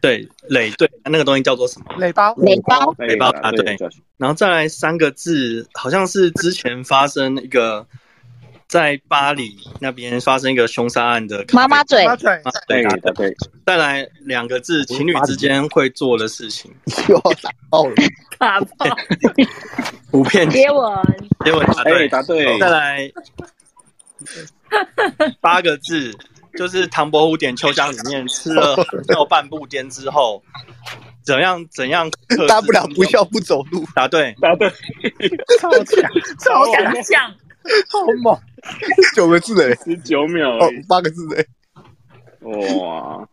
S19: 对垒队，那个东西叫做什么？
S10: 垒包
S19: 垒
S10: 包
S19: 垒包答对。然后再来三个字，好像是之前发生一个在巴黎那边发生一个凶杀案的
S12: 妈妈嘴，
S19: 啊对
S1: 哎
S19: 答对。再来两个字，情侣之间会做的事 情，
S3: 又打爆了，
S4: 打爆，
S19: 不骗
S5: 接吻，
S19: 结果答对，
S1: 哎答对
S19: 再来八个字， 就是唐伯虎点秋香里面吃了到半步颠之后，怎样怎样克制，
S3: 大不了不笑不走路。
S19: 答对，
S1: 答 对，
S10: 超强，
S4: 超强项，
S10: 好猛！
S3: 九个字的、欸，
S1: 十九秒
S3: 哦，八个字的、欸，
S1: 哇，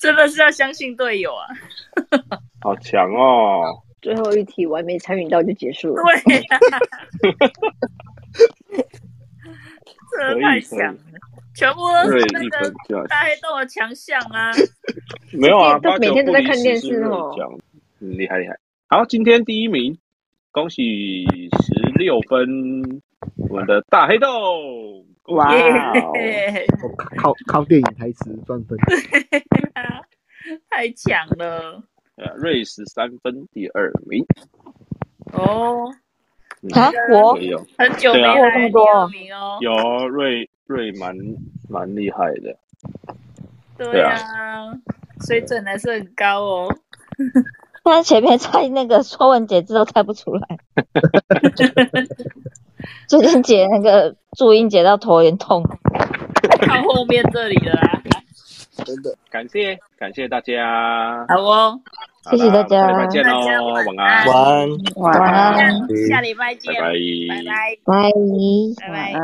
S4: 真的是要相信队友啊！
S1: 好强哦！
S5: 最后一题我还没参与到就结束了。
S4: 对啊呀、
S1: 可
S4: 这
S1: 以
S4: 太强了，全部都是那
S1: 对一分就要
S4: 个大黑洞的强项啊！
S1: 没有啊，
S5: 都
S1: 八
S5: 每
S1: 九
S5: 天都
S1: 不
S5: 在
S1: 离
S5: 看
S1: 十
S5: 电
S1: 是
S5: 视
S1: 没有
S5: 哦
S1: 讲，嗯，厉害厉害。好，今天第一名，恭喜十六分，我们的大黑豆。
S2: 哇哦
S4: 耶
S9: 靠靠电影台词赚分。
S4: 太强了
S1: 呃，瑞十三分，第二名。
S4: 哦！
S1: 嗯
S12: 啊我
S1: 可以哦
S4: 很久没
S1: 对啊
S4: 来了第二名哦，
S1: 有哦瑞瑞蛮蛮厉害的，
S4: 对啊，水准还是很高哦。
S12: 他前面猜那个说文解字都猜不出来。最近解那个注音解到头有点痛。
S4: 到后面这里了啊 啦，
S3: 真的。
S1: 感谢感谢大家，
S4: 好哦，
S12: 谢谢大家
S1: 好啦下礼拜见喽，晚安，
S19: 晚安，
S12: 晚安，
S4: 下礼拜见，
S1: 拜拜。
S4: 拜拜。
S12: 拜
S4: 拜拜